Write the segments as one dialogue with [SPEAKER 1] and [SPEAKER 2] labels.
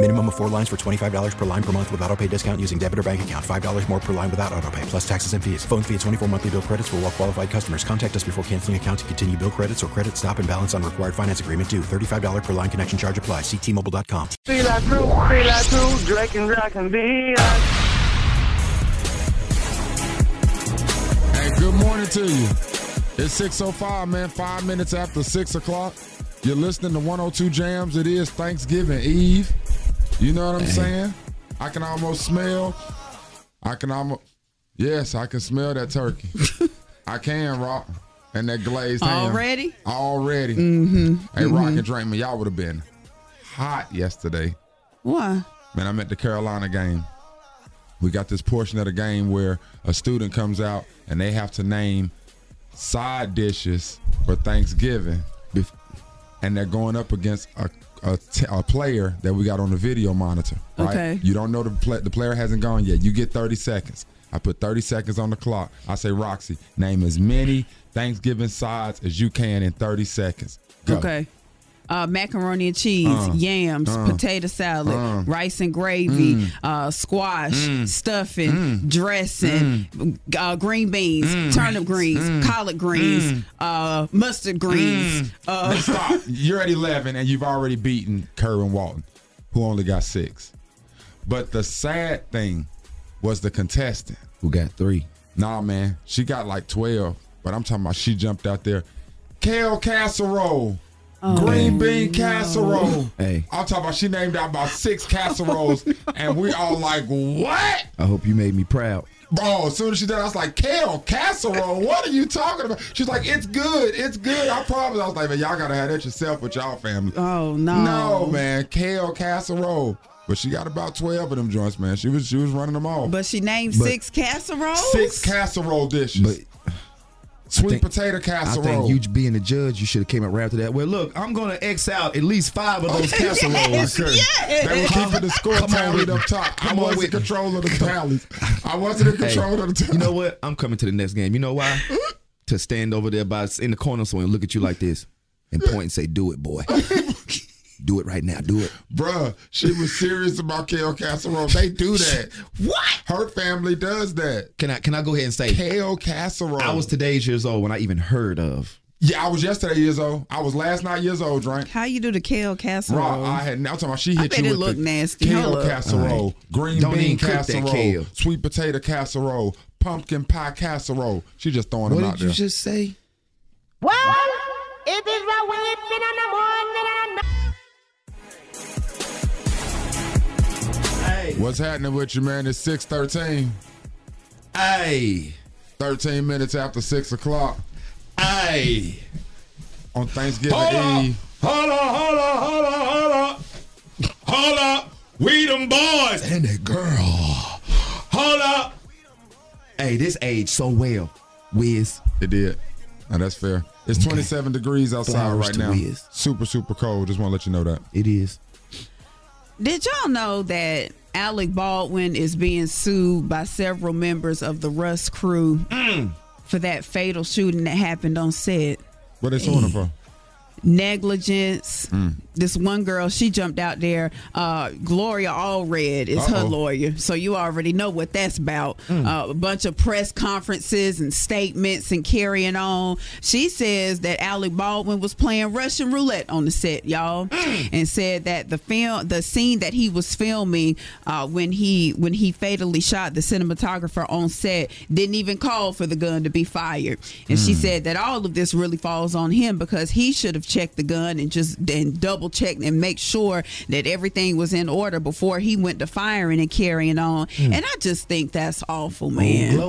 [SPEAKER 1] Minimum of four lines for $25 per line per month with auto pay discount using debit or bank account. $5 more per line without auto pay, plus taxes and fees. Phone fee at 24 monthly bill credits for all well qualified customers. Contact us before canceling account to continue bill credits or credit stop and balance on required finance agreement due. $35 per line connection charge apply. Ctmobile.com.
[SPEAKER 2] Feel like crew, feel like crew, Drake and Rock and be like.
[SPEAKER 3] Hey, good morning to you. It's 6.05, man, five minutes after 6 o'clock. You're listening to 102 Jams. It is Thanksgiving Eve. You know what I'm saying? I can almost smell. I can almost. Yes, I can smell that turkey. I can, Rock. And that glazed ham.
[SPEAKER 4] Already?
[SPEAKER 3] Already. Mm-hmm. Hey, Rock and Drake, man, y'all would have been hot yesterday.
[SPEAKER 4] Why?
[SPEAKER 3] Man, I'm at the Carolina game. We got this portion of the game where a student comes out and they have to name side dishes for Thanksgiving, bef- and they're going up against a, a, t- a player that we got on the video monitor. Right?
[SPEAKER 4] Okay.
[SPEAKER 3] You don't know the pla the player hasn't gone yet. You get 30 seconds. I put 30 seconds on the clock. I say, Roxy, name as many Thanksgiving sides as you can in 30 seconds. Go.
[SPEAKER 4] Okay. Uh, macaroni and cheese,
[SPEAKER 5] Uh.
[SPEAKER 4] yams, potato salad, rice and gravy,
[SPEAKER 5] Mm.
[SPEAKER 4] uh, squash, stuffing, dressing,
[SPEAKER 5] Mm.
[SPEAKER 4] g- uh, green beans, turnip greens, collard greens,
[SPEAKER 5] Mm.
[SPEAKER 4] uh, mustard greens. Uh,
[SPEAKER 3] Stop. You're at 11 and you've already beaten Kerr and Walton, who only got six. But the sad thing was the contestant.
[SPEAKER 5] Who got three?
[SPEAKER 3] Nah, man, she got like 12, but I'm talking about she jumped out there. Kale casserole. green bean casserole.
[SPEAKER 5] Hey.
[SPEAKER 3] I'm talking about she named out about six casseroles, and we all like, what?
[SPEAKER 5] I hope you made me proud.
[SPEAKER 3] Bro, as soon as she done, I was like, kale casserole, what are you talking about? She's like, it's good, it's good. I promise. I was like, man, y'all gotta have that yourself with y'all family.
[SPEAKER 4] oh no.
[SPEAKER 3] No, man, kale casserole. But she got about twelve of them joints, man. She was she was running them all.
[SPEAKER 4] But she named six casseroles.
[SPEAKER 3] Six casserole dishes.
[SPEAKER 5] But
[SPEAKER 3] Sweet
[SPEAKER 5] think-
[SPEAKER 3] potato casserole.
[SPEAKER 5] I think you being a judge, you should have came up right after that. Well, look, I'm gonna X out at least five of those casseroles.
[SPEAKER 4] Yes, yes.
[SPEAKER 3] They were keeping the score
[SPEAKER 5] Come on
[SPEAKER 3] tallied
[SPEAKER 5] with
[SPEAKER 3] up
[SPEAKER 5] me.
[SPEAKER 3] top. I
[SPEAKER 5] Come on
[SPEAKER 3] wasn't in
[SPEAKER 5] with me.
[SPEAKER 3] control of the tallies. I wasn't in
[SPEAKER 5] Hey,
[SPEAKER 3] control of the tallies.
[SPEAKER 5] you know what? I'm coming to the next game. You know why? to stand over there by in the corner so and look at you like this and point and say, "Do it, boy. do it right now. Do it."
[SPEAKER 3] Bruh, she was serious about kale casserole. They do that.
[SPEAKER 5] What?
[SPEAKER 3] Her family does that.
[SPEAKER 5] Can I can I go ahead and say
[SPEAKER 3] Kale casserole.
[SPEAKER 5] I was today's years old when I even heard of
[SPEAKER 3] yeah, I was yesterday years old. I was last night years old, drink.
[SPEAKER 4] How you do the kale casserole?
[SPEAKER 3] Raw, I had. I'm talking about she hit
[SPEAKER 4] bet
[SPEAKER 3] you
[SPEAKER 4] it
[SPEAKER 3] with
[SPEAKER 4] look
[SPEAKER 3] the
[SPEAKER 4] nasty.
[SPEAKER 3] kale
[SPEAKER 4] Hold up.
[SPEAKER 3] casserole, green
[SPEAKER 5] Don't
[SPEAKER 3] bean
[SPEAKER 5] even cook that
[SPEAKER 3] casserole,
[SPEAKER 5] kale.
[SPEAKER 3] sweet potato casserole, pumpkin pie casserole. She just throwing them
[SPEAKER 5] what
[SPEAKER 3] out
[SPEAKER 5] did you
[SPEAKER 3] there.
[SPEAKER 5] just say?
[SPEAKER 6] Well, it is my weeping in the morning and I
[SPEAKER 3] What's happening with you, man? It's six thirteen.
[SPEAKER 5] Hey,
[SPEAKER 3] 13 minutes after 6 o'clock
[SPEAKER 5] hey,
[SPEAKER 3] on Thanksgiving
[SPEAKER 5] hold up,
[SPEAKER 3] Eve.
[SPEAKER 5] hold up, hold up, hold up, hold up, hold up. We them boys and that girl. Hold up. Hey, this aged so well, Wiz.
[SPEAKER 3] It did. Now that's fair. It's 27 degrees outside
[SPEAKER 5] Flowers
[SPEAKER 3] right
[SPEAKER 5] to
[SPEAKER 3] now.
[SPEAKER 5] Wiz.
[SPEAKER 3] Super, super cold. Just want to let you know that.
[SPEAKER 5] It is.
[SPEAKER 4] Did y'all know that Alec Baldwin is being sued by several members of the Russ
[SPEAKER 5] Mm.
[SPEAKER 4] crew for that fatal shooting that happened on set?
[SPEAKER 3] What they suing him for?
[SPEAKER 4] negligence. This one girl, she jumped out there. Uh, Gloria Allred is her
[SPEAKER 7] Uh-oh.
[SPEAKER 4] lawyer, so you already know what that's about. Uh, a bunch of press conferences and statements and carrying on. She says that Alec Baldwin was playing Russian roulette on the set, y'all, and said that the film, the scene that he was filming uh, when he when he fatally shot the cinematographer on set, didn't even call for the gun to be fired, and she
[SPEAKER 8] Mm.
[SPEAKER 4] said that all of this really falls on him because he should have checked the gun and just and double checked and make sure that everything was in order before he went to firing and carrying on.
[SPEAKER 8] Mm.
[SPEAKER 4] And I just think that's awful, man.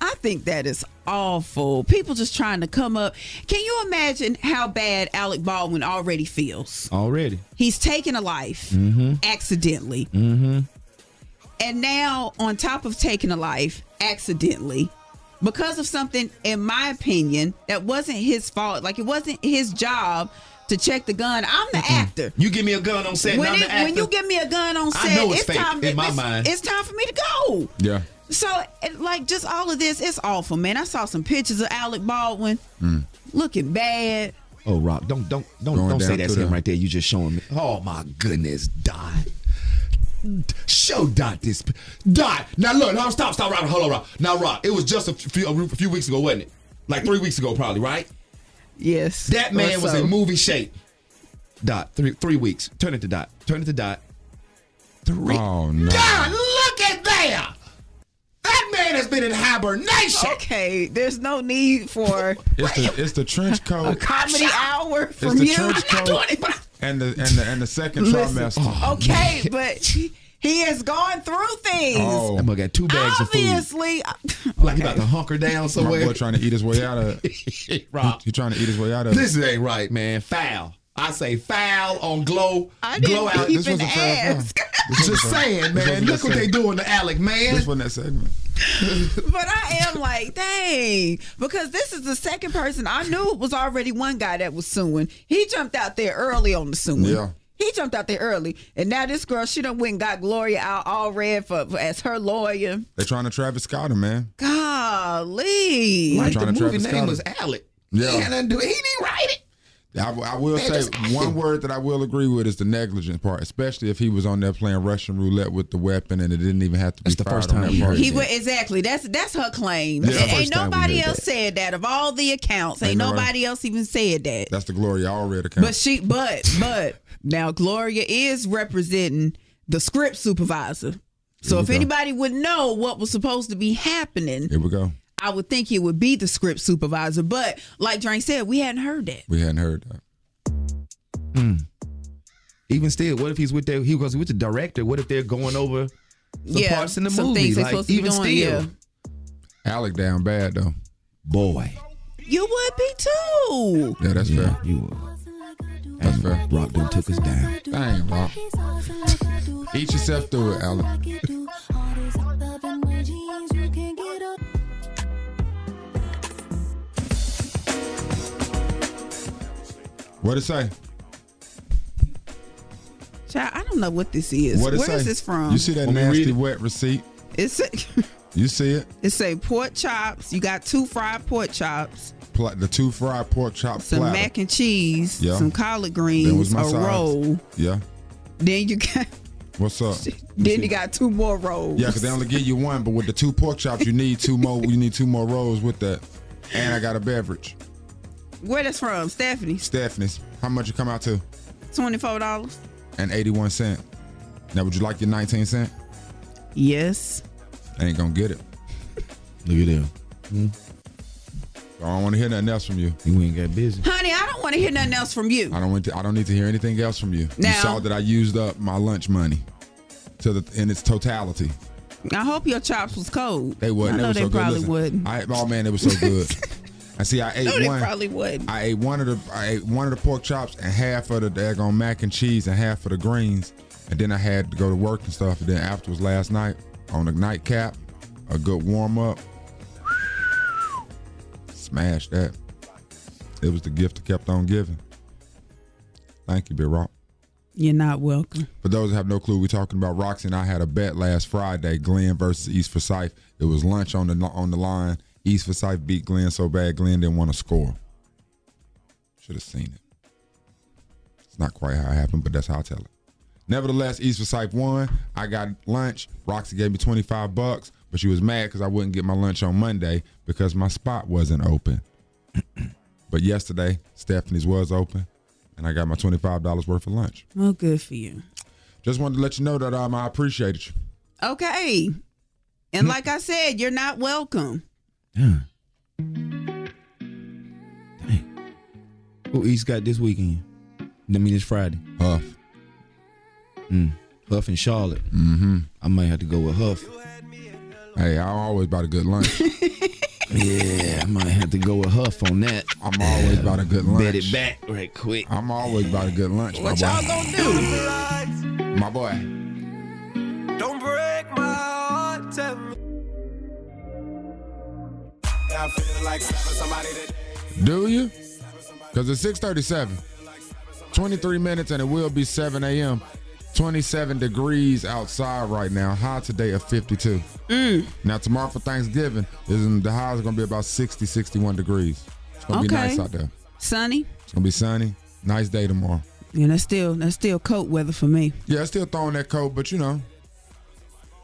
[SPEAKER 4] I think that is awful. People just trying to come up. Can you imagine how bad Alec Baldwin already feels?
[SPEAKER 9] Already.
[SPEAKER 4] He's taken a life
[SPEAKER 9] Mm-hmm.
[SPEAKER 4] accidentally.
[SPEAKER 9] Mm-hmm.
[SPEAKER 4] And now, on top of taking a life accidentally, because of something, in my opinion, that wasn't his fault. Like it wasn't his job to check the gun. I'm the actor.
[SPEAKER 9] You give me a gun on set.
[SPEAKER 4] When,
[SPEAKER 9] and I'm
[SPEAKER 4] it-
[SPEAKER 9] the actor.
[SPEAKER 4] when you give me a gun on
[SPEAKER 9] I
[SPEAKER 4] set,
[SPEAKER 9] know it's
[SPEAKER 4] it's,
[SPEAKER 9] fake
[SPEAKER 4] time.
[SPEAKER 9] in my
[SPEAKER 4] it's,
[SPEAKER 9] mind.
[SPEAKER 4] it's time for me to go.
[SPEAKER 3] Yeah.
[SPEAKER 4] So, it- like, just all of this, it's awful, man. I saw some pictures of Alec Baldwin looking bad.
[SPEAKER 9] Hmm. Oh, Rock, don't don't don't
[SPEAKER 5] Going
[SPEAKER 9] don't say
[SPEAKER 5] down
[SPEAKER 9] that's
[SPEAKER 5] to
[SPEAKER 9] him
[SPEAKER 5] the-
[SPEAKER 9] right there. You just showing me. Oh my goodness, Dot. Show Dot this. p- Dot. Now look. Now stop. Stop. Rock. Hold on, Rock. Now Rock. It was just a few a few weeks ago, wasn't it? Like three weeks ago, probably. Right.
[SPEAKER 4] Yes.
[SPEAKER 9] That
[SPEAKER 5] or
[SPEAKER 9] man was
[SPEAKER 5] so.
[SPEAKER 9] in movie shape. Dot. Three three weeks. Turn it to Dot. Turn it to Dot. Three.
[SPEAKER 3] Oh no.
[SPEAKER 9] God, look at there. That man has been in hibernation.
[SPEAKER 4] Okay, there's no need for
[SPEAKER 3] It's the it's the trench
[SPEAKER 4] a
[SPEAKER 3] coat.
[SPEAKER 4] comedy hour
[SPEAKER 3] It's
[SPEAKER 4] from
[SPEAKER 3] the
[SPEAKER 4] you.
[SPEAKER 3] trench
[SPEAKER 4] I'm
[SPEAKER 3] coat.
[SPEAKER 4] not doing it, but I-
[SPEAKER 3] and the and the and the second
[SPEAKER 4] Listen,
[SPEAKER 3] trimester.
[SPEAKER 4] okay, but he has gone through things.
[SPEAKER 3] Oh.
[SPEAKER 9] That boy got two bags of food.
[SPEAKER 4] Obviously,
[SPEAKER 9] Like he about to hunker down
[SPEAKER 3] My
[SPEAKER 5] Oh,
[SPEAKER 9] somewhere.
[SPEAKER 3] boy trying to eat his way out of. he, he trying to eat his way out of.
[SPEAKER 9] This ain't right, man. Foul. I say foul on glow.
[SPEAKER 4] I
[SPEAKER 3] didn't
[SPEAKER 9] glow out.
[SPEAKER 3] This even wasn't fair, yeah. ask.
[SPEAKER 9] Just saying, man. Look what they doing to Alec, man.
[SPEAKER 3] This wasn't that segment.
[SPEAKER 4] but I am like, dang, because this is the second person I knew was already one guy that was suing. He jumped out there early on the suing.
[SPEAKER 3] Yeah.
[SPEAKER 4] He jumped out there early, and now this girl, she done went and got Gloria out all red for, for- as her lawyer.
[SPEAKER 3] They trying to Travis Scott him, man.
[SPEAKER 4] Golly,
[SPEAKER 3] Like Trying the to movie Travis name Scott him. was
[SPEAKER 9] Alec.
[SPEAKER 3] Yeah.
[SPEAKER 9] do it. He didn't write it.
[SPEAKER 3] I, I will
[SPEAKER 9] Man,
[SPEAKER 3] say
[SPEAKER 9] just act
[SPEAKER 3] one
[SPEAKER 9] it.
[SPEAKER 3] word that I will agree with is the negligence part, especially if he was on there playing Russian roulette with the weapon and it didn't even have to be. That's the
[SPEAKER 9] first
[SPEAKER 3] on
[SPEAKER 9] time
[SPEAKER 3] that
[SPEAKER 9] we
[SPEAKER 3] part.
[SPEAKER 4] He went exactly. That's that's her claim.
[SPEAKER 3] Yeah.
[SPEAKER 4] And
[SPEAKER 3] First
[SPEAKER 4] ain't
[SPEAKER 3] time we
[SPEAKER 4] nobody
[SPEAKER 3] heard
[SPEAKER 4] else
[SPEAKER 3] that.
[SPEAKER 4] said that of all the accounts. Ain't,
[SPEAKER 3] Ain't nobody-
[SPEAKER 4] nobody, else even said that.
[SPEAKER 3] That's the Gloria Allred account.
[SPEAKER 4] But she, but but now Gloria is representing the script supervisor.
[SPEAKER 3] Here
[SPEAKER 4] So
[SPEAKER 3] we
[SPEAKER 4] if
[SPEAKER 3] go.
[SPEAKER 4] anybody would know what was supposed to be happening,
[SPEAKER 3] Here we go.
[SPEAKER 4] I would think it would be the script supervisor. But like Drain said, we hadn't heard that.
[SPEAKER 3] We hadn't heard that.
[SPEAKER 9] Even still, what if he's with their he was with the director? What if they're going over the
[SPEAKER 4] Yeah,
[SPEAKER 9] parts in the
[SPEAKER 4] some
[SPEAKER 9] movie?
[SPEAKER 4] things they're
[SPEAKER 9] Like
[SPEAKER 4] supposed to be
[SPEAKER 9] even
[SPEAKER 4] doing,
[SPEAKER 9] still.
[SPEAKER 4] yeah.
[SPEAKER 3] Alec down bad though.
[SPEAKER 9] Boy.
[SPEAKER 4] You would be too.
[SPEAKER 3] Yeah, that's fair.
[SPEAKER 9] You were. That's fair. Rock done took us down.
[SPEAKER 3] Dang, Rock. Eat yourself through it, Alec. What it say?
[SPEAKER 4] Child, I don't know what this is.
[SPEAKER 3] What it
[SPEAKER 4] Where
[SPEAKER 3] say?
[SPEAKER 4] is this from?
[SPEAKER 3] You see that nasty wet receipt?
[SPEAKER 4] It's a-
[SPEAKER 3] You see it?
[SPEAKER 4] It say pork chops. You got two fried pork chops,
[SPEAKER 3] Pla- the two fried pork chop
[SPEAKER 4] some
[SPEAKER 3] platter.
[SPEAKER 4] mac and cheese,
[SPEAKER 3] Yeah.
[SPEAKER 4] some collard
[SPEAKER 3] That was
[SPEAKER 4] greens,
[SPEAKER 3] my
[SPEAKER 4] a
[SPEAKER 3] size.
[SPEAKER 4] roll.
[SPEAKER 3] Yeah.
[SPEAKER 4] Then you got
[SPEAKER 3] What's up?
[SPEAKER 4] then you got two more rolls.
[SPEAKER 3] Yeah, because they only give you one, but with the two pork chops, you need two more. You need two more rolls with that. And I got a beverage.
[SPEAKER 4] Where that's from? Stephanie.
[SPEAKER 3] Stephanie's. How much it come out to?
[SPEAKER 4] Twenty four dollars.
[SPEAKER 3] And eighty-one cent. Now, would you like your nineteen cent?
[SPEAKER 4] Yes.
[SPEAKER 3] I ain't gonna get it. Hmm?
[SPEAKER 9] Look at him.
[SPEAKER 3] I don't want to hear nothing else from you.
[SPEAKER 9] You ain't got busy.
[SPEAKER 4] Honey, I don't want to hear nothing else from you.
[SPEAKER 3] I don't want. To, I don't need to hear anything else from you. you
[SPEAKER 4] Now-
[SPEAKER 3] saw that I used up my lunch money to the in its totality.
[SPEAKER 4] I hope your chops was cold.
[SPEAKER 3] They would.
[SPEAKER 4] I
[SPEAKER 3] They
[SPEAKER 4] know
[SPEAKER 3] were
[SPEAKER 4] they
[SPEAKER 3] so good.
[SPEAKER 4] probably
[SPEAKER 3] Listen,
[SPEAKER 4] wouldn't.
[SPEAKER 3] I, oh man, it was so good. I see. I ate
[SPEAKER 4] no, they
[SPEAKER 3] one.
[SPEAKER 4] probably wouldn't.
[SPEAKER 3] I ate one of the I ate one of the pork chops and half of the daggone mac and cheese and half of the greens, and then I had to go to work and stuff. And then afterwards, last night on a nightcap, a good warm up, smash that. It was the gift that kept on giving. Thank you, Big Rock.
[SPEAKER 4] You're not welcome.
[SPEAKER 3] For those that have no clue, we're talking about Roxy and I had a bet last Friday, Glenn versus East Forsyth. It was lunch on the on the line. East Forsyth beat Glenn so bad, Glenn didn't want to score. Should have seen it. It's not quite how it happened, but that's how I tell it. Nevertheless, East Forsyth won. I got lunch. Roxy gave me 25 bucks, but she was mad because I wouldn't get my lunch on Monday because my spot wasn't open. but yesterday, Stephanie's was open, and I got my $25 worth of lunch.
[SPEAKER 4] Well, good for you.
[SPEAKER 3] Just wanted to let you know that um, I appreciated you.
[SPEAKER 4] Okay. And like I said, you're not welcome.
[SPEAKER 7] Who East got this weekend? I mean, this Friday.
[SPEAKER 3] Huff.
[SPEAKER 7] Mm. Huff and Charlotte.
[SPEAKER 3] Mm-hmm.
[SPEAKER 7] I might have to go with Huff.
[SPEAKER 3] Hey, I always bought a good lunch.
[SPEAKER 7] yeah, I might have to go with Huff on that.
[SPEAKER 3] I'm always about a good lunch.
[SPEAKER 7] Bet it back right quick.
[SPEAKER 3] I'm always about a good lunch, my
[SPEAKER 7] What
[SPEAKER 3] boy.
[SPEAKER 7] y'all gonna do?
[SPEAKER 3] My boy.
[SPEAKER 8] Don't break my heart, tell me. I feel like slapping somebody today.
[SPEAKER 3] Do you? Because it's 637. 23 minutes and it will be 7 a.m. 27 degrees outside right now. High today of 52. Now tomorrow for Thanksgiving, is the high is going to be about 60, 61 degrees. It's going to
[SPEAKER 4] Okay.
[SPEAKER 3] be nice out there.
[SPEAKER 4] Sonny,
[SPEAKER 3] It's going to be sunny. Nice day tomorrow.
[SPEAKER 4] and that's still that's still coat weather for me.
[SPEAKER 3] Yeah, it's still throwing that coat, but you know,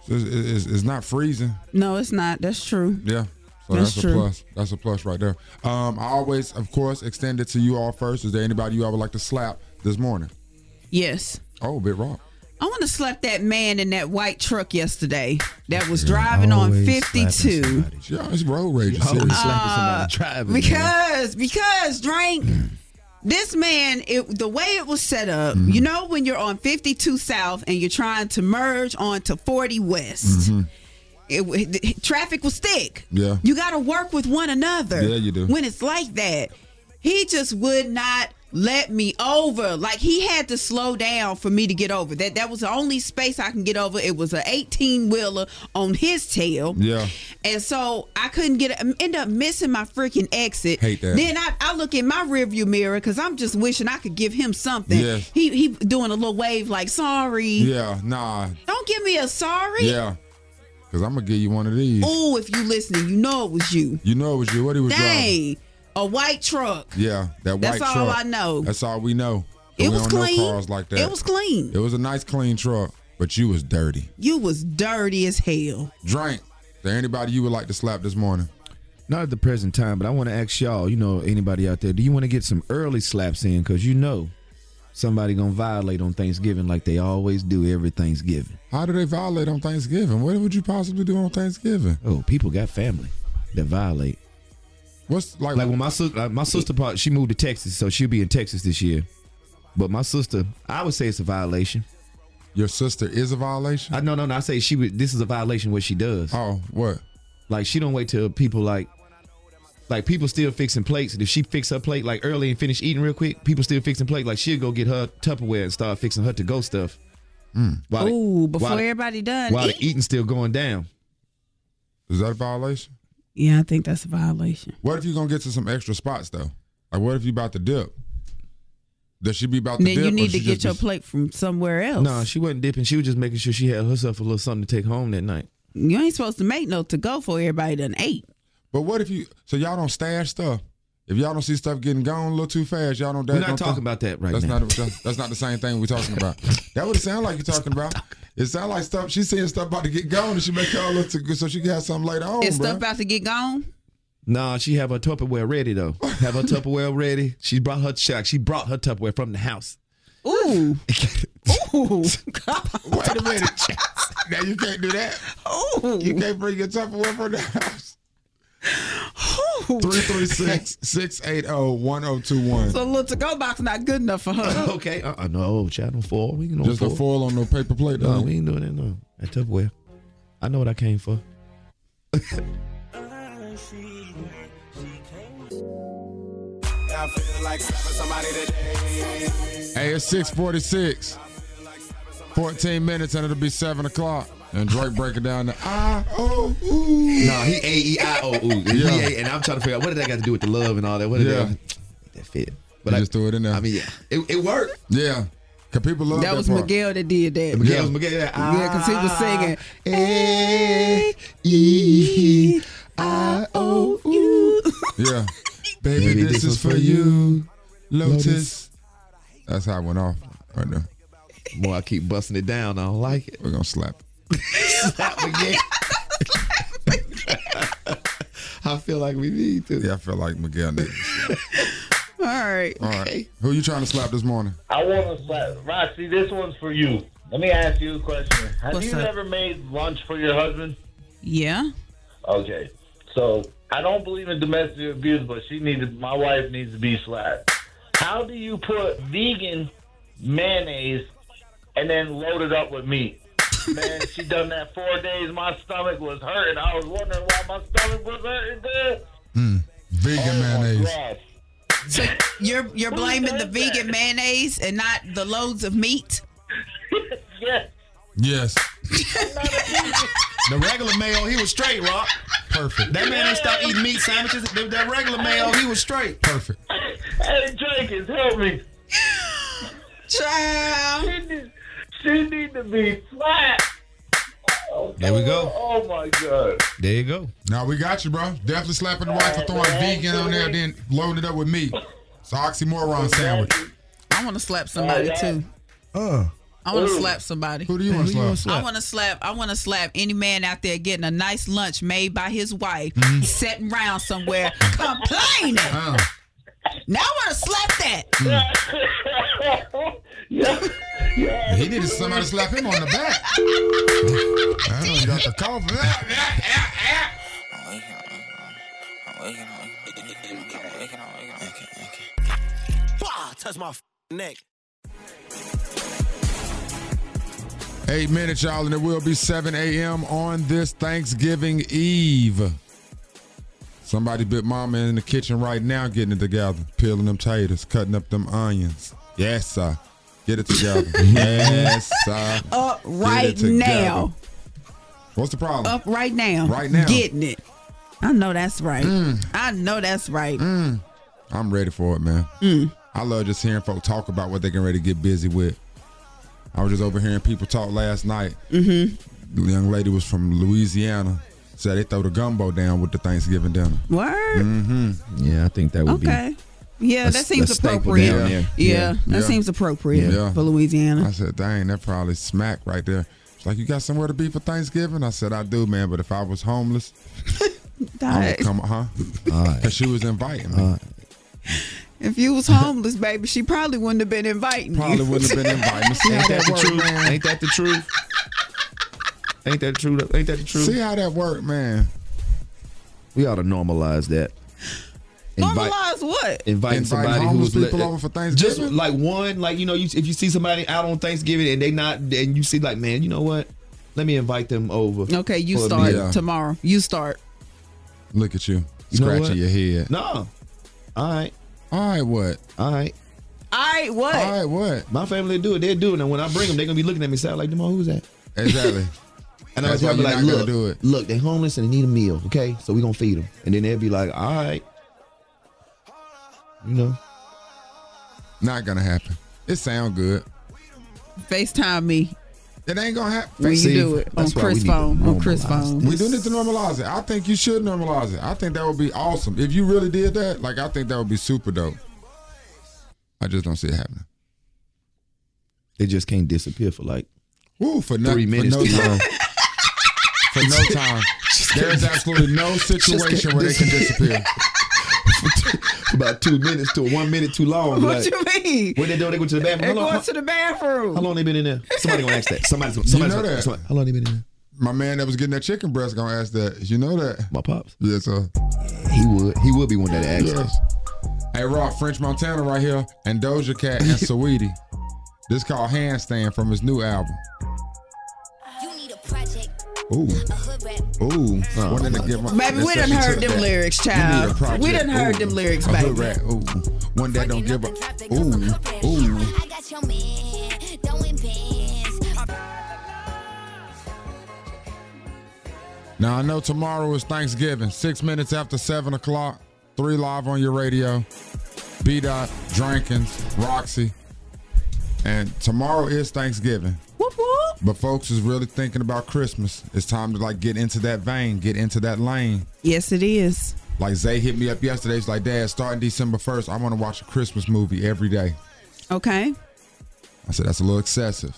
[SPEAKER 3] it's, it's, it's not freezing.
[SPEAKER 4] No, it's not. That's true.
[SPEAKER 3] Yeah. So that's,
[SPEAKER 4] That's
[SPEAKER 3] a
[SPEAKER 4] true.
[SPEAKER 3] plus. That's a plus right there. Um, I always, of course, extend it to you all first. Is there anybody you all would like to slap this morning?
[SPEAKER 4] Yes.
[SPEAKER 3] Oh, Big Rock.
[SPEAKER 4] I want to slap that man in that white truck yesterday that was driving on
[SPEAKER 3] always
[SPEAKER 4] 52.
[SPEAKER 3] Yeah, it's road rage.
[SPEAKER 7] always
[SPEAKER 3] serious.
[SPEAKER 7] slapping
[SPEAKER 4] Uh,
[SPEAKER 7] man.
[SPEAKER 4] because because drink this man it the way it was set up
[SPEAKER 3] Mm-hmm.
[SPEAKER 4] you know when you're on 52 south and you're trying to merge onto 40 west
[SPEAKER 3] Mhm.
[SPEAKER 4] it w the- traffic was thick
[SPEAKER 3] Yeah.
[SPEAKER 4] you got to work with one another
[SPEAKER 3] Yeah, you do.
[SPEAKER 4] when it's like that he just would not let me over like he had to slow down for me to get over that that was the only space i can get over it was a 18 wheeler on his tail
[SPEAKER 3] Yeah.
[SPEAKER 4] and so I couldn't get um, end up missing my freaking exit.
[SPEAKER 3] Hate that.
[SPEAKER 4] Then I, I look in my rearview mirror because I'm just wishing I could give him something.
[SPEAKER 3] Yes.
[SPEAKER 4] He he doing a little wave like sorry.
[SPEAKER 3] Yeah. Nah.
[SPEAKER 4] Don't give me a sorry.
[SPEAKER 3] Yeah. Because I'm going to give you one of these.
[SPEAKER 4] Oh, if you listening, you know it was you.
[SPEAKER 3] You know it was you. What he was driving.
[SPEAKER 4] Dang, a white truck.
[SPEAKER 3] Yeah. That white
[SPEAKER 4] That's all
[SPEAKER 3] truck.
[SPEAKER 4] I know.
[SPEAKER 3] That's all we know.
[SPEAKER 4] It
[SPEAKER 3] we
[SPEAKER 4] was
[SPEAKER 3] don't
[SPEAKER 4] clean.
[SPEAKER 3] Know cars like that.
[SPEAKER 4] It was clean.
[SPEAKER 3] It was a nice, clean truck, but you was dirty.
[SPEAKER 4] You was dirty as hell.
[SPEAKER 3] Drink. Is there anybody you would like to slap this morning?
[SPEAKER 7] Not at the present time, but I want to ask y'all, you know, anybody out there, do you want to get some early slaps in? Because you know somebody going to violate on Thanksgiving like they always do every Thanksgiving.
[SPEAKER 3] How do they violate on Thanksgiving? What would you possibly do on Thanksgiving?
[SPEAKER 7] Oh, people got family that violate.
[SPEAKER 3] What's like?
[SPEAKER 7] Like when my sister, like my sister, part she moved to Texas, so she'll be in Texas this year. But my sister, I would say it's a violation.
[SPEAKER 3] Your sister is a violation.
[SPEAKER 7] I no no no. I say she would. This is a violation. What she does.
[SPEAKER 3] Oh, what?
[SPEAKER 7] Like she don't wait till people like, like people still fixing plates. And if she fix her plate like early and finish eating real quick, people still fixing plate. Like she'll go get her Tupperware and start fixing her to go stuff. While they-
[SPEAKER 4] Ooh, before
[SPEAKER 7] while they-
[SPEAKER 4] everybody done.
[SPEAKER 7] while
[SPEAKER 4] eat.
[SPEAKER 7] the eating still going down.
[SPEAKER 3] Is that a violation?
[SPEAKER 4] Yeah, I think that's a violation.
[SPEAKER 3] What if you gonna get to some extra spots though? Like, what if you about to dip? Does she be about to
[SPEAKER 4] Then
[SPEAKER 3] dip?
[SPEAKER 4] you
[SPEAKER 3] or
[SPEAKER 4] need to
[SPEAKER 3] she
[SPEAKER 4] get
[SPEAKER 3] just
[SPEAKER 4] your
[SPEAKER 3] be-
[SPEAKER 4] plate from somewhere else.
[SPEAKER 7] No, she wasn't dipping. She was just making sure she had herself a little something to take home that night.
[SPEAKER 4] You ain't supposed to make no to go for everybody done ate.
[SPEAKER 3] But what if you? So y'all don't stash stuff. If y'all don't see stuff getting gone a little too fast, y'all don't.
[SPEAKER 7] We're not
[SPEAKER 3] don't
[SPEAKER 7] talking about that right
[SPEAKER 3] that's
[SPEAKER 7] now.
[SPEAKER 3] Not, that's, that's not the same thing we're talking about. That would sound like you're talking about. It sounds like stuff. She's saying stuff about to get gone, and she make y'all look too good, so she can have something later on.
[SPEAKER 4] Is
[SPEAKER 3] bruh.
[SPEAKER 4] stuff about to get gone?
[SPEAKER 7] Nah, she have her Tupperware ready though. Have her Tupperware ready. She brought her check. She brought her Tupperware from the house.
[SPEAKER 4] Ooh. Ooh.
[SPEAKER 3] Wait a minute. now you can't do that.
[SPEAKER 4] Ooh.
[SPEAKER 3] You can't bring your Tupperware from the house. 336 680 1021.
[SPEAKER 4] So look, to go box not good enough for her.
[SPEAKER 7] okay. Uh, uh no, channel four. We ain't no
[SPEAKER 3] Just
[SPEAKER 7] four.
[SPEAKER 3] a foil on the paper plate.
[SPEAKER 7] No,
[SPEAKER 3] though.
[SPEAKER 7] we ain't doing that. No, that Tupperware. I know what I came for.
[SPEAKER 8] I feel like slapping somebody today.
[SPEAKER 3] Hey, it's 646. 14 minutes and it'll be 7 o'clock. And Drake breaking down the I O U.
[SPEAKER 7] Nah, he A E I O U.
[SPEAKER 3] Yeah.
[SPEAKER 7] And I'm trying to figure out what did that got to do with the love and all that. What did
[SPEAKER 3] Yeah.
[SPEAKER 7] that, that fit?
[SPEAKER 3] But
[SPEAKER 7] But
[SPEAKER 3] I
[SPEAKER 7] I,
[SPEAKER 3] just threw it in there.
[SPEAKER 7] I mean, yeah, it, it worked.
[SPEAKER 3] yeah. Cause people love that,
[SPEAKER 4] That was
[SPEAKER 3] part.
[SPEAKER 4] Miguel that did that.
[SPEAKER 7] Miguel
[SPEAKER 3] Yeah.
[SPEAKER 7] was Miguel. Ah, eh, that,
[SPEAKER 4] Yeah, because he was singing.
[SPEAKER 7] A E I O U.
[SPEAKER 3] Yeah. Baby, this, is for you, Lotus. That's how I went off right there.
[SPEAKER 7] Boy, I keep busting it down. I don't like it.
[SPEAKER 3] We're gonna slap.
[SPEAKER 7] Slap again. I feel like we need to.
[SPEAKER 3] Yeah, I feel like Miguel needs.
[SPEAKER 4] All right.
[SPEAKER 3] All right. Who you trying to slap this morning?
[SPEAKER 10] I want to slap. Roxy, this one's for you. Let me ask you a question. Have
[SPEAKER 4] What's
[SPEAKER 10] you
[SPEAKER 4] up?
[SPEAKER 10] ever made lunch for your husband?
[SPEAKER 4] Yeah.
[SPEAKER 10] Okay. So I don't believe in domestic abuse, but she needs my wife needs to be slapped. How do you put vegan mayonnaise and then load it up with meat? Man, she done that four days. My stomach was hurting. I was wondering why my stomach was hurting. Good.
[SPEAKER 3] Mm, Vegan mayonnaise.
[SPEAKER 4] So you're you're
[SPEAKER 10] Who
[SPEAKER 4] blaming the
[SPEAKER 10] does
[SPEAKER 4] vegan mayonnaise and not the loads of meat.
[SPEAKER 10] yes.
[SPEAKER 3] Yes.
[SPEAKER 7] The regular mayo, he was straight, Rock.
[SPEAKER 3] Perfect.
[SPEAKER 7] That man didn't stop eating meat sandwiches. That that regular mayo, he was straight.
[SPEAKER 3] Perfect.
[SPEAKER 10] Hey, Jenkins, help me.
[SPEAKER 4] Child.
[SPEAKER 10] She need, she need to be flat.
[SPEAKER 7] There we go.
[SPEAKER 10] Oh my god.
[SPEAKER 7] There you go.
[SPEAKER 3] Now we got you, bro. Definitely slapping the wife for throwing vegan on there, then loading it up with meat. It's an oxymoron sandwich.
[SPEAKER 4] I want to slap somebody too.
[SPEAKER 7] Uh.
[SPEAKER 3] Oh.
[SPEAKER 4] I want to slap somebody.
[SPEAKER 3] Who do you want to slap?
[SPEAKER 4] I want to slap. I want to slap any man out there getting a nice lunch made by his wife,
[SPEAKER 3] Mhm.
[SPEAKER 4] sitting around somewhere complaining. Now I want to slap that.
[SPEAKER 7] Mm.
[SPEAKER 3] He needed somebody to slap him on the back. I don't even got the call for that.
[SPEAKER 8] Bah, touch my f- neck.
[SPEAKER 3] Eight minutes, y'all, and it will be 7 a.m. on this Thanksgiving Eve. Somebody bit mama in the kitchen right now getting it together, peeling them taters, cutting up them onions. Yes, sir. Get it together. yes, sir.
[SPEAKER 4] Up
[SPEAKER 3] Get it
[SPEAKER 4] right
[SPEAKER 3] together.
[SPEAKER 4] now.
[SPEAKER 3] What's the problem?
[SPEAKER 4] Up right now.
[SPEAKER 3] Right now.
[SPEAKER 4] Getting it. I know that's right. I know that's right.
[SPEAKER 3] I'm ready for it, man.
[SPEAKER 4] Mm.
[SPEAKER 3] I love just hearing folk talk about what they getting ready to get busy with. I was just over hearing people talk last night. Mm-hmm. The young lady was from Louisiana. Said they throw the gumbo down with the Thanksgiving dinner.
[SPEAKER 4] Word.
[SPEAKER 3] Mm-hmm.
[SPEAKER 7] Yeah, I think that would
[SPEAKER 4] Okay. Yeah,
[SPEAKER 7] A-
[SPEAKER 4] that
[SPEAKER 7] a
[SPEAKER 4] seems
[SPEAKER 7] staple
[SPEAKER 4] appropriate.
[SPEAKER 7] down
[SPEAKER 4] Yeah,
[SPEAKER 7] there.
[SPEAKER 3] Yeah. Yeah.
[SPEAKER 4] that seems appropriate
[SPEAKER 3] Yeah.
[SPEAKER 4] for Louisiana.
[SPEAKER 3] I said, dang, that probably smack right there. She's like, you got somewhere to be for Thanksgiving? I said, I do, man. But if I was homeless, I
[SPEAKER 4] Dog,
[SPEAKER 3] would come, huh? Because she was inviting me.
[SPEAKER 4] If you was homeless, baby, she probably wouldn't have been inviting you.
[SPEAKER 3] Probably wouldn't have been inviting me. See how
[SPEAKER 7] Ain't that
[SPEAKER 3] that
[SPEAKER 7] the
[SPEAKER 3] worked,
[SPEAKER 7] truth?
[SPEAKER 3] man.
[SPEAKER 7] Ain't that the truth? Ain't that the truth? Ain't that the truth?
[SPEAKER 3] See how that worked, man.
[SPEAKER 7] we ought to normalize that.
[SPEAKER 4] Normalize what?
[SPEAKER 7] inviting
[SPEAKER 3] Invite
[SPEAKER 7] somebody who
[SPEAKER 3] homeless
[SPEAKER 7] was let-
[SPEAKER 3] people over for
[SPEAKER 7] Just
[SPEAKER 3] Thanksgiving?
[SPEAKER 7] like one, like you know, you, if you see somebody out on Thanksgiving and they not, and you see like, man, you know what? Let me invite them Oh, over.
[SPEAKER 4] Okay, you
[SPEAKER 7] for a
[SPEAKER 4] start
[SPEAKER 7] meal.
[SPEAKER 4] tomorrow. You start.
[SPEAKER 3] Look at you,
[SPEAKER 7] You know
[SPEAKER 3] scratching
[SPEAKER 7] what?
[SPEAKER 3] your head.
[SPEAKER 7] No, all right,
[SPEAKER 3] All right, what?
[SPEAKER 7] all right.
[SPEAKER 4] All right, what?
[SPEAKER 3] All right, what?
[SPEAKER 7] My family do it. They do it, and when I bring them, they gonna be looking at me, say like, "Demar, who's that?"
[SPEAKER 3] Exactly.
[SPEAKER 7] And
[SPEAKER 3] That's
[SPEAKER 7] I'm
[SPEAKER 3] why
[SPEAKER 7] gonna be
[SPEAKER 3] you're
[SPEAKER 7] like,
[SPEAKER 3] not gonna
[SPEAKER 7] "Look,
[SPEAKER 3] do it."
[SPEAKER 7] look, they homeless and they need a meal. Okay, so we gonna feed them, and then they'll be like, "All right." You know,
[SPEAKER 3] Not gonna happen. It sound good.
[SPEAKER 4] FaceTime me
[SPEAKER 3] It ain't gonna happen.
[SPEAKER 4] when you
[SPEAKER 7] See,
[SPEAKER 4] do it on
[SPEAKER 7] that's why we
[SPEAKER 4] Chris
[SPEAKER 7] need to
[SPEAKER 4] phone. On Chris
[SPEAKER 7] normalize
[SPEAKER 4] phone.
[SPEAKER 3] We do need to normalize it. I think you should normalize it. I think that would be awesome if you really did that. Like I think that would be super dope. I just don't see it happening.
[SPEAKER 7] they just can't disappear for like
[SPEAKER 3] Woo for no,
[SPEAKER 7] Three
[SPEAKER 3] for
[SPEAKER 7] minutes
[SPEAKER 3] no
[SPEAKER 7] too
[SPEAKER 3] time.
[SPEAKER 7] long.
[SPEAKER 3] for no time. There's absolutely no situation where they can disappear.
[SPEAKER 7] about two minutes to one minute too long. Like,
[SPEAKER 4] What you mean?
[SPEAKER 7] what they do? They go to the
[SPEAKER 4] They're
[SPEAKER 7] bathroom. How
[SPEAKER 4] going
[SPEAKER 7] long,
[SPEAKER 4] to the bathroom.
[SPEAKER 7] how long they been in there? Somebody gonna ask that. Somebody's gonna. Somebody's
[SPEAKER 3] know
[SPEAKER 7] gonna-
[SPEAKER 3] that.
[SPEAKER 7] somebody- how long they been in there?
[SPEAKER 3] My man that was getting that chicken breast gonna ask that. You know that?
[SPEAKER 7] My pops.
[SPEAKER 3] Yes, sir.
[SPEAKER 7] He would. He would be one that asked.
[SPEAKER 3] Yes. Hey, Rock, French Montana right here, and Doja Cat and Saweetie. This called Handstand from his new album.
[SPEAKER 11] You need a project,
[SPEAKER 3] Ooh,
[SPEAKER 11] a hood rap.
[SPEAKER 3] ooh.
[SPEAKER 7] Oh,
[SPEAKER 3] When did I get my-
[SPEAKER 4] Baby, we done
[SPEAKER 3] She
[SPEAKER 4] heard
[SPEAKER 3] took
[SPEAKER 4] them
[SPEAKER 3] that.
[SPEAKER 4] lyrics,
[SPEAKER 3] You need a
[SPEAKER 4] child.
[SPEAKER 3] project.
[SPEAKER 4] We done heard
[SPEAKER 3] Ooh.
[SPEAKER 4] them lyrics,
[SPEAKER 3] A
[SPEAKER 4] baby.
[SPEAKER 3] hood rat. Ooh. One that don't give up. Ooh, ooh.
[SPEAKER 11] I got your man, throwing pins.
[SPEAKER 3] Now I know tomorrow is Thanksgiving. Six minutes after seven o'clock. Three live on your radio. B Dot, Jenkins, Roxy. And tomorrow is Thanksgiving.
[SPEAKER 4] Whoop, whoop.
[SPEAKER 3] But folks is really thinking about Christmas. It's time to like get into that vein, get into that lane.
[SPEAKER 4] Yes, it is.
[SPEAKER 3] Like Zay hit me up yesterday. He's like, Dad, starting December first, I want to watch a Christmas movie every day.
[SPEAKER 4] Okay.
[SPEAKER 3] I said that's a little excessive.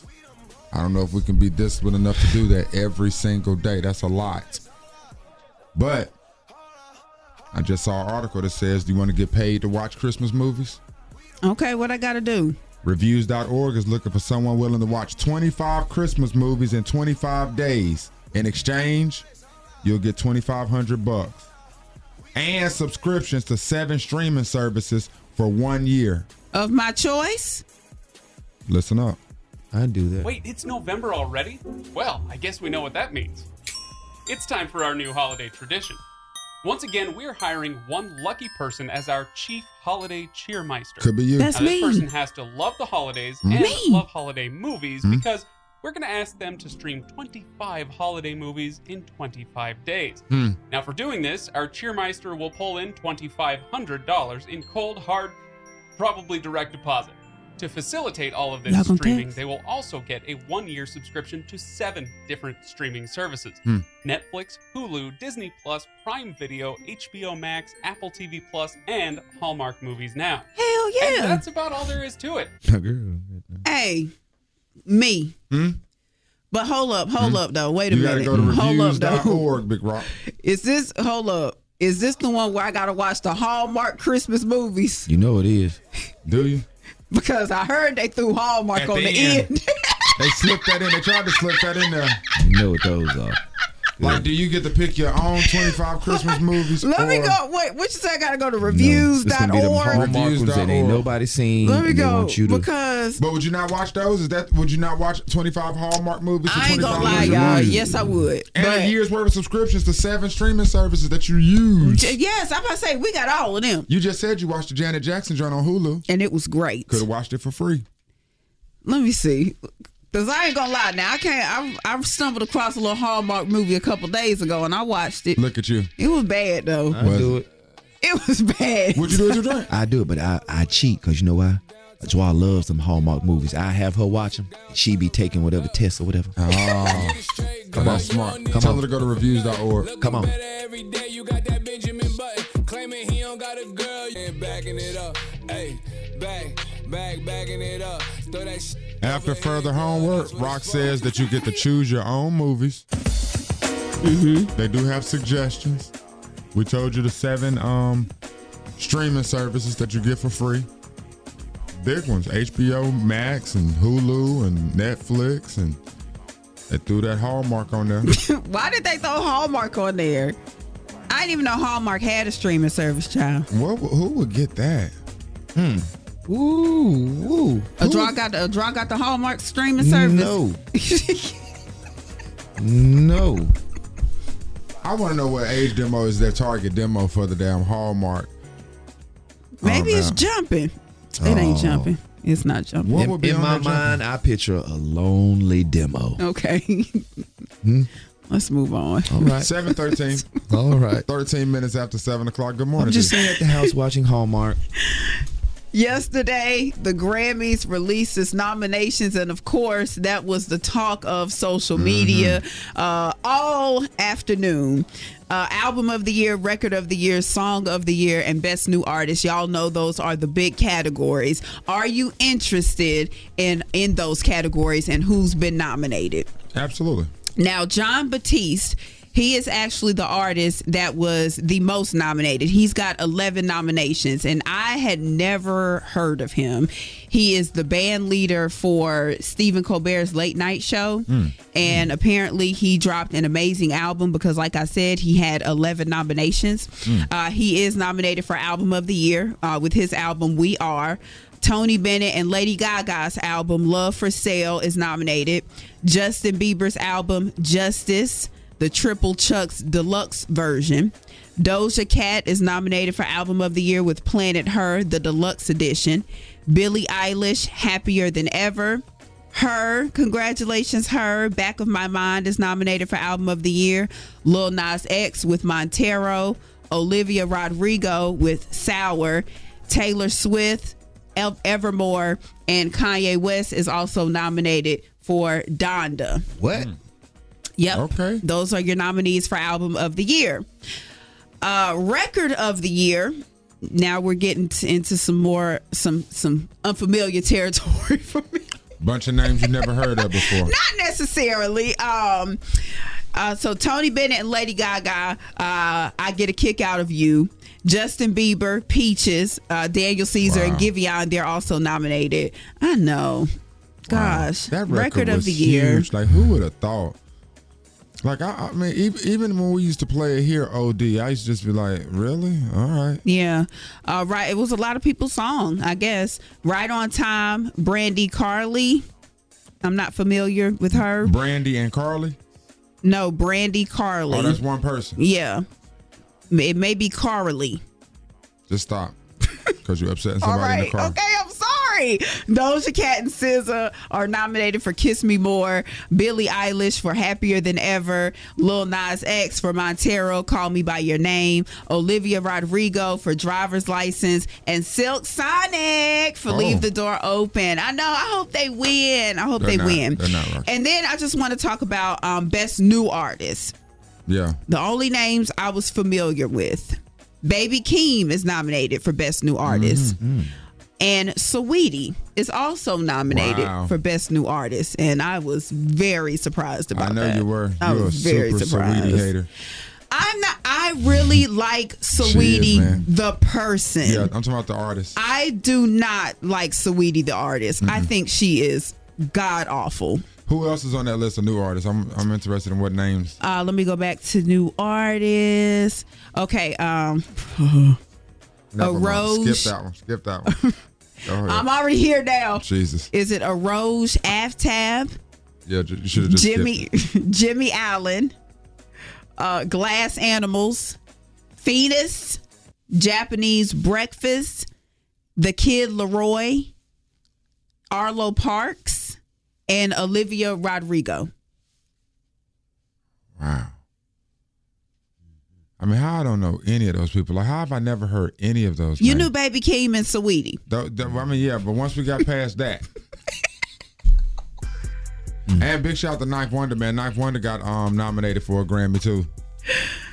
[SPEAKER 3] I don't know if we can be disciplined enough to do that every single day. That's a lot. But I just saw an article that says, "Do you want to get paid to watch Christmas movies?"
[SPEAKER 4] Okay, what I got to do?
[SPEAKER 3] Reviews.org is looking for someone willing to watch 25 Christmas movies in 25 days. In exchange, you'll get 2500 bucks and subscriptions to seven streaming services for 1 year.
[SPEAKER 4] Of my choice?
[SPEAKER 3] Listen up. I do that.
[SPEAKER 12] Wait, it's November already? Well, I guess we know what that means. It's time for our new holiday tradition. Once again, we're hiring one lucky person as our chief holiday cheermeister.
[SPEAKER 3] Could be you.
[SPEAKER 12] Now,
[SPEAKER 3] That's
[SPEAKER 12] this
[SPEAKER 3] me.
[SPEAKER 12] person has to love the holidays
[SPEAKER 3] Hmm?
[SPEAKER 12] and
[SPEAKER 3] Me.
[SPEAKER 12] love holiday movies
[SPEAKER 3] Hmm?
[SPEAKER 12] because we're going to ask them to stream 25 holiday movies in 25 days.
[SPEAKER 3] Hmm.
[SPEAKER 12] Now, for doing this, our cheermeister will pull in $2,500 in cold, hard, probably direct deposit. To facilitate all of
[SPEAKER 4] Y'all
[SPEAKER 12] this
[SPEAKER 4] gonna
[SPEAKER 12] streaming,
[SPEAKER 4] text?
[SPEAKER 12] they will also get a one year subscription to seven different streaming services
[SPEAKER 4] Hmm.
[SPEAKER 12] Netflix, Hulu, Disney Plus, Prime Video, HBO Max, Apple TV Plus, and Hallmark Movies Now.
[SPEAKER 4] Hell yeah.
[SPEAKER 12] And that's about all there is to it.
[SPEAKER 4] Hey, me.
[SPEAKER 3] Hmm?
[SPEAKER 4] But hold up, hold up though. Wait a
[SPEAKER 3] you
[SPEAKER 4] minute.
[SPEAKER 3] gotta go to
[SPEAKER 4] hold up though.
[SPEAKER 3] reviews.org, Big Rock.
[SPEAKER 4] Is this hold up? Is this the one where I gotta watch the Hallmark Christmas movies?
[SPEAKER 7] You know it is.
[SPEAKER 3] Do you?
[SPEAKER 4] Because I heard they threw Hallmark
[SPEAKER 3] At
[SPEAKER 4] on
[SPEAKER 3] the
[SPEAKER 4] the,
[SPEAKER 3] end.
[SPEAKER 4] end.
[SPEAKER 3] They slipped that in. They tried to slip that in there.
[SPEAKER 7] You know what those are.
[SPEAKER 3] Like, do you get to pick your own 25 Christmas movies?
[SPEAKER 4] Let me
[SPEAKER 3] or-
[SPEAKER 4] go. Wait, what you say? I gotta go to reviews.org.
[SPEAKER 7] It's gonna be them Hallmark ones that ain't
[SPEAKER 3] Reviews.org.
[SPEAKER 7] nobody seen.
[SPEAKER 4] Let me
[SPEAKER 7] and they
[SPEAKER 4] go,
[SPEAKER 7] want you to-
[SPEAKER 4] because.
[SPEAKER 3] But would you not watch those? Is that would you not watch 25 Hallmark movies? for
[SPEAKER 4] I ain't gonna lie,
[SPEAKER 3] 25
[SPEAKER 4] y'all.
[SPEAKER 3] movies?
[SPEAKER 4] Yes, I would.
[SPEAKER 3] And a year's worth of subscriptions to seven streaming services that you use.
[SPEAKER 4] J- Yes, I'm about to say we got all of them.
[SPEAKER 3] You just said you watched the Janet Jackson joint on Hulu,
[SPEAKER 4] and it was great.
[SPEAKER 3] Could have watched it for free.
[SPEAKER 4] Let me see. Cause I ain't gonna lie. Now I can't. I I stumbled across a little Hallmark movie a couple days ago, and I watched it.
[SPEAKER 3] Look at you.
[SPEAKER 4] It was bad though.
[SPEAKER 7] I do it.
[SPEAKER 4] It was bad.
[SPEAKER 3] What you do as your drink?
[SPEAKER 7] I do it, but I, I cheat because you know why? Joa loves them Hallmark movies. I have her watch them. She be taking whatever tests or whatever.
[SPEAKER 3] Oh,
[SPEAKER 7] come on,
[SPEAKER 3] that's smart.
[SPEAKER 7] Come
[SPEAKER 3] Tell
[SPEAKER 7] on.
[SPEAKER 3] her to go to reviews.org.
[SPEAKER 7] Come on.
[SPEAKER 3] After further homework, Rock says that you get to choose your own movies. They do have suggestions. We told you the seven um, streaming services that you get for free. Big ones: HBO Max and Hulu and Netflix, and they threw that Hallmark on there.
[SPEAKER 4] Why did they throw Hallmark on there? I didn't even know Hallmark had a streaming service, child.
[SPEAKER 3] what? Who would get that?
[SPEAKER 7] Hmm.
[SPEAKER 4] Ooh, ooh. A draw got the a draw got the Hallmark streaming service.
[SPEAKER 7] No. no.
[SPEAKER 3] I want to know what age demo is their target demo for the damn Hallmark.
[SPEAKER 4] Maybe
[SPEAKER 3] Oh,
[SPEAKER 4] it's
[SPEAKER 3] man.
[SPEAKER 4] jumping. It ain't
[SPEAKER 7] Oh.
[SPEAKER 4] jumping. It's not jumping.
[SPEAKER 7] in in my mind, I picture a lonely demo.
[SPEAKER 4] Okay. Let's move on.
[SPEAKER 7] All right.
[SPEAKER 3] Seven thirteen.
[SPEAKER 7] All right.
[SPEAKER 3] Thirteen minutes after seven o'clock. Good morning.
[SPEAKER 7] I'm just
[SPEAKER 3] to you.
[SPEAKER 7] sitting at the house watching Hallmark.
[SPEAKER 4] Yesterday, the Grammys released its nominations, and of course, that was the talk of social media uh, all afternoon. Uh, album of the year, record of the year, song of the year, and best new artist. Y'all know those are the big categories. Are you interested in in those categories and who's been nominated?
[SPEAKER 3] Absolutely.
[SPEAKER 4] Now, John Batiste, he is actually the artist that was the most nominated. He's got 11 nominations, and I had never heard of him. He is the band leader for Stephen Colbert's late night show.
[SPEAKER 13] Mm.
[SPEAKER 4] And apparently, he dropped an amazing album because, like I said, he had 11 nominations.
[SPEAKER 13] Mm.
[SPEAKER 4] Uh, he is nominated for Album of the Year uh, with his album We Are. Tony Bennett and Lady Gaga's album Love for Sale is nominated. Justin Bieber's album Justice, the Triple Chuck's deluxe version. Doja Cat is nominated for Album of the Year with Planet Her, the deluxe edition. Billie Eilish, Happier Than Ever. Her, congratulations, her. Back of My Mind is nominated for Album of the Year. Lil Nas X with Montero. Olivia Rodrigo with Sour. Taylor Swift, El- Evermore. And Kanye West is also nominated for Donda.
[SPEAKER 7] What?
[SPEAKER 4] Yep. Okay. Those are your nominees for Album of the Year. Uh, record of the Year now we're getting t- into some more some some unfamiliar territory for me.
[SPEAKER 3] Bunch of names you never heard of before.
[SPEAKER 4] Not necessarily. Um, uh, so Tony Bennett and Lady Gaga, uh, I get a kick out of you. Justin Bieber, Peaches, uh, Daniel Caesar, and
[SPEAKER 3] Wow.
[SPEAKER 4] Giveon, they're also nominated. I know. Gosh,
[SPEAKER 3] That
[SPEAKER 4] record, of
[SPEAKER 3] was
[SPEAKER 4] the year.
[SPEAKER 3] huge. Like who would have thought? Like I, I mean, even, even when we used to play it here, OD, I used to just be like, really? All right.
[SPEAKER 4] Yeah. Uh, right. It was a lot of people's song, I guess. Right on time, Brandy Carly. I'm not familiar with her.
[SPEAKER 3] Brandy and Carly?
[SPEAKER 4] No, Brandy Carly.
[SPEAKER 3] Oh, that's one person.
[SPEAKER 4] Yeah. It may be Carly.
[SPEAKER 3] Just stop, because you're upsetting
[SPEAKER 4] All
[SPEAKER 3] somebody in the
[SPEAKER 4] right.
[SPEAKER 3] car.
[SPEAKER 4] Okay, I'm sorry. Doja Cat and SZA are nominated for Kiss Me More. Billie Eilish for Happier Than Ever. Lil Nas X for Montero, Call Me By Your Name. Olivia Rodrigo for Driver's License. And Silk Sonic for
[SPEAKER 13] Oh.
[SPEAKER 4] Leave the Door Open. I know. I hope they win. I hope
[SPEAKER 3] They're
[SPEAKER 4] they
[SPEAKER 3] not-
[SPEAKER 4] win.
[SPEAKER 3] they're not rocking.
[SPEAKER 4] And then I just want to talk about um, Best New Artist.
[SPEAKER 3] Yeah.
[SPEAKER 4] The only names I was familiar with. Baby Keem is nominated for Best New Artist.
[SPEAKER 3] Mm-hmm.
[SPEAKER 4] And Sweetie is also nominated
[SPEAKER 3] Wow.
[SPEAKER 4] for Best New Artist. And I was very surprised about
[SPEAKER 3] I know
[SPEAKER 4] that.
[SPEAKER 3] you were.
[SPEAKER 4] I
[SPEAKER 3] You're a
[SPEAKER 4] was very
[SPEAKER 3] super
[SPEAKER 4] surprised.
[SPEAKER 3] Saweetie hater.
[SPEAKER 4] I'm not I really like Sweetie
[SPEAKER 3] man.
[SPEAKER 4] the person.
[SPEAKER 3] Yeah, I'm talking about the artist.
[SPEAKER 4] I do not like Sweetie the artist. I think she is god awful.
[SPEAKER 3] Who else is on that list of new artists? I'm I'm interested in what names.
[SPEAKER 4] Uh, let me go back to new artists. Okay, um
[SPEAKER 3] Never mind.
[SPEAKER 4] Rose.
[SPEAKER 3] Skip that one. Skip that one. Go ahead.
[SPEAKER 4] I'm already here now.
[SPEAKER 3] Jesus.
[SPEAKER 4] Is it a Rose Aftab?
[SPEAKER 3] Yeah, ju- you should have just skipped it.
[SPEAKER 4] Jimmy Jimmy Allen, uh, Glass Animals, Fetus, Japanese Breakfast, The Kid Leroy, Arlo Parks, and Olivia Rodrigo.
[SPEAKER 3] Wow. I mean, how I don't know any of those people? Like, how have I never heard any of those?
[SPEAKER 4] You
[SPEAKER 3] names?
[SPEAKER 4] knew Baby Keem and Saweetie.
[SPEAKER 3] Tho- tho- I mean, yeah, but once we got past that. And big shout out to Knife Wonder, man. Knife Wonder got um nominated for a Grammy too.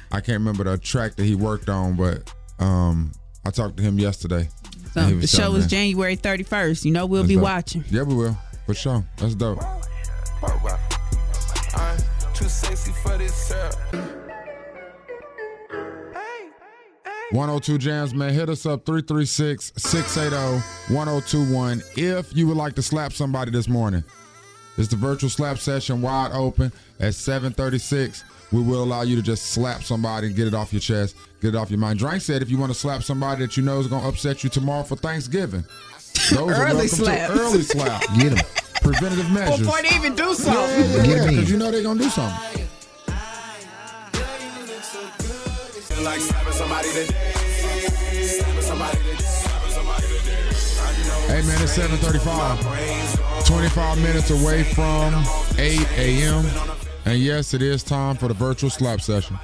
[SPEAKER 3] I can't remember the track that he worked on, but um I talked to him yesterday.
[SPEAKER 4] So
[SPEAKER 3] and he
[SPEAKER 4] the
[SPEAKER 3] was
[SPEAKER 4] show
[SPEAKER 3] telling
[SPEAKER 4] is
[SPEAKER 3] me-
[SPEAKER 4] January 31st. You know we'll
[SPEAKER 3] That's
[SPEAKER 4] be
[SPEAKER 3] dope.
[SPEAKER 4] watching.
[SPEAKER 3] Yeah, we will. For sure. That's dope.
[SPEAKER 8] I'm too sexy for this syrup.
[SPEAKER 3] 102 Jams, man. Hit us up 336 680 1021 if you would like to slap somebody this morning. It's the virtual slap session wide open at 736. We will allow you to just slap somebody and get it off your chest, get it off your mind. Drank said if you want to slap somebody that you know is going to upset you tomorrow for Thanksgiving, those
[SPEAKER 4] Early
[SPEAKER 3] are welcome
[SPEAKER 4] slaps.
[SPEAKER 3] to early slap. Get them. Preventative measures.
[SPEAKER 4] Before they even do
[SPEAKER 3] Yeah,
[SPEAKER 4] something.
[SPEAKER 3] yeah,
[SPEAKER 4] Get 'em
[SPEAKER 3] yeah,
[SPEAKER 4] in.
[SPEAKER 3] 'cause you know they're going to do something.
[SPEAKER 8] Feel like slapping somebody today. Slapping somebody today. Slapping somebody today.
[SPEAKER 3] Hey man, it's 7:35. 25 minutes away from 8 a.m. And yes, it is time for the virtual slap session.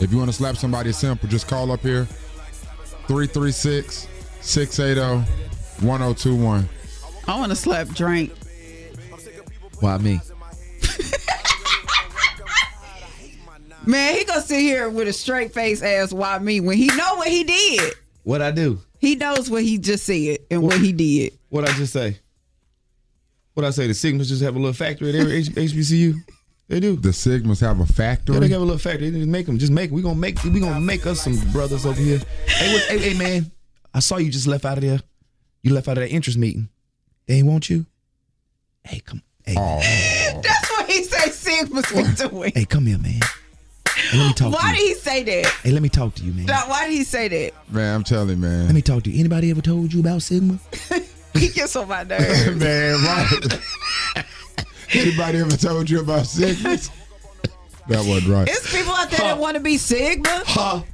[SPEAKER 3] If you want to slap somebody it's simple, just call up here oh, 336-680-1021.
[SPEAKER 4] I want to slap drink.
[SPEAKER 7] Why me?
[SPEAKER 4] Man, he gonna sit here with a straight face ass why me when he know what he did.
[SPEAKER 7] What I do?
[SPEAKER 4] He knows what he just said and what he did.
[SPEAKER 7] What I just say? What I say? The Sigmas just have a little factory at every H- HBCU. They do.
[SPEAKER 3] The Sigmas have a
[SPEAKER 7] Yeah,
[SPEAKER 3] factory.
[SPEAKER 7] they have a little factory. They just make them. Just make. We gonna make. We gonna make us some brothers over here. Hey, what, hey, hey, man! I saw you just left out of there. You left out of that interest meeting. They ain't want you. Hey, come. Hey,
[SPEAKER 4] That's what he say Sigma's be doing.
[SPEAKER 7] hey, come here, man. Hey, let me talk
[SPEAKER 4] Why
[SPEAKER 7] to
[SPEAKER 4] did
[SPEAKER 7] you.
[SPEAKER 4] he say that?
[SPEAKER 7] Hey, let me talk to you, man.
[SPEAKER 4] Doc, Why did he say that?
[SPEAKER 3] Man, I'm telling you, man.
[SPEAKER 7] Let me talk to you. Anybody ever told you about Sigma?
[SPEAKER 4] He gets on my nerves.
[SPEAKER 3] man, right. Anybody ever told you about Sigmas? That wasn't right.
[SPEAKER 4] It's people out there that want to be Sigma.
[SPEAKER 7] I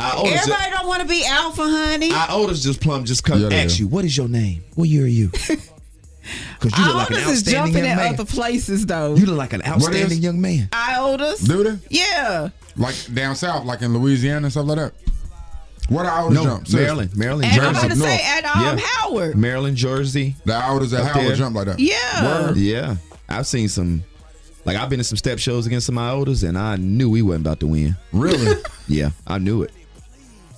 [SPEAKER 4] Everybody
[SPEAKER 7] always just,
[SPEAKER 4] don't want to be Alpha, honey.
[SPEAKER 7] I always just plumb just come
[SPEAKER 3] Yeah, they
[SPEAKER 7] ask
[SPEAKER 3] do.
[SPEAKER 7] you, what is your name? What year are you? Because you look like an
[SPEAKER 4] Iodus is
[SPEAKER 7] outstanding
[SPEAKER 4] jumping
[SPEAKER 7] young
[SPEAKER 4] at
[SPEAKER 7] man.
[SPEAKER 4] other places though.
[SPEAKER 7] You look like an outstanding young man.
[SPEAKER 4] Iodus.
[SPEAKER 3] Do they?
[SPEAKER 4] Yeah.
[SPEAKER 3] Like down south, like in Louisiana and stuff like that. What are oldest
[SPEAKER 7] No,
[SPEAKER 3] jump? Seriously.
[SPEAKER 7] Maryland, Maryland,
[SPEAKER 4] And I'm
[SPEAKER 7] Jersey,
[SPEAKER 4] gonna say at, um, Howard.
[SPEAKER 7] Maryland, Jersey.
[SPEAKER 3] The Howard's at
[SPEAKER 7] Up
[SPEAKER 3] Howard
[SPEAKER 7] there.
[SPEAKER 3] jump like that.
[SPEAKER 4] Yeah. Word.
[SPEAKER 7] Yeah, I've seen some. Like I've been in some step shows against some Iotas, and I knew we wasn't about to win.
[SPEAKER 3] Really?
[SPEAKER 7] yeah, I knew it.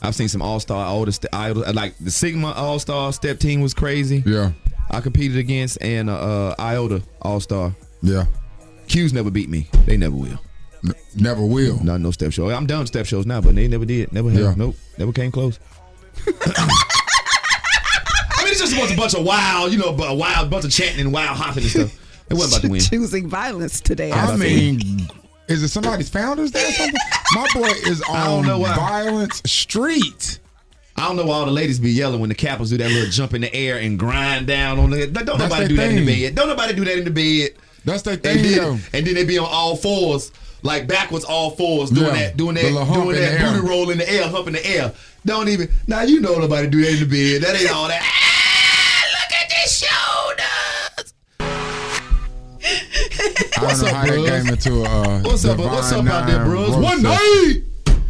[SPEAKER 7] I've seen some all star older st- idols like the Sigma all star step team was crazy.
[SPEAKER 3] Yeah,
[SPEAKER 7] I competed against and uh, uh, Iota all star.
[SPEAKER 3] Yeah,
[SPEAKER 7] Q's never beat me. They never will.
[SPEAKER 3] never will.
[SPEAKER 7] Not no step show. I'm done with step shows now, but they never did. Never have.
[SPEAKER 3] Yeah.
[SPEAKER 7] Nope. Never came close.
[SPEAKER 9] I mean, it's just a bunch of wild, you know, a wild bunch of chanting and wild hopping and stuff. It wasn't about to win.
[SPEAKER 4] Choosing violence today.
[SPEAKER 3] I mean, is it somebody's founders day or something? My boy is on
[SPEAKER 7] I don't know why.
[SPEAKER 3] violence street.
[SPEAKER 7] I don't know why all the ladies be yelling when the Capitals do that little jump in the air and grind down on the. Don't
[SPEAKER 3] That's
[SPEAKER 7] nobody
[SPEAKER 3] their
[SPEAKER 7] do that in
[SPEAKER 3] thing.
[SPEAKER 7] the bed. Don't nobody do that in the bed.
[SPEAKER 3] That's their
[SPEAKER 7] And
[SPEAKER 3] thing, though.
[SPEAKER 7] then, and then they be on all fours, like backwards, all fours, doing
[SPEAKER 3] Yeah,
[SPEAKER 7] that, doing
[SPEAKER 3] the
[SPEAKER 7] that,
[SPEAKER 3] little hump
[SPEAKER 7] doing
[SPEAKER 3] in
[SPEAKER 7] that
[SPEAKER 3] the air.
[SPEAKER 7] booty roll in the air, hump in the air. Don't even. Now you know nobody do that in the bed. That ain't all that. Ah, Look at this shoulders.
[SPEAKER 3] I don't
[SPEAKER 7] What's
[SPEAKER 3] know
[SPEAKER 7] up,
[SPEAKER 3] how
[SPEAKER 7] bros?
[SPEAKER 3] that game into uh,
[SPEAKER 7] What's up? What's up
[SPEAKER 3] Divine
[SPEAKER 7] out there,
[SPEAKER 3] Nine
[SPEAKER 7] bros?
[SPEAKER 3] roast
[SPEAKER 7] One
[SPEAKER 3] session.
[SPEAKER 7] night.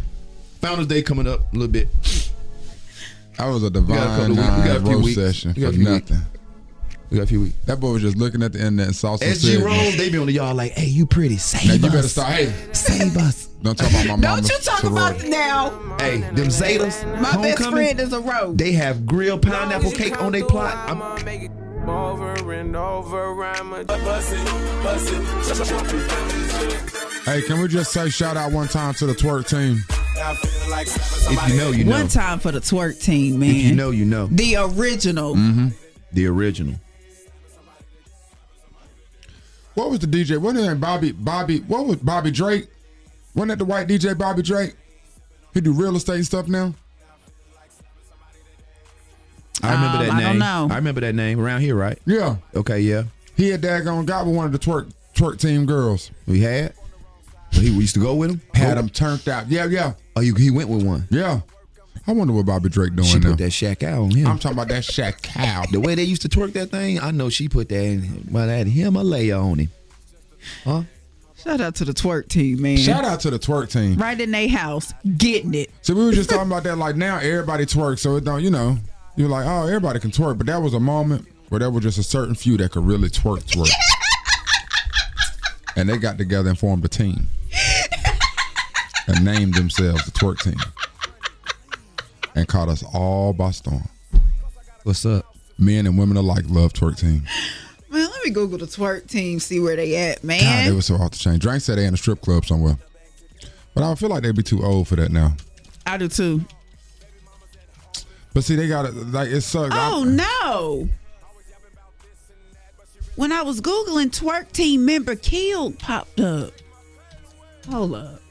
[SPEAKER 7] Founders Day coming up a little bit.
[SPEAKER 3] That was a
[SPEAKER 7] got a couple of
[SPEAKER 3] divine
[SPEAKER 7] weeks. We got a
[SPEAKER 3] nine
[SPEAKER 7] few
[SPEAKER 3] roast
[SPEAKER 7] weeks.
[SPEAKER 3] session
[SPEAKER 7] We got
[SPEAKER 3] for
[SPEAKER 7] a few weeks.
[SPEAKER 3] nothing.
[SPEAKER 7] We got a few weeks.
[SPEAKER 3] That boy was just looking at the internet and saw some
[SPEAKER 7] SG
[SPEAKER 3] shit.
[SPEAKER 7] Rose, they be on the yard like, hey, you pretty. Save
[SPEAKER 3] Now
[SPEAKER 7] us.
[SPEAKER 3] you better start. Hey,
[SPEAKER 7] Save us.
[SPEAKER 3] don't talk about my mama.
[SPEAKER 4] Don't you talk about
[SPEAKER 3] sorority.
[SPEAKER 4] now.
[SPEAKER 7] Hey, them Zetas.
[SPEAKER 4] My best
[SPEAKER 7] homecoming,
[SPEAKER 4] friend is a rogue.
[SPEAKER 7] They have grilled pineapple cake on their plot. I'm-
[SPEAKER 8] Over and over, I'm a bust it, bust it, jump it.
[SPEAKER 3] Hey, can we just say shout out one time to the twerk team?
[SPEAKER 8] I feel like
[SPEAKER 7] if you know, you know.
[SPEAKER 4] One time for the twerk team, man.
[SPEAKER 7] If you know, Mm-hmm. you know.
[SPEAKER 4] the original.
[SPEAKER 7] The original.
[SPEAKER 3] What was the DJ? What name? Bobby? Bobby? What was Bobby Drake? Wasn't that the white DJ Bobby Drake? He do real estate and stuff now.
[SPEAKER 7] I remember
[SPEAKER 4] Um,
[SPEAKER 7] that
[SPEAKER 4] I
[SPEAKER 7] name.
[SPEAKER 4] don't know.
[SPEAKER 7] I remember that name around here, right?
[SPEAKER 3] Yeah,
[SPEAKER 7] Okay, yeah.
[SPEAKER 3] he had daggone got with one of the twerk twerk team girls.
[SPEAKER 7] We had. He we used to go with him.
[SPEAKER 3] Had him turned out. Yeah, yeah,
[SPEAKER 7] Oh, you, he went with one.
[SPEAKER 3] yeah. I wonder what Bobby Drake doing
[SPEAKER 7] She
[SPEAKER 3] now.
[SPEAKER 7] put that shack out on him.
[SPEAKER 5] Uh,
[SPEAKER 3] I'm talking about that Shaq cow.
[SPEAKER 7] the way they used to twerk that thing, I know she put that in. Well, that him a layer on him. Huh?
[SPEAKER 4] Shout out to the twerk team, man.
[SPEAKER 3] Shout out to the twerk team.
[SPEAKER 4] Right in their house, getting it.
[SPEAKER 3] So we were just talking about that. Like now, everybody twerks, so it don't. You know, you're like, oh, everybody can twerk, but that was a moment where there were just a certain few that could really twerk, twerk, and they got together and formed a team and named themselves the twerk team, and caught us all by storm.
[SPEAKER 7] What's up?
[SPEAKER 3] Men and women alike love twerk team.
[SPEAKER 4] Man, let me Google the twerk team, see where they at, man.
[SPEAKER 3] God, they were so off the chain. Drake said they in a strip club somewhere, but I don't feel like they'd be too old for that now.
[SPEAKER 4] I do too.
[SPEAKER 3] But see, they got it. Like it sucks. I-
[SPEAKER 4] Oh no. When I was Googling twerk team member killed popped up. Hold up.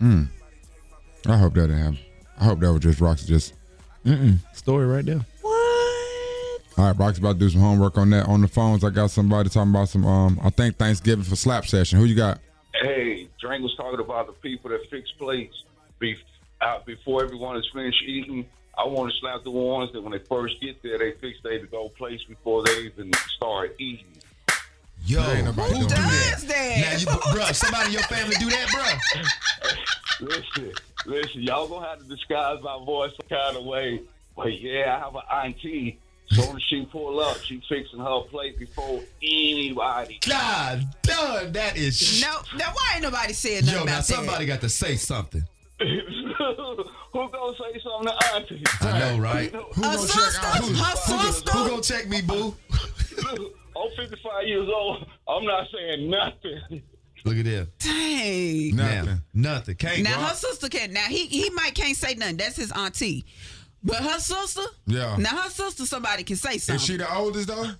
[SPEAKER 3] I hope that didn't happen. I hope that was just Roxy. Just
[SPEAKER 7] Story right there.
[SPEAKER 4] What?
[SPEAKER 3] all right. Roxy about to do some homework on that. On the phones, I got somebody talking about some. Um, I think Thanksgiving for slap session. Who you got?
[SPEAKER 13] Hey, Drang was talking about the people that fix plates be, out before everyone is finished eating. I want to slap the ones that when they first get there, they fix their to go plates before they even start eating.
[SPEAKER 7] Yo,
[SPEAKER 3] ain't nobody
[SPEAKER 7] who
[SPEAKER 3] doing
[SPEAKER 7] do
[SPEAKER 3] that.
[SPEAKER 7] Now you, bruh, somebody in your family do that, bruh.
[SPEAKER 13] Listen, listen, y'all gonna have to disguise my voice some kind of way. But yeah, I have an auntie. So when she pull up, she fixing her plate before anybody.
[SPEAKER 9] God done. That is. Sh-
[SPEAKER 4] No, now why ain't nobody said nothing
[SPEAKER 9] Yo,
[SPEAKER 4] about
[SPEAKER 9] now somebody got to say something.
[SPEAKER 13] Who gonna say something to auntie?
[SPEAKER 9] I know, right?
[SPEAKER 4] that? Her sister, her sister.
[SPEAKER 9] Who gonna check me, boo?
[SPEAKER 13] I'm 55 years old. I'm not saying nothing.
[SPEAKER 9] Look at this.
[SPEAKER 4] Dang.
[SPEAKER 9] Now,
[SPEAKER 3] Nothing.
[SPEAKER 9] nothing. Can't.
[SPEAKER 4] Now
[SPEAKER 9] bro.
[SPEAKER 4] her sister can. Now he he might can't say nothing. That's his auntie. But her sister.
[SPEAKER 3] Yeah.
[SPEAKER 4] Now her sister, somebody can say
[SPEAKER 3] Is
[SPEAKER 4] something.
[SPEAKER 3] she the oldest though?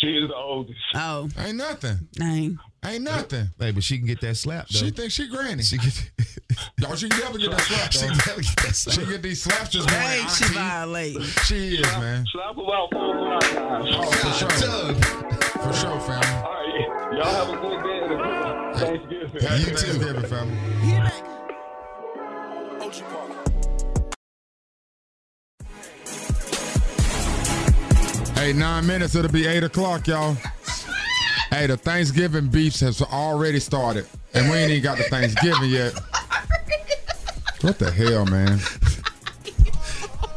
[SPEAKER 13] She is the oldest.
[SPEAKER 4] oh,
[SPEAKER 3] Ain't nothing.
[SPEAKER 4] dang.
[SPEAKER 3] Ain't nothing.
[SPEAKER 7] Hey, but she can get that slap though.
[SPEAKER 3] She thinks she granny.
[SPEAKER 7] She get,
[SPEAKER 3] Y'all, she can never get that slap.
[SPEAKER 7] she
[SPEAKER 3] Though.
[SPEAKER 7] never get that
[SPEAKER 3] She
[SPEAKER 7] slap.
[SPEAKER 3] get these slaps just going.
[SPEAKER 4] Dang, she
[SPEAKER 3] auntie.
[SPEAKER 4] violating.
[SPEAKER 3] She is man.
[SPEAKER 13] Slap about four or five times.
[SPEAKER 3] Oh, for sure.
[SPEAKER 7] Doug,
[SPEAKER 3] For sure, family.
[SPEAKER 13] All right, y'all have a good day and a good Thanksgiving.
[SPEAKER 3] Happy Thanksgiving, family. Hey, nine minutes. It'll be eight o'clock, y'all. Hey, the Thanksgiving beefs has already started, and we ain't even got the Thanksgiving yet. What the hell, man?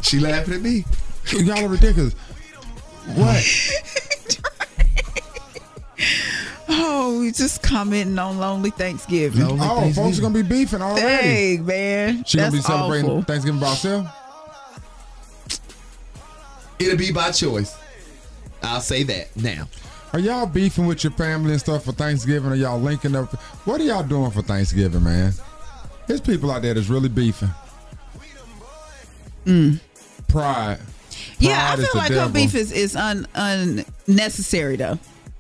[SPEAKER 7] she laughing at me.
[SPEAKER 3] Y'all are ridiculous. What?
[SPEAKER 4] Oh, you just commenting on Lonely Thanksgiving.
[SPEAKER 3] oh, folks are gonna be beefing already.
[SPEAKER 4] Dang, man.
[SPEAKER 3] She
[SPEAKER 4] That's
[SPEAKER 3] gonna be celebrating
[SPEAKER 4] awful.
[SPEAKER 3] Thanksgiving by herself.
[SPEAKER 7] It'll be by choice. I'll say that now.
[SPEAKER 3] Are y'all beefing with your family and stuff for Thanksgiving? Are y'all linking up? What are y'all doing for Thanksgiving, man? There's people out there that's really beefing.
[SPEAKER 7] Mm.
[SPEAKER 3] Pride.
[SPEAKER 4] Yeah, I
[SPEAKER 3] Pride is
[SPEAKER 4] feel
[SPEAKER 3] the
[SPEAKER 4] like her
[SPEAKER 3] devil.
[SPEAKER 4] beef is, is un, unnecessary, though.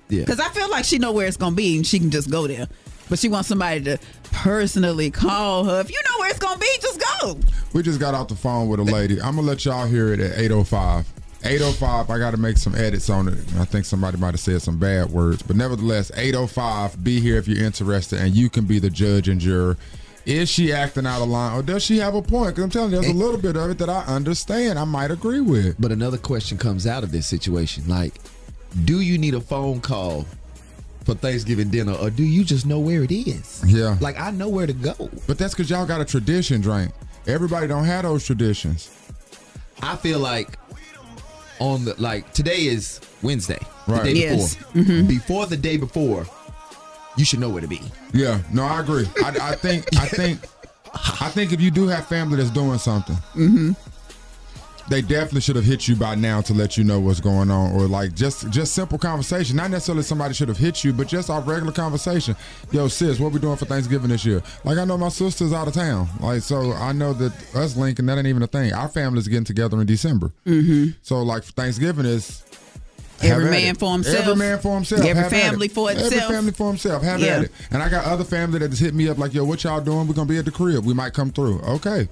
[SPEAKER 3] Yeah.
[SPEAKER 4] Because I feel like she know where it's going to be and she can just go there. But she wants somebody to personally call her. If you know where it's going to be, just go.
[SPEAKER 3] We just got off the phone with a lady. I'm gonna let y'all hear it at 8:05. 8:05. I got to make some edits on it. I think somebody might have said some bad words, but nevertheless, 8:05. Be here if you're interested, and you can be the judge and juror. Is she acting out of line, or does she have a point? Because I'm telling you, there's a little bit of it that I understand. I might agree with.
[SPEAKER 7] But another question comes out of this situation like, do you need a phone call for Thanksgiving dinner, or do you just know where it is?
[SPEAKER 3] Yeah.
[SPEAKER 7] Like, I know where to go.
[SPEAKER 3] But that's because y'all got a tradition, drink. Everybody don't have those traditions.
[SPEAKER 7] I feel like on the like today is Wednesday.
[SPEAKER 3] Right.
[SPEAKER 7] The day
[SPEAKER 3] Yes.
[SPEAKER 7] before.
[SPEAKER 4] Mm-hmm.
[SPEAKER 7] Before the day before, you should know where to be.
[SPEAKER 3] Yeah, no, I agree. I, I think, I think, I think if you do have family that's doing something,
[SPEAKER 4] Mm-hmm.
[SPEAKER 3] they definitely should have hit you by now to let you know what's going on, or like just just simple conversation. Not necessarily somebody should have hit you, but just our regular conversation. Yo, sis, what we doing for Thanksgiving this year? Like, I know my sister's out of town, like so I know that us linking that ain't even a thing. Our family's getting together in December,
[SPEAKER 4] Mm-hmm.
[SPEAKER 3] so like Thanksgiving is. have
[SPEAKER 4] Every
[SPEAKER 3] at
[SPEAKER 4] man
[SPEAKER 3] it.
[SPEAKER 4] for himself.
[SPEAKER 3] Every man for himself.
[SPEAKER 4] Every
[SPEAKER 3] Have at it.
[SPEAKER 4] family for
[SPEAKER 3] Every
[SPEAKER 4] itself.
[SPEAKER 3] family for himself. Have
[SPEAKER 4] Yeah.
[SPEAKER 3] at it. And I got other family that just hit me up like, yo, what y'all doing? We're gonna be at the crib. We might come through. Okay.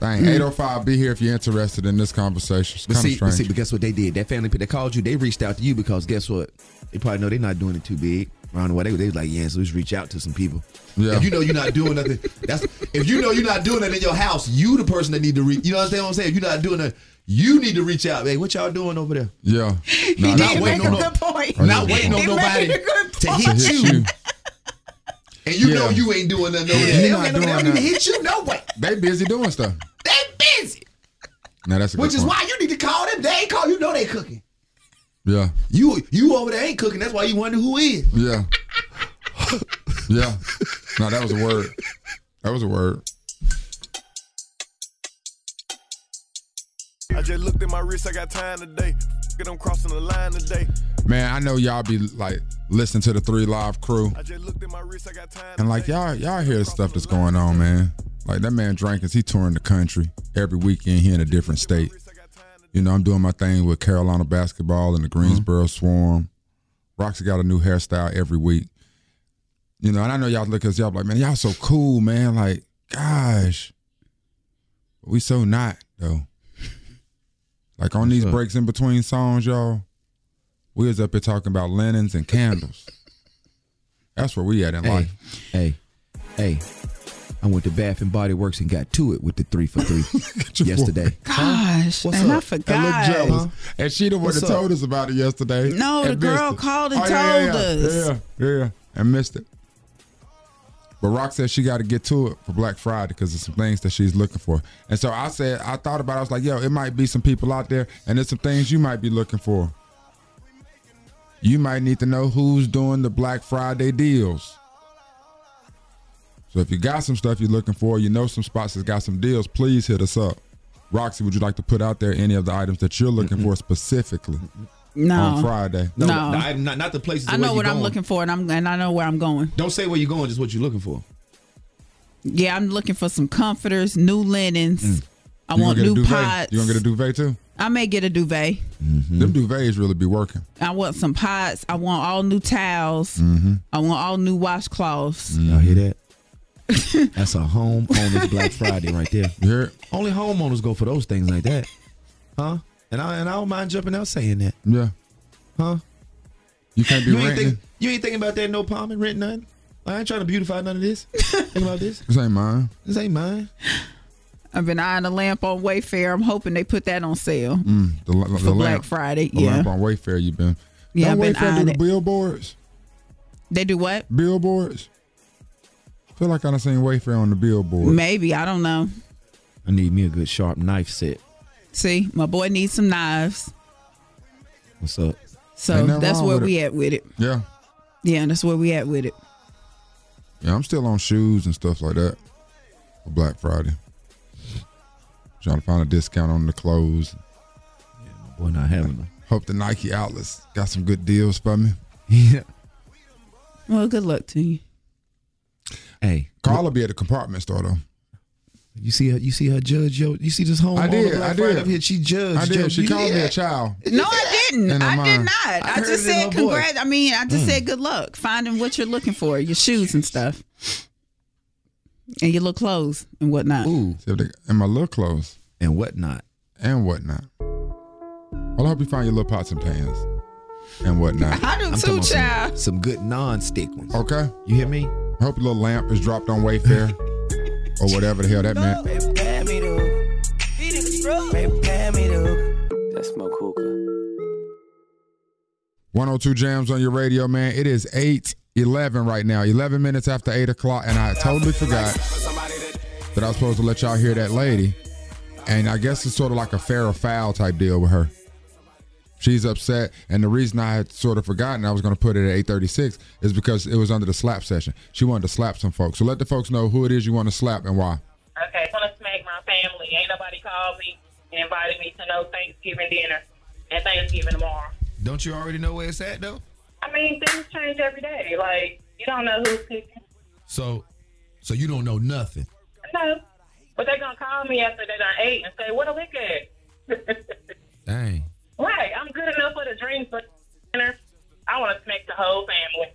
[SPEAKER 3] Dang,
[SPEAKER 7] Mm.
[SPEAKER 3] 805, be here if you're interested in this conversation. It's
[SPEAKER 7] But
[SPEAKER 3] kind of
[SPEAKER 7] see, but
[SPEAKER 3] strange.
[SPEAKER 7] see, but guess what they did? That family they called you, they reached out to you because guess what? They probably know they're not doing it too big. Around the way they, they was like, yeah, so let's reach out to some people.
[SPEAKER 3] Yeah.
[SPEAKER 7] If you know you're not doing nothing, that's if you know you're not doing it in your house, you the person that need to reach. You know what I'm saying? What I'm saying? If you're not doing it, you need to reach out. Hey, what y'all doing over there?
[SPEAKER 3] yeah.
[SPEAKER 7] Nah, not waiting on no-
[SPEAKER 4] point.
[SPEAKER 7] Not waiting on
[SPEAKER 4] He made
[SPEAKER 7] nobody
[SPEAKER 4] a good
[SPEAKER 7] to
[SPEAKER 4] point.
[SPEAKER 7] hit you. And you
[SPEAKER 3] Yeah.
[SPEAKER 7] know you ain't doing nothing over
[SPEAKER 3] Yeah,
[SPEAKER 7] there. They
[SPEAKER 3] you
[SPEAKER 7] don't, they
[SPEAKER 3] not
[SPEAKER 7] don't
[SPEAKER 3] doing
[SPEAKER 7] even
[SPEAKER 3] nothing.
[SPEAKER 7] hit you no way.
[SPEAKER 3] They busy doing stuff.
[SPEAKER 7] They busy.
[SPEAKER 3] Now that's a good
[SPEAKER 7] Which is
[SPEAKER 3] point.
[SPEAKER 7] why you need to call them. They ain't call you know they cooking.
[SPEAKER 3] Yeah.
[SPEAKER 7] You you over there ain't cooking. That's why you wonder who is.
[SPEAKER 3] Yeah. yeah. No, that was a word. That was a word.
[SPEAKER 14] I just looked at my wrist, I got time today. Get them crossing the line today.
[SPEAKER 3] Man, I know y'all be like listening to the three live crew.
[SPEAKER 14] I just looked at my wrist, I got time.
[SPEAKER 3] And like y'all, y'all hear the stuff that's going on, man. Like that man Drake is he touring the country every weekend here in a different state. You know, I'm doing my thing with Carolina basketball and the Greensboro Swarm. Roxy got a new hairstyle every week. You know, and I know y'all look at us, y'all be like, man, y'all so cool, man. Like, gosh, we so not though. Like on these
[SPEAKER 15] up?
[SPEAKER 3] breaks in between songs, y'all, we was up here talking about linens and candles. That's where we at in life.
[SPEAKER 7] Hey, hey, I went to Bath and Body Works and got to it with the three for three yesterday.
[SPEAKER 4] Gosh,
[SPEAKER 7] What's
[SPEAKER 4] and
[SPEAKER 7] up?
[SPEAKER 4] I forgot.
[SPEAKER 3] I look jealous. And she the one
[SPEAKER 4] What's
[SPEAKER 3] that
[SPEAKER 4] up?
[SPEAKER 3] told us about it yesterday.
[SPEAKER 4] No,
[SPEAKER 3] and
[SPEAKER 4] the girl
[SPEAKER 3] missed it.
[SPEAKER 4] called and
[SPEAKER 3] Oh, yeah, yeah,
[SPEAKER 4] told us.
[SPEAKER 3] Yeah, yeah, yeah. And missed it. But Rock said she got to get to it for Black Friday because there's some things that she's looking for. And so I said, I thought about it. I was like, yo, it might be some people out there and there's some things you might be looking for. You might need to know who's doing the Black Friday deals. So if you got some stuff you're looking for, you know some spots that's got some deals, please hit us up. Roxy, would you like to put out there any of the items that you're looking for specifically
[SPEAKER 4] No.
[SPEAKER 3] on Friday?
[SPEAKER 4] No, No.
[SPEAKER 7] I, not not the places.
[SPEAKER 4] I know what I'm looking for, and I'm and I know where I'm going.
[SPEAKER 7] Don't say where you're going, just what you're looking for.
[SPEAKER 4] Yeah, I'm looking for some comforters, new linens.
[SPEAKER 7] Mm.
[SPEAKER 4] I
[SPEAKER 3] You gonna
[SPEAKER 4] want
[SPEAKER 3] get a
[SPEAKER 4] new
[SPEAKER 3] duvet?
[SPEAKER 4] pots.
[SPEAKER 3] You gonna get a duvet too?
[SPEAKER 4] I may get a duvet.
[SPEAKER 7] Hmm.
[SPEAKER 3] Them duvets really be working.
[SPEAKER 4] I want some pots. I want all new towels.
[SPEAKER 7] Mhm.
[SPEAKER 4] I want all new washcloths.
[SPEAKER 7] Y'all hear that? Mm. That's a homeowners Black Friday right there. Only homeowners go for those things like that, huh? And I and I don't mind jumping out saying that.
[SPEAKER 3] Yeah.
[SPEAKER 7] Huh?
[SPEAKER 3] You can't be
[SPEAKER 7] You ain't,
[SPEAKER 3] renting.
[SPEAKER 7] think, you ain't thinking about that no palm and rent nothing. I ain't trying to beautify none of this. Think about this.
[SPEAKER 3] this ain't mine.
[SPEAKER 7] This ain't mine.
[SPEAKER 4] I've been eyeing a lamp on Wayfair. I'm hoping they put that on sale.
[SPEAKER 3] Mm, the, la- the
[SPEAKER 4] For Black
[SPEAKER 3] lamp.
[SPEAKER 4] Friday,
[SPEAKER 3] The lamp
[SPEAKER 4] yeah.
[SPEAKER 3] on Wayfair you've been. Don't
[SPEAKER 4] Yeah, I've been
[SPEAKER 3] Wayfair do
[SPEAKER 4] eyeing
[SPEAKER 3] the
[SPEAKER 4] it.
[SPEAKER 3] billboards.
[SPEAKER 4] They do what?
[SPEAKER 3] Billboards. Feel like I done seen Wayfair on the billboard.
[SPEAKER 4] Maybe I don't know.
[SPEAKER 7] I need me a good sharp knife set.
[SPEAKER 4] See, my boy needs some knives.
[SPEAKER 7] What's up?
[SPEAKER 4] So
[SPEAKER 3] Ain't nothing
[SPEAKER 4] that's
[SPEAKER 3] wrong
[SPEAKER 4] where
[SPEAKER 3] with
[SPEAKER 4] we
[SPEAKER 3] it.
[SPEAKER 4] at with it.
[SPEAKER 3] Yeah.
[SPEAKER 4] Yeah, that's where we at with it.
[SPEAKER 3] Yeah, I'm still on shoes and stuff like that for Black Friday. Trying to find a discount on the clothes. Yeah, my boy, not having them. Hope the Nike outlets got some good deals for me. Yeah.
[SPEAKER 4] Well, good luck to you.
[SPEAKER 3] Hey, Carla be at the compartment store though.
[SPEAKER 7] You see her. You see her judge. Yo, you see this home.
[SPEAKER 3] I did,
[SPEAKER 7] Black
[SPEAKER 3] I
[SPEAKER 7] Friday
[SPEAKER 3] did.
[SPEAKER 7] Up here, she judged.
[SPEAKER 3] I did.
[SPEAKER 7] Yo,
[SPEAKER 3] She
[SPEAKER 7] you-
[SPEAKER 3] called me a child.
[SPEAKER 4] No, I didn't.
[SPEAKER 7] In her
[SPEAKER 4] I did
[SPEAKER 7] mind.
[SPEAKER 4] not.
[SPEAKER 7] I
[SPEAKER 4] I,
[SPEAKER 7] heard it
[SPEAKER 4] just
[SPEAKER 7] in her
[SPEAKER 4] said
[SPEAKER 7] voice.
[SPEAKER 4] congrats. I mean, I just
[SPEAKER 7] Mm.
[SPEAKER 4] said good luck finding what you're looking for, your shoes and stuff, and your little clothes and whatnot.
[SPEAKER 3] Ooh. And my little clothes. And whatnot. And whatnot. Well, I hope you find your little pots and pans. And whatnot.
[SPEAKER 4] I do I'm too, talking about some- child.
[SPEAKER 3] Some good non-stick ones. Okay. You hear me? I hope your little lamp is dropped on Wayfair. or whatever the hell that meant.
[SPEAKER 16] That's my cool.
[SPEAKER 3] 102 Jams on your radio, man. It is 8 11 right now, 11 minutes after 8 o'clock, and I totally forgot that I was supposed to let y'all hear that lady. And I guess it's sort of like a fair or foul type deal with her. She's upset, and the reason I had sort of forgotten I was going to put it at 8:36 is because it was under the slap session. She wanted to slap some folks, so let the folks know who it is you want to slap and why.
[SPEAKER 17] Okay, I want to smack my family. Ain't nobody called me and invited me to no Thanksgiving dinner and Thanksgiving tomorrow.
[SPEAKER 7] Don't you already know where it's at though?
[SPEAKER 17] I mean, things change every day. Like, you don't know who's cooking.
[SPEAKER 5] So, so you don't know nothing.
[SPEAKER 17] No. But they're going to call me after they done ate and say, what a wicked.
[SPEAKER 5] Dang.
[SPEAKER 17] Right, I'm good enough for the drinks, but dinner, I want to smack the whole family.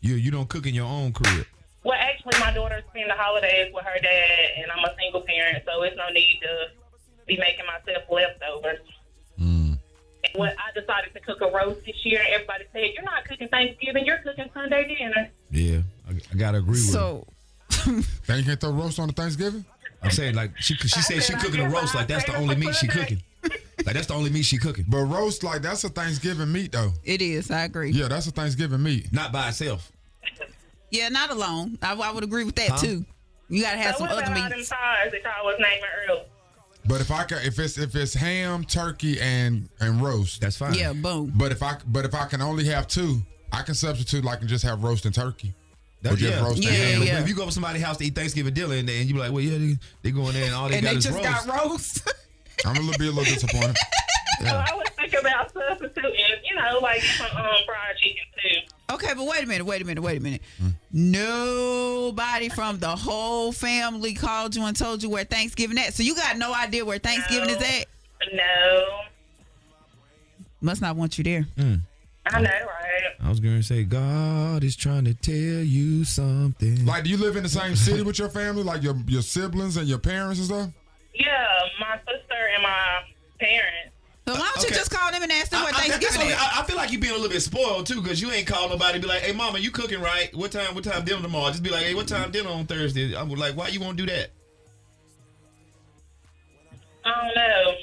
[SPEAKER 5] You you don't cook in your own crib.
[SPEAKER 17] Well, actually, my daughter spend the holidays with her dad, and I'm a single parent, so it's no need to be making myself leftovers. And what I decided to cook a roast this year, and everybody said, "You're not cooking Thanksgiving, you're cooking Sunday dinner."
[SPEAKER 5] Yeah, I, I gotta agree with. So,
[SPEAKER 3] Then you can't throw roast on the Thanksgiving.
[SPEAKER 5] I'm saying like she she said she cooking a roast like that's the only meat she cooking. Like that's the only meat she cooking.
[SPEAKER 3] But roast like that's a Thanksgiving meat though.
[SPEAKER 4] It is. I agree.
[SPEAKER 3] Yeah, that's a Thanksgiving meat.
[SPEAKER 5] Not by itself.
[SPEAKER 4] Yeah, not alone. I, I would agree with that
[SPEAKER 3] Huh?
[SPEAKER 4] too. You gotta have
[SPEAKER 17] so
[SPEAKER 4] some
[SPEAKER 17] what
[SPEAKER 4] other
[SPEAKER 17] about all them
[SPEAKER 4] meats.
[SPEAKER 17] sides that y'all was naming earlier?
[SPEAKER 3] But if I can, if it's if it's ham, turkey, and and roast, that's
[SPEAKER 17] fine. Yeah,
[SPEAKER 4] boom.
[SPEAKER 3] But if I but if I can only have two, I can substitute like and just have roast and turkey. or just
[SPEAKER 5] yeah.
[SPEAKER 3] roast
[SPEAKER 5] yeah,
[SPEAKER 3] and ham.
[SPEAKER 5] But if you go to somebody's house to eat Thanksgiving dinner and, they, and you be like, well, yeah, they, they go in there and all they
[SPEAKER 17] And
[SPEAKER 5] got
[SPEAKER 17] they
[SPEAKER 5] is
[SPEAKER 17] just
[SPEAKER 5] roast.
[SPEAKER 17] got
[SPEAKER 4] roast.
[SPEAKER 3] I'm gonna be a little disappointed.
[SPEAKER 17] So I was thinking about substituting, you know, like some um, fried chicken too.
[SPEAKER 4] Okay, but wait a minute, wait a minute, wait a minute. Nobody from the whole family called you and told you where Thanksgiving at. So you got no idea where Thanksgiving is at.
[SPEAKER 17] No,
[SPEAKER 4] Must not want you there.
[SPEAKER 3] Hmm.
[SPEAKER 17] I know, right?
[SPEAKER 5] I was gonna say God is trying to tell you something.
[SPEAKER 3] Like, do you live in the same city with your family, like your your siblings and your parents and stuff?
[SPEAKER 17] Yeah, my sister and my parents.
[SPEAKER 4] So why don't you just call them and ask them
[SPEAKER 5] I,
[SPEAKER 4] what
[SPEAKER 5] I- that's
[SPEAKER 4] Thanksgiving
[SPEAKER 5] what
[SPEAKER 4] is?
[SPEAKER 5] I- I feel like you being a little bit spoiled too, because you ain't called nobody. and Be like, "Hey, mama, you cooking right? What time? What time dinner tomorrow?" Just be like, "Hey, what time dinner on Thursday?" I'm like, "Why you won't do that?"
[SPEAKER 17] I don't know.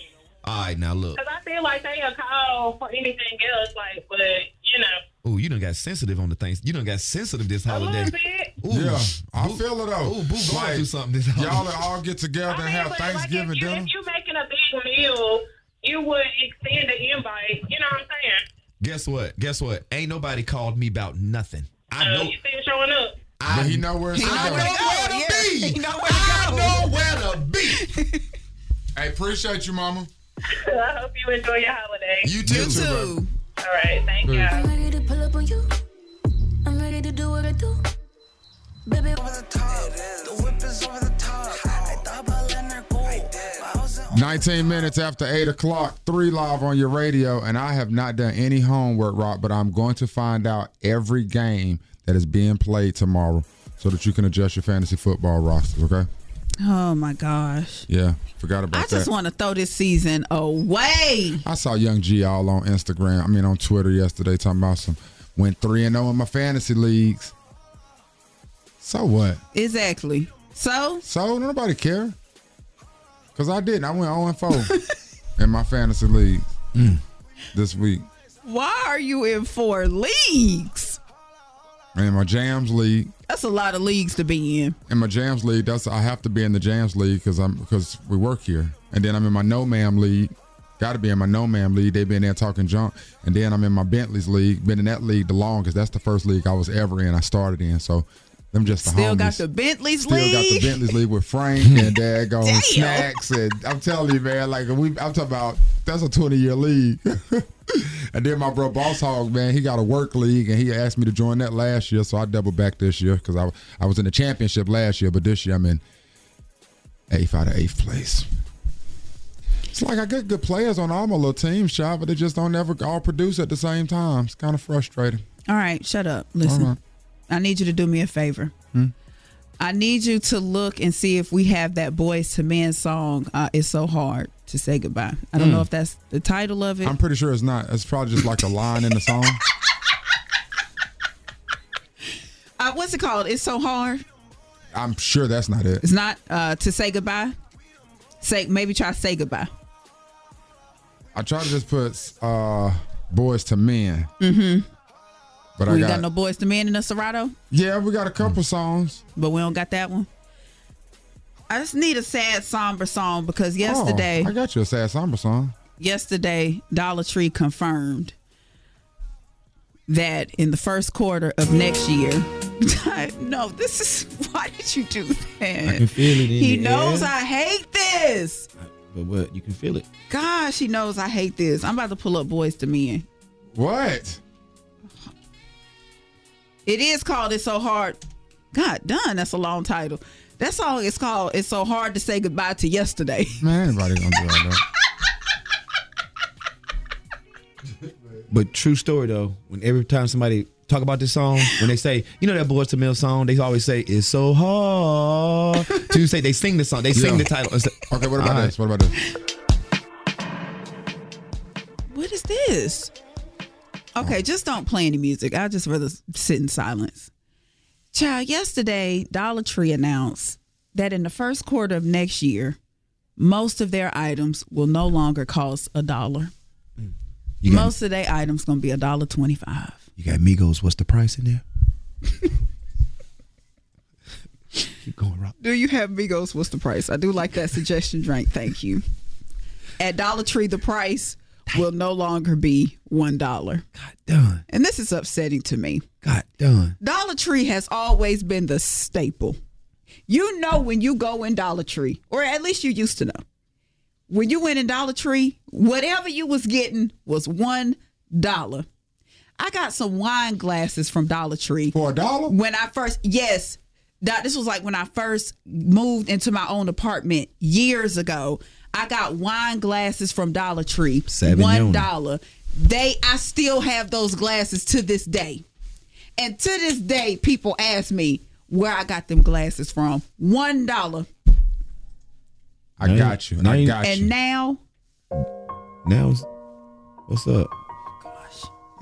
[SPEAKER 5] All right, now look.
[SPEAKER 17] Because I feel like they'll call for anything else, like, but, you know,
[SPEAKER 5] Oh, you done got sensitive on the things. You done got sensitive this
[SPEAKER 17] a
[SPEAKER 5] holiday.
[SPEAKER 17] little bit.
[SPEAKER 5] Ooh,
[SPEAKER 3] yeah, I
[SPEAKER 5] Boo-
[SPEAKER 3] feel it though.
[SPEAKER 5] Ooh, Boo going through something this holiday.
[SPEAKER 3] y'all all get together and have Thanksgiving
[SPEAKER 17] You,
[SPEAKER 3] dinner.
[SPEAKER 17] if you're making a big meal, you would extend the invite. You know what I'm saying?
[SPEAKER 5] Guess what? Guess what? Ain't nobody called me about nothing. I
[SPEAKER 17] So
[SPEAKER 5] know.
[SPEAKER 17] you still showing up.
[SPEAKER 5] I,
[SPEAKER 3] he know where it's at.
[SPEAKER 5] I know where to be. I know where to be.
[SPEAKER 3] I appreciate you, Mama.
[SPEAKER 17] I hope you enjoy your holiday.
[SPEAKER 3] You too. You too, too.
[SPEAKER 17] All right, thank you.
[SPEAKER 11] I'm ready to pull up on you. I'm ready to do what I do. Baby, over the top. The whip is over the top. I thought about letting her go.
[SPEAKER 3] 19 minutes after 8 o'clock, 3 live on your radio, and I have not done any homework, Rock, but I'm going to find out every game that is being played tomorrow so that you can adjust your fantasy football rosters, okay?
[SPEAKER 4] Oh my gosh.
[SPEAKER 3] Yeah, forgot about
[SPEAKER 4] I
[SPEAKER 3] that.
[SPEAKER 4] just want to throw this season away.
[SPEAKER 3] I saw Young G all on Instagram, I mean on Twitter yesterday talking about some went 3 and 0 in my fantasy leagues. So what?
[SPEAKER 4] Exactly. So?
[SPEAKER 3] So nobody care. Cuz I didn't. I went 0 and 4 in my fantasy leagues this week.
[SPEAKER 4] Why are you in four leagues?
[SPEAKER 3] In my jams league,
[SPEAKER 4] That's a lot of leagues to be in.
[SPEAKER 3] in my jams league, that's I have to be in the jams league because I'm because we work here, and then I'm in my no ma'am league Got to be in my no man league. They been there talking junk, and then I'm in my Bentley's league. Been in that league the longest. That's the first league I was ever in. I started in, so them just the
[SPEAKER 4] Still
[SPEAKER 3] homies.
[SPEAKER 4] got the Bentley's
[SPEAKER 3] Still
[SPEAKER 4] league.
[SPEAKER 3] got the Bentley's league with Frank and Dad going snacks and I'm telling you, man, like we I'm talking about that's a 20 year league. and then my bro Boss Hog, man, he got a work league and he asked me to join that last year, so I double back this year because I I was in the championship last year, but this year I'm in eighth out of eighth place. It's like I got good players on all my little teams, shot, but they just don't ever all produce at the same time. It's kind of frustrating.
[SPEAKER 4] All right, shut up. Listen,
[SPEAKER 3] right.
[SPEAKER 4] I need you to do me a favor.
[SPEAKER 3] Uh-huh. Hmm?
[SPEAKER 4] I need you to look and see if we have that boys to men song. Uh, it's so hard to say goodbye. I don't
[SPEAKER 3] Hmm.
[SPEAKER 4] know if that's the title of it.
[SPEAKER 3] I'm pretty sure it's not. It's probably just like a line in the song.
[SPEAKER 4] uh, what's it called? It's so hard.
[SPEAKER 3] I'm sure that's not it.
[SPEAKER 4] It's not uh, to say goodbye. Say maybe try say goodbye.
[SPEAKER 3] I try to just put uh boys to men,
[SPEAKER 4] Mm-hmm.
[SPEAKER 3] but
[SPEAKER 4] we
[SPEAKER 3] I
[SPEAKER 4] ain't
[SPEAKER 3] got,
[SPEAKER 4] got, no boys to men in the Serato.
[SPEAKER 3] yeah, we got a couple songs.
[SPEAKER 4] but we don't got that one. I just need a sad, somber song because yesterday,
[SPEAKER 3] Oh, I got you a sad samba song.
[SPEAKER 7] Oh.
[SPEAKER 4] yesterday, Dollar Tree confirmed that in the first quarter of next year. no, this is why did you do that?
[SPEAKER 7] I can feel it in
[SPEAKER 4] he
[SPEAKER 7] the
[SPEAKER 4] knows
[SPEAKER 7] air.
[SPEAKER 4] I hate this.
[SPEAKER 7] But what? You can feel it.
[SPEAKER 4] Gosh, he knows I hate this. I'm about to pull up Boys to Men.
[SPEAKER 3] What?
[SPEAKER 4] It is called It's So Hard. God done, that's a long title. That song is called It's So Hard to Say Goodbye to Yesterday.
[SPEAKER 3] Man, everybody gonna do all that.
[SPEAKER 7] But true story though, when every time somebody talk about this song, when they say, you know that Boys to Men song, they always say it's so hard to say. They sing the song. They sing
[SPEAKER 3] Yeah.
[SPEAKER 7] the title. It's like-
[SPEAKER 3] Okay, what about
[SPEAKER 7] All right.
[SPEAKER 3] this? What about this?
[SPEAKER 4] What is this? Okay, just don't play any music. I just rather sit in silence. Child, yesterday, Dollar Tree announced that in the first quarter of next year, most of their items will no longer cost a dollar.
[SPEAKER 7] You got-
[SPEAKER 4] Most of their items gonna be a dollar twenty-five.
[SPEAKER 7] You got Migos. What's the price in there?
[SPEAKER 4] Do you have Migos? What's the price? I do like that suggestion drink. Thank you. At Dollar Tree, the price will no longer be one dollar. God
[SPEAKER 7] done.
[SPEAKER 4] And this is upsetting to me.
[SPEAKER 7] God done.
[SPEAKER 4] Dollar Tree has always been the staple. You know when you go in Dollar Tree, or at least you used to know. When you went in Dollar Tree, whatever you was getting was one dollar. I got some wine glasses from Dollar Tree
[SPEAKER 3] for a dollar.
[SPEAKER 4] When I first, yes, that this was like when I first moved into my own apartment years ago. I got wine glasses from Dollar Tree,
[SPEAKER 7] Sauvignon.
[SPEAKER 4] one dollar. They, I still have those glasses to this day. And to this day, people ask me where I got them glasses from. One dollar.
[SPEAKER 3] I got you. And I got
[SPEAKER 4] and
[SPEAKER 3] you.
[SPEAKER 4] now
[SPEAKER 7] Now, it's- what's up?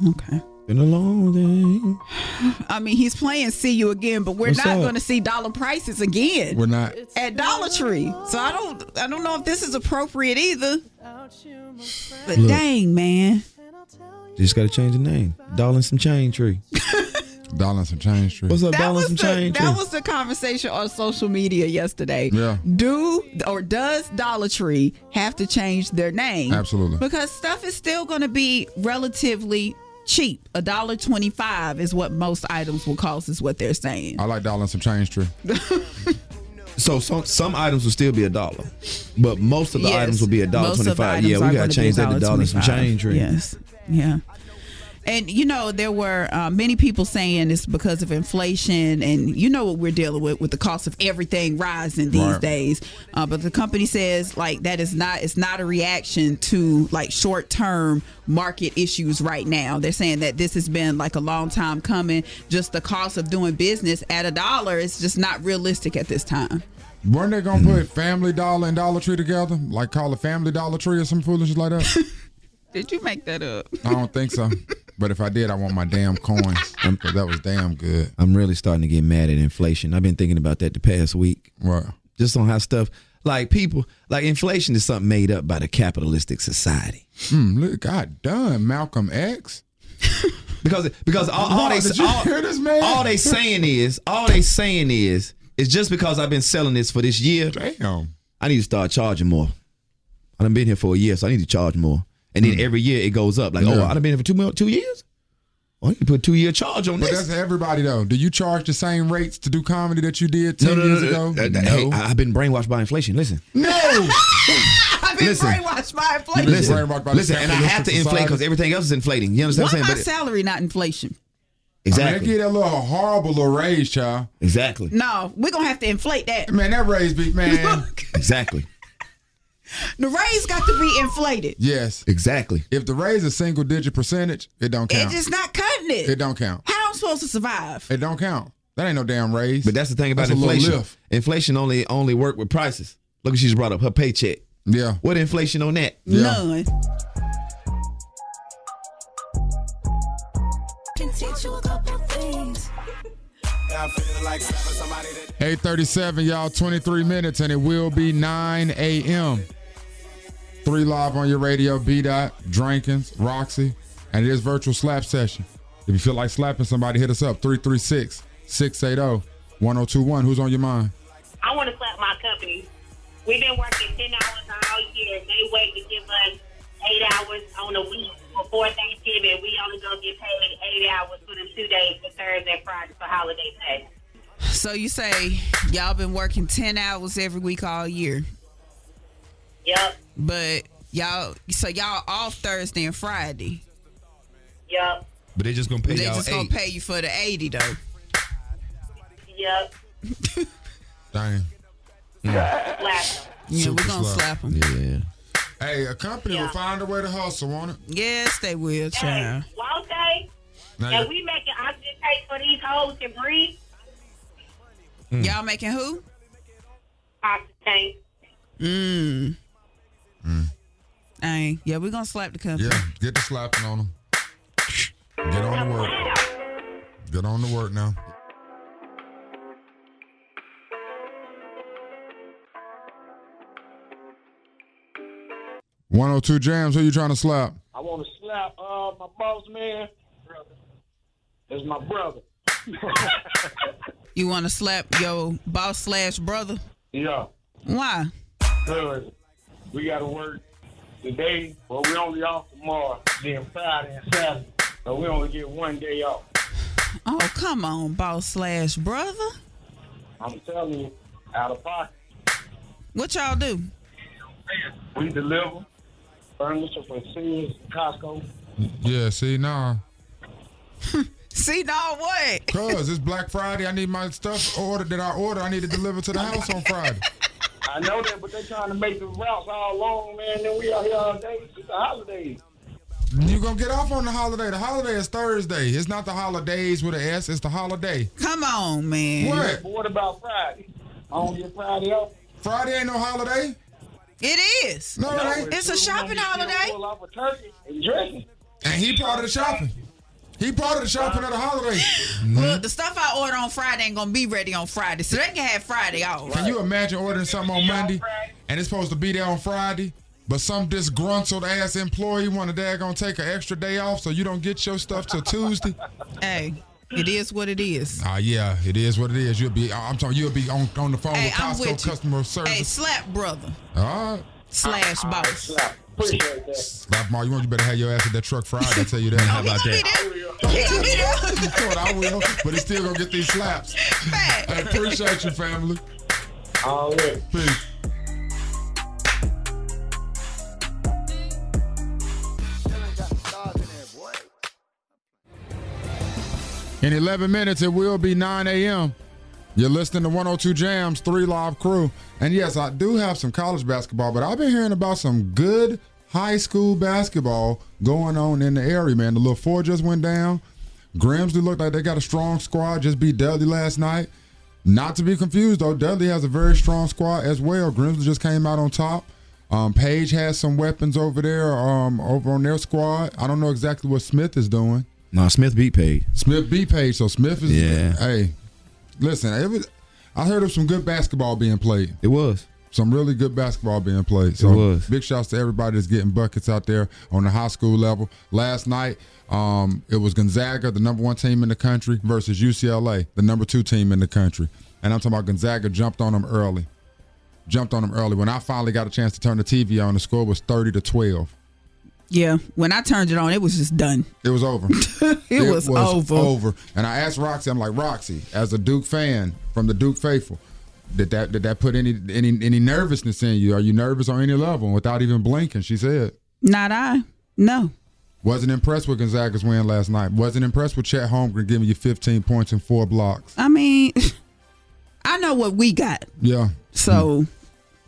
[SPEAKER 4] Okay.
[SPEAKER 7] Been a long day.
[SPEAKER 4] I mean he's playing see you again, but we're
[SPEAKER 7] What's
[SPEAKER 4] not
[SPEAKER 7] up?
[SPEAKER 4] gonna see dollar prices again.
[SPEAKER 3] We're not.
[SPEAKER 4] at Dollar Tree. So I don't I don't know if this is appropriate either. But
[SPEAKER 7] Look.
[SPEAKER 4] dang man.
[SPEAKER 7] Just gotta change the name. Darling some chain tree.
[SPEAKER 3] Darling some chain tree.
[SPEAKER 7] What's up,
[SPEAKER 4] That
[SPEAKER 7] Darling
[SPEAKER 4] was,
[SPEAKER 7] some
[SPEAKER 4] the,
[SPEAKER 7] chain tree?
[SPEAKER 4] that was the conversation on social media yesterday.
[SPEAKER 7] Yeah.
[SPEAKER 4] Do or does Dollar Tree have to change their name?
[SPEAKER 3] Absolutely.
[SPEAKER 4] Because stuff is still going to be relatively cheap. A dollar twenty-five is what most items will cost, is what they're saying.
[SPEAKER 3] I like Darling some chain tree.
[SPEAKER 7] So some some items will still be a dollar, but most of the
[SPEAKER 4] Yes.
[SPEAKER 7] items will be a dollar
[SPEAKER 4] Most of the
[SPEAKER 7] twenty five.
[SPEAKER 4] items
[SPEAKER 7] Yeah,
[SPEAKER 4] are
[SPEAKER 7] we
[SPEAKER 4] gonna
[SPEAKER 7] gotta
[SPEAKER 4] be
[SPEAKER 7] change that to dollar and some
[SPEAKER 4] $1.25.
[SPEAKER 7] change. Right?
[SPEAKER 4] Yes. Yeah. And you know there were uh, many people saying it's because of inflation, and you know what we're dealing with with the cost of everything rising these
[SPEAKER 16] Right.
[SPEAKER 4] days. Uh, but the company says like that is not it's not a reaction to like short term market issues right now. They're saying that this has been like a long time coming. Just the cost of doing business at a dollar is just not realistic at this time.
[SPEAKER 3] Weren't they gonna put Family Dollar and Dollar Tree together? Like call it Family Dollar Tree or some foolishness like that?
[SPEAKER 4] Did you make that up?
[SPEAKER 3] I don't think so. But if I did, I want my damn coins. Because that was damn good.
[SPEAKER 7] I'm really starting to get mad at inflation. I've been thinking about that the past week.
[SPEAKER 3] Right.
[SPEAKER 7] Just on how stuff like people like inflation is something made up by the capitalistic society.
[SPEAKER 3] Hmm, look, God done, Malcolm X.
[SPEAKER 7] because because all, all
[SPEAKER 3] Bro,
[SPEAKER 7] they
[SPEAKER 3] did you
[SPEAKER 7] all,
[SPEAKER 3] hear this, man?
[SPEAKER 7] all they saying is all they saying is it's just because I've been selling this for this year.
[SPEAKER 3] Damn.
[SPEAKER 7] I need to start charging more. I done been here for a year, so I need to charge more. And then every year it goes up. Like, oh,
[SPEAKER 3] Yeah.
[SPEAKER 7] I done been here for two mo- two years. Oh, you can put two year charge on
[SPEAKER 3] But
[SPEAKER 7] this.
[SPEAKER 3] that's everybody though. Do you charge the same rates to do comedy that you did
[SPEAKER 7] No,
[SPEAKER 3] ten
[SPEAKER 7] no, no,
[SPEAKER 3] years
[SPEAKER 7] no,
[SPEAKER 3] ago?
[SPEAKER 7] uh, uh, hey, I- I've been brainwashed by inflation. Listen,
[SPEAKER 3] no.
[SPEAKER 4] I've been
[SPEAKER 7] Listen.
[SPEAKER 4] brainwashed by inflation.
[SPEAKER 7] listen, listen, and I have to inflate because everything else is inflating. You understand
[SPEAKER 4] Why
[SPEAKER 7] what I'm saying?
[SPEAKER 4] my
[SPEAKER 7] But-
[SPEAKER 4] salary not inflation?
[SPEAKER 7] exactly.
[SPEAKER 3] I mean, they give that little horrible little raise, child.
[SPEAKER 7] Exactly.
[SPEAKER 4] No, we're gonna have to inflate that.
[SPEAKER 3] Man, that raise be man.
[SPEAKER 7] Exactly.
[SPEAKER 4] the raise got to be inflated.
[SPEAKER 3] Yes.
[SPEAKER 7] Exactly.
[SPEAKER 3] If the raise is single digit percentage, it don't count.
[SPEAKER 4] It's just not cutting it.
[SPEAKER 3] It don't count.
[SPEAKER 4] How I'm supposed to survive?
[SPEAKER 3] It don't count. That ain't no damn raise. But
[SPEAKER 7] that's the thing about inflation. Inflation only only work with prices. Look, what she's brought up her paycheck.
[SPEAKER 3] Yeah.
[SPEAKER 7] What inflation on that?
[SPEAKER 4] None.
[SPEAKER 11] Can teach you a couple things.
[SPEAKER 8] I feel like slapping somebody that.
[SPEAKER 3] 837, y'all, 23 minutes, and it will be 9 a.m. Three live on your radio, B Dot, Drankins, Roxy, and it is virtual slap session. If you feel like slapping somebody, hit us up 336 680 1021. Who's on your mind?
[SPEAKER 17] I want to slap my company. We've been working 10 hours all year. They wait to give us eight hours on a week before Thanksgiving. We only going to get paid eight hours for them two days for Thursday and Friday for holiday pay.
[SPEAKER 4] So you say y'all been working ten hours every week all year,
[SPEAKER 17] Yep,
[SPEAKER 4] but y'all so y'all off Thursday and Friday.
[SPEAKER 17] yep,
[SPEAKER 7] But they just gonna
[SPEAKER 4] They just gonna pay you for the eighty though.
[SPEAKER 17] yep.
[SPEAKER 3] Dang.
[SPEAKER 4] Yeah,
[SPEAKER 3] Super
[SPEAKER 4] we're
[SPEAKER 3] slow.
[SPEAKER 4] gonna slap them.
[SPEAKER 7] Yeah.
[SPEAKER 3] Hey, a company will find a way to hustle, won't it?
[SPEAKER 4] Yes, they will, child.
[SPEAKER 17] Won't they?
[SPEAKER 3] Now
[SPEAKER 17] And
[SPEAKER 3] you-
[SPEAKER 17] we making oxygen tanks for these hoes to breathe.
[SPEAKER 4] Y'all making who?
[SPEAKER 17] Oxygen tanks.
[SPEAKER 4] Mm. Dang. Yeah, we're gonna slap the company.
[SPEAKER 3] Yeah, get the slapping on them. Get on the work. Get on the work now. One hundred two jams. Who you trying to slap?
[SPEAKER 2] I want to slap uh, my boss man. It's my brother.
[SPEAKER 4] You wanna slap your boss slash brother?
[SPEAKER 2] Yeah.
[SPEAKER 4] Why?
[SPEAKER 2] Cause we gotta work today, but we only off tomorrow, then Friday and Saturday. So we only get one day off.
[SPEAKER 4] Oh, come on, boss slash brother.
[SPEAKER 2] I'm telling you, out of pocket.
[SPEAKER 4] What y'all do?
[SPEAKER 2] We deliver furniture from Sears, Costco.
[SPEAKER 3] Yeah. See, nah.
[SPEAKER 4] See, no what?
[SPEAKER 3] Cause it's Black Friday. I need my stuff ordered that I order. I need to deliver to the house on Friday.
[SPEAKER 2] I know that, but they trying to make the routes all long, man. Then we out here all day. It's the holidays.
[SPEAKER 3] You gonna get off on the holiday? The holiday is Thursday. It's not the holidays with an S. It's the holiday.
[SPEAKER 4] Come on, man.
[SPEAKER 3] What?
[SPEAKER 2] But what about Friday? I don't get Friday off.
[SPEAKER 3] Friday ain't no holiday.
[SPEAKER 4] It is.
[SPEAKER 3] No, it ain't.
[SPEAKER 4] it's a shopping holiday.
[SPEAKER 2] Pull off a turkey and dressing.
[SPEAKER 3] And he part of the shopping. He part of the shopping of the holiday.
[SPEAKER 4] Look, the stuff I order on Friday ain't gonna be ready on Friday, so they can have Friday off.
[SPEAKER 3] Can you imagine ordering something on Monday and it's supposed to be there on Friday, but some disgruntled ass employee want to daggone take an extra day off so you don't get your stuff till Tuesday?
[SPEAKER 4] Hey, it is what it is.
[SPEAKER 3] Ah, yeah, it is what it is. You'll be, I'm talking, you'll be on, on the phone
[SPEAKER 4] Hey,
[SPEAKER 3] with
[SPEAKER 4] I'm
[SPEAKER 3] Costco
[SPEAKER 4] with you.
[SPEAKER 3] customer service.
[SPEAKER 4] Hey, slap brother
[SPEAKER 3] All right.
[SPEAKER 4] slash boss.
[SPEAKER 2] Appreciate that.
[SPEAKER 3] Slap Mar, you want you better have your ass at that truck Friday. I tell you that. How about
[SPEAKER 4] that?
[SPEAKER 3] I will, but he's still gonna get these slaps. I appreciate you, family.
[SPEAKER 2] All right.
[SPEAKER 3] Peace. In 11 minutes, it will be 9 a.m. You're listening to 102 Jams, 3 Live Crew. And yes, I do have some college basketball, but I've been hearing about some good high school basketball going on in the area, man. The little four just went down. Grimsley looked like they got a strong squad, just beat Dudley last night. Not to be confused, though, Dudley has a very strong squad as well. Grimsley just came out on top. Um, Page has some weapons over there, um, over on their squad. I don't know exactly what Smith is doing.
[SPEAKER 7] No, Smith beat paid.
[SPEAKER 3] Smith B page. So Smith is
[SPEAKER 7] Yeah.
[SPEAKER 3] Hey, listen, it was, I heard of some good basketball being played.
[SPEAKER 7] It was
[SPEAKER 3] some really good basketball being played. So
[SPEAKER 7] was.
[SPEAKER 3] big shouts to everybody that's getting buckets out there on the high school level. Last night, um, it was Gonzaga, the number one team in the country, versus UCLA, the number two team in the country. And I'm talking about Gonzaga jumped on them early. jumped on them early. When I finally got a chance to turn the TV on, the score was thirty to twelve.
[SPEAKER 4] Yeah, when I turned it on, it was just done.
[SPEAKER 3] It was over.
[SPEAKER 4] it, was, over.
[SPEAKER 3] Over. And I asked Roxy, I'm like, Roxy, as a Duke fan from the Duke faithful, did that did that put any any any nervousness in you? Are you nervous on any level? And without even blinking, she said,
[SPEAKER 4] Not I. No.
[SPEAKER 3] wasn't impressed with Gonzaga's win last night. Wasn't impressed with Chet Holmgren giving you 15 points and four blocks.
[SPEAKER 4] I mean, I know what we got,
[SPEAKER 3] Yeah.
[SPEAKER 4] so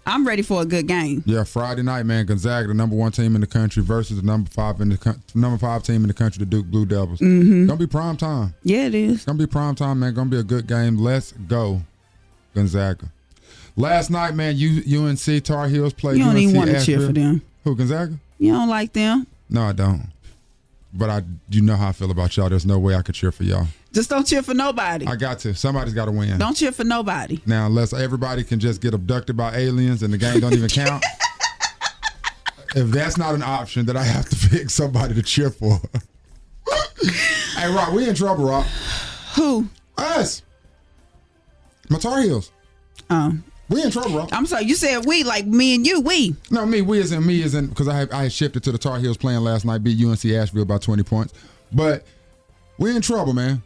[SPEAKER 4] I'm ready for a good game.
[SPEAKER 3] Yeah, Friday night, man. Gonzaga, the number one team in the country, versus the number five in the coun- number five team in the country, the Duke Blue Devils.
[SPEAKER 4] Mhm.
[SPEAKER 3] Gonna be prime time.
[SPEAKER 4] Yeah, it is.
[SPEAKER 3] Gonna be prime time, man. Gonna be a good game. Let's go, Gonzaga. Last night, man, U- UNC Tar Heels played.
[SPEAKER 4] You don't
[SPEAKER 3] UNC
[SPEAKER 4] even wanna cheer
[SPEAKER 3] Asheville.
[SPEAKER 4] for them.
[SPEAKER 3] Who Gonzaga?
[SPEAKER 4] You don't like them?
[SPEAKER 3] No, I don't. But I, you know how I feel about y'all. There's no way I could cheer for y'all.
[SPEAKER 4] Just don't cheer for nobody.
[SPEAKER 3] I got to. Somebody's got to win.
[SPEAKER 4] Don't cheer for nobody.
[SPEAKER 3] Now, unless everybody can just get abducted by aliens and the game don't even count. if that's not an option, then I have to pick somebody to cheer for. hey, Rock, we in trouble, Rock.
[SPEAKER 4] Who?
[SPEAKER 3] Us. My Tar Heels.
[SPEAKER 4] Um,
[SPEAKER 3] we in trouble, Rock.
[SPEAKER 4] I'm sorry. You said we, like me and you, we.
[SPEAKER 3] No, me, we isn't me isn't because I had, I had shifted to the Tar Heels playing last night, beat UNC Asheville by 20 points. But we're in trouble, man.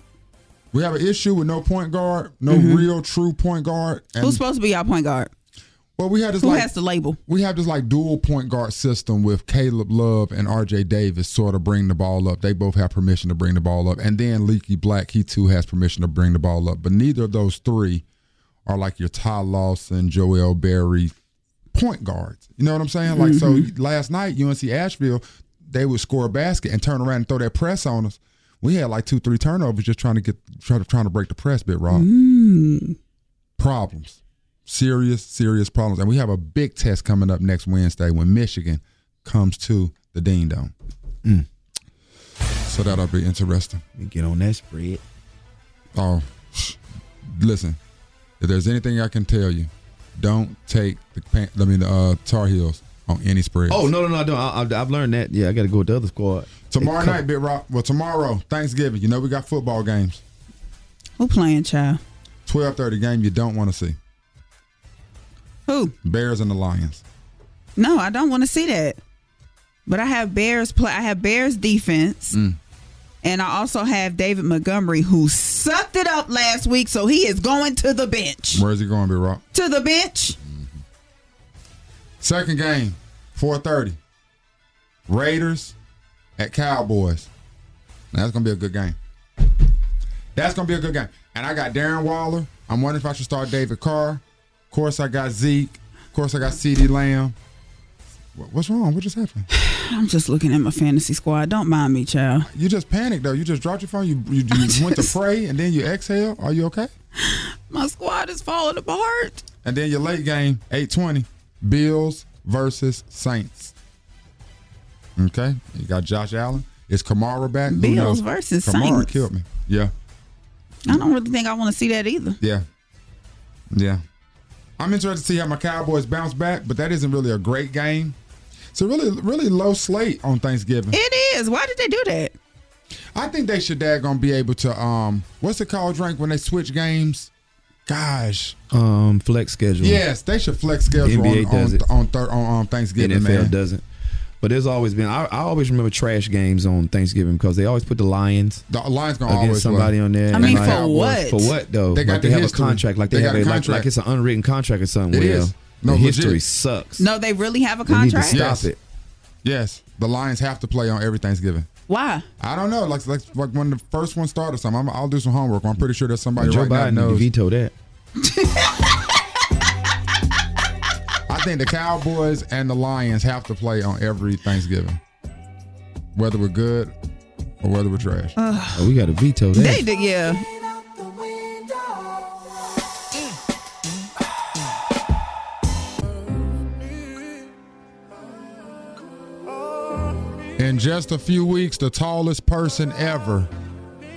[SPEAKER 3] We have an issue with no point guard, no real true point guard. and-
[SPEAKER 4] Mm-hmm. Who's supposed to be our point guard?
[SPEAKER 3] Well, we had this.
[SPEAKER 4] Who
[SPEAKER 3] like,
[SPEAKER 4] has the label?
[SPEAKER 3] We have this like dual point guard system with Caleb Love and R.J. Davis sort of bring the ball up. They both have permission to bring the ball up, and then Leaky Black he too has permission to bring the ball up. But neither of those three are like your Ty Lawson, Joel Berry point guards. You know what I'm saying? Like so, last night UNC Asheville they would score a basket and turn around and throw that press on us. We had like two, three turnovers just trying to get trying to, trying to break the press bit, Rob problems. Serious, serious problems. And we have a big test coming up next Wednesday when Michigan comes to the Dean Dome.
[SPEAKER 5] Mm.
[SPEAKER 3] So that'll be interesting.
[SPEAKER 5] Get on that spread.
[SPEAKER 3] Oh, listen, if there's anything I can tell you, don't take the Pan- I mean the uh, Tar Heels on any spread.
[SPEAKER 7] Oh no, no, no! I don't. I, I, I've learned that. Yeah, I got to go with the other squad.
[SPEAKER 3] Tomorrow
[SPEAKER 7] They come-
[SPEAKER 3] night, Big Rock. Well, tomorrow, Thanksgiving. You know we got football games.
[SPEAKER 4] Who playing, child?
[SPEAKER 3] Twelve thirty game you don't want to see.
[SPEAKER 4] Who?
[SPEAKER 3] Bears and the Lions.
[SPEAKER 4] No, I don't want to see that. But I have Bears play. I have Bears defense,
[SPEAKER 3] Mm.
[SPEAKER 4] and I also have David Montgomery, who sucked it up last week, so he is going to the bench.
[SPEAKER 3] Where's he going, Big Rock?
[SPEAKER 4] To the bench.
[SPEAKER 3] Second game, 4:30. Raiders at Cowboys. Now, that's gonna be a good game. That's gonna be a good game. And I got Darren Waller. I'm wondering if I should start David Carr. Of course, I got Zeke. Of course, I got C.D. Lamb. Wha- What's wrong? What just happened?
[SPEAKER 4] I'm just looking at my fantasy squad. Don't mind me, child.
[SPEAKER 3] You just panicked though. You just dropped your phone. You you, you went to pray and then you exhale. Are you okay?
[SPEAKER 4] My squad is falling apart.
[SPEAKER 3] And then your late game, 820, Bills versus Saints. Okay. You got Josh Allen. Is Kamara back? Who
[SPEAKER 4] Bills
[SPEAKER 3] knows?
[SPEAKER 4] versus
[SPEAKER 3] Kamara
[SPEAKER 4] Saints.
[SPEAKER 3] killed me. Yeah.
[SPEAKER 4] I don't really think I want to see that either.
[SPEAKER 3] Yeah. Yeah. I'm interested to see how my Cowboys bounce back, but that isn't really a great game. It's a really, really low slate on Thanksgiving.
[SPEAKER 4] It is. Why did they do that?
[SPEAKER 3] I think they should daggone be able to um what's it called drink when they switch games? Gosh.
[SPEAKER 7] Um, flex schedule.
[SPEAKER 3] Yes, they should flex schedule
[SPEAKER 7] The NBA
[SPEAKER 3] on,
[SPEAKER 7] does
[SPEAKER 3] on,
[SPEAKER 7] it.
[SPEAKER 3] on, thir- on, on Thanksgiving,
[SPEAKER 7] NFL
[SPEAKER 3] man.
[SPEAKER 7] doesn't. But there's always been. I, I always remember trash games on Thanksgiving because they always put the Lions.
[SPEAKER 3] The Lions gonna
[SPEAKER 7] against
[SPEAKER 3] always
[SPEAKER 7] somebody
[SPEAKER 3] win.
[SPEAKER 7] on there.
[SPEAKER 3] I
[SPEAKER 7] and
[SPEAKER 3] mean,
[SPEAKER 7] like-
[SPEAKER 3] for what?
[SPEAKER 7] For what though?
[SPEAKER 3] They
[SPEAKER 7] They
[SPEAKER 3] got
[SPEAKER 7] like they
[SPEAKER 3] the
[SPEAKER 7] have
[SPEAKER 3] history.
[SPEAKER 7] a contract. Like they,
[SPEAKER 3] They
[SPEAKER 7] have
[SPEAKER 3] got
[SPEAKER 7] a,
[SPEAKER 3] a
[SPEAKER 7] like,
[SPEAKER 3] contract.
[SPEAKER 7] like it's an unwritten contract or something.
[SPEAKER 3] It
[SPEAKER 7] well,
[SPEAKER 3] is. No,
[SPEAKER 7] the history
[SPEAKER 3] legit.
[SPEAKER 7] sucks.
[SPEAKER 4] No, they really have a
[SPEAKER 7] They need to
[SPEAKER 4] contract.
[SPEAKER 7] stop it.
[SPEAKER 3] Yes, the Lions have to play on every Thanksgiving.
[SPEAKER 4] Why?
[SPEAKER 3] I don't know. Like, like, like when the first one started, something. I'm, I'll do some homework. I'm pretty sure there's somebody
[SPEAKER 7] Joe
[SPEAKER 3] right now
[SPEAKER 7] Biden
[SPEAKER 3] that knows.
[SPEAKER 7] knows. veto that.
[SPEAKER 3] I think the Cowboys and the Lions have to play on every Thanksgiving, whether we're good or whether we're trash.
[SPEAKER 4] Ugh.
[SPEAKER 7] we got to veto that.
[SPEAKER 4] They did, yeah.
[SPEAKER 3] In just a few weeks, the tallest person ever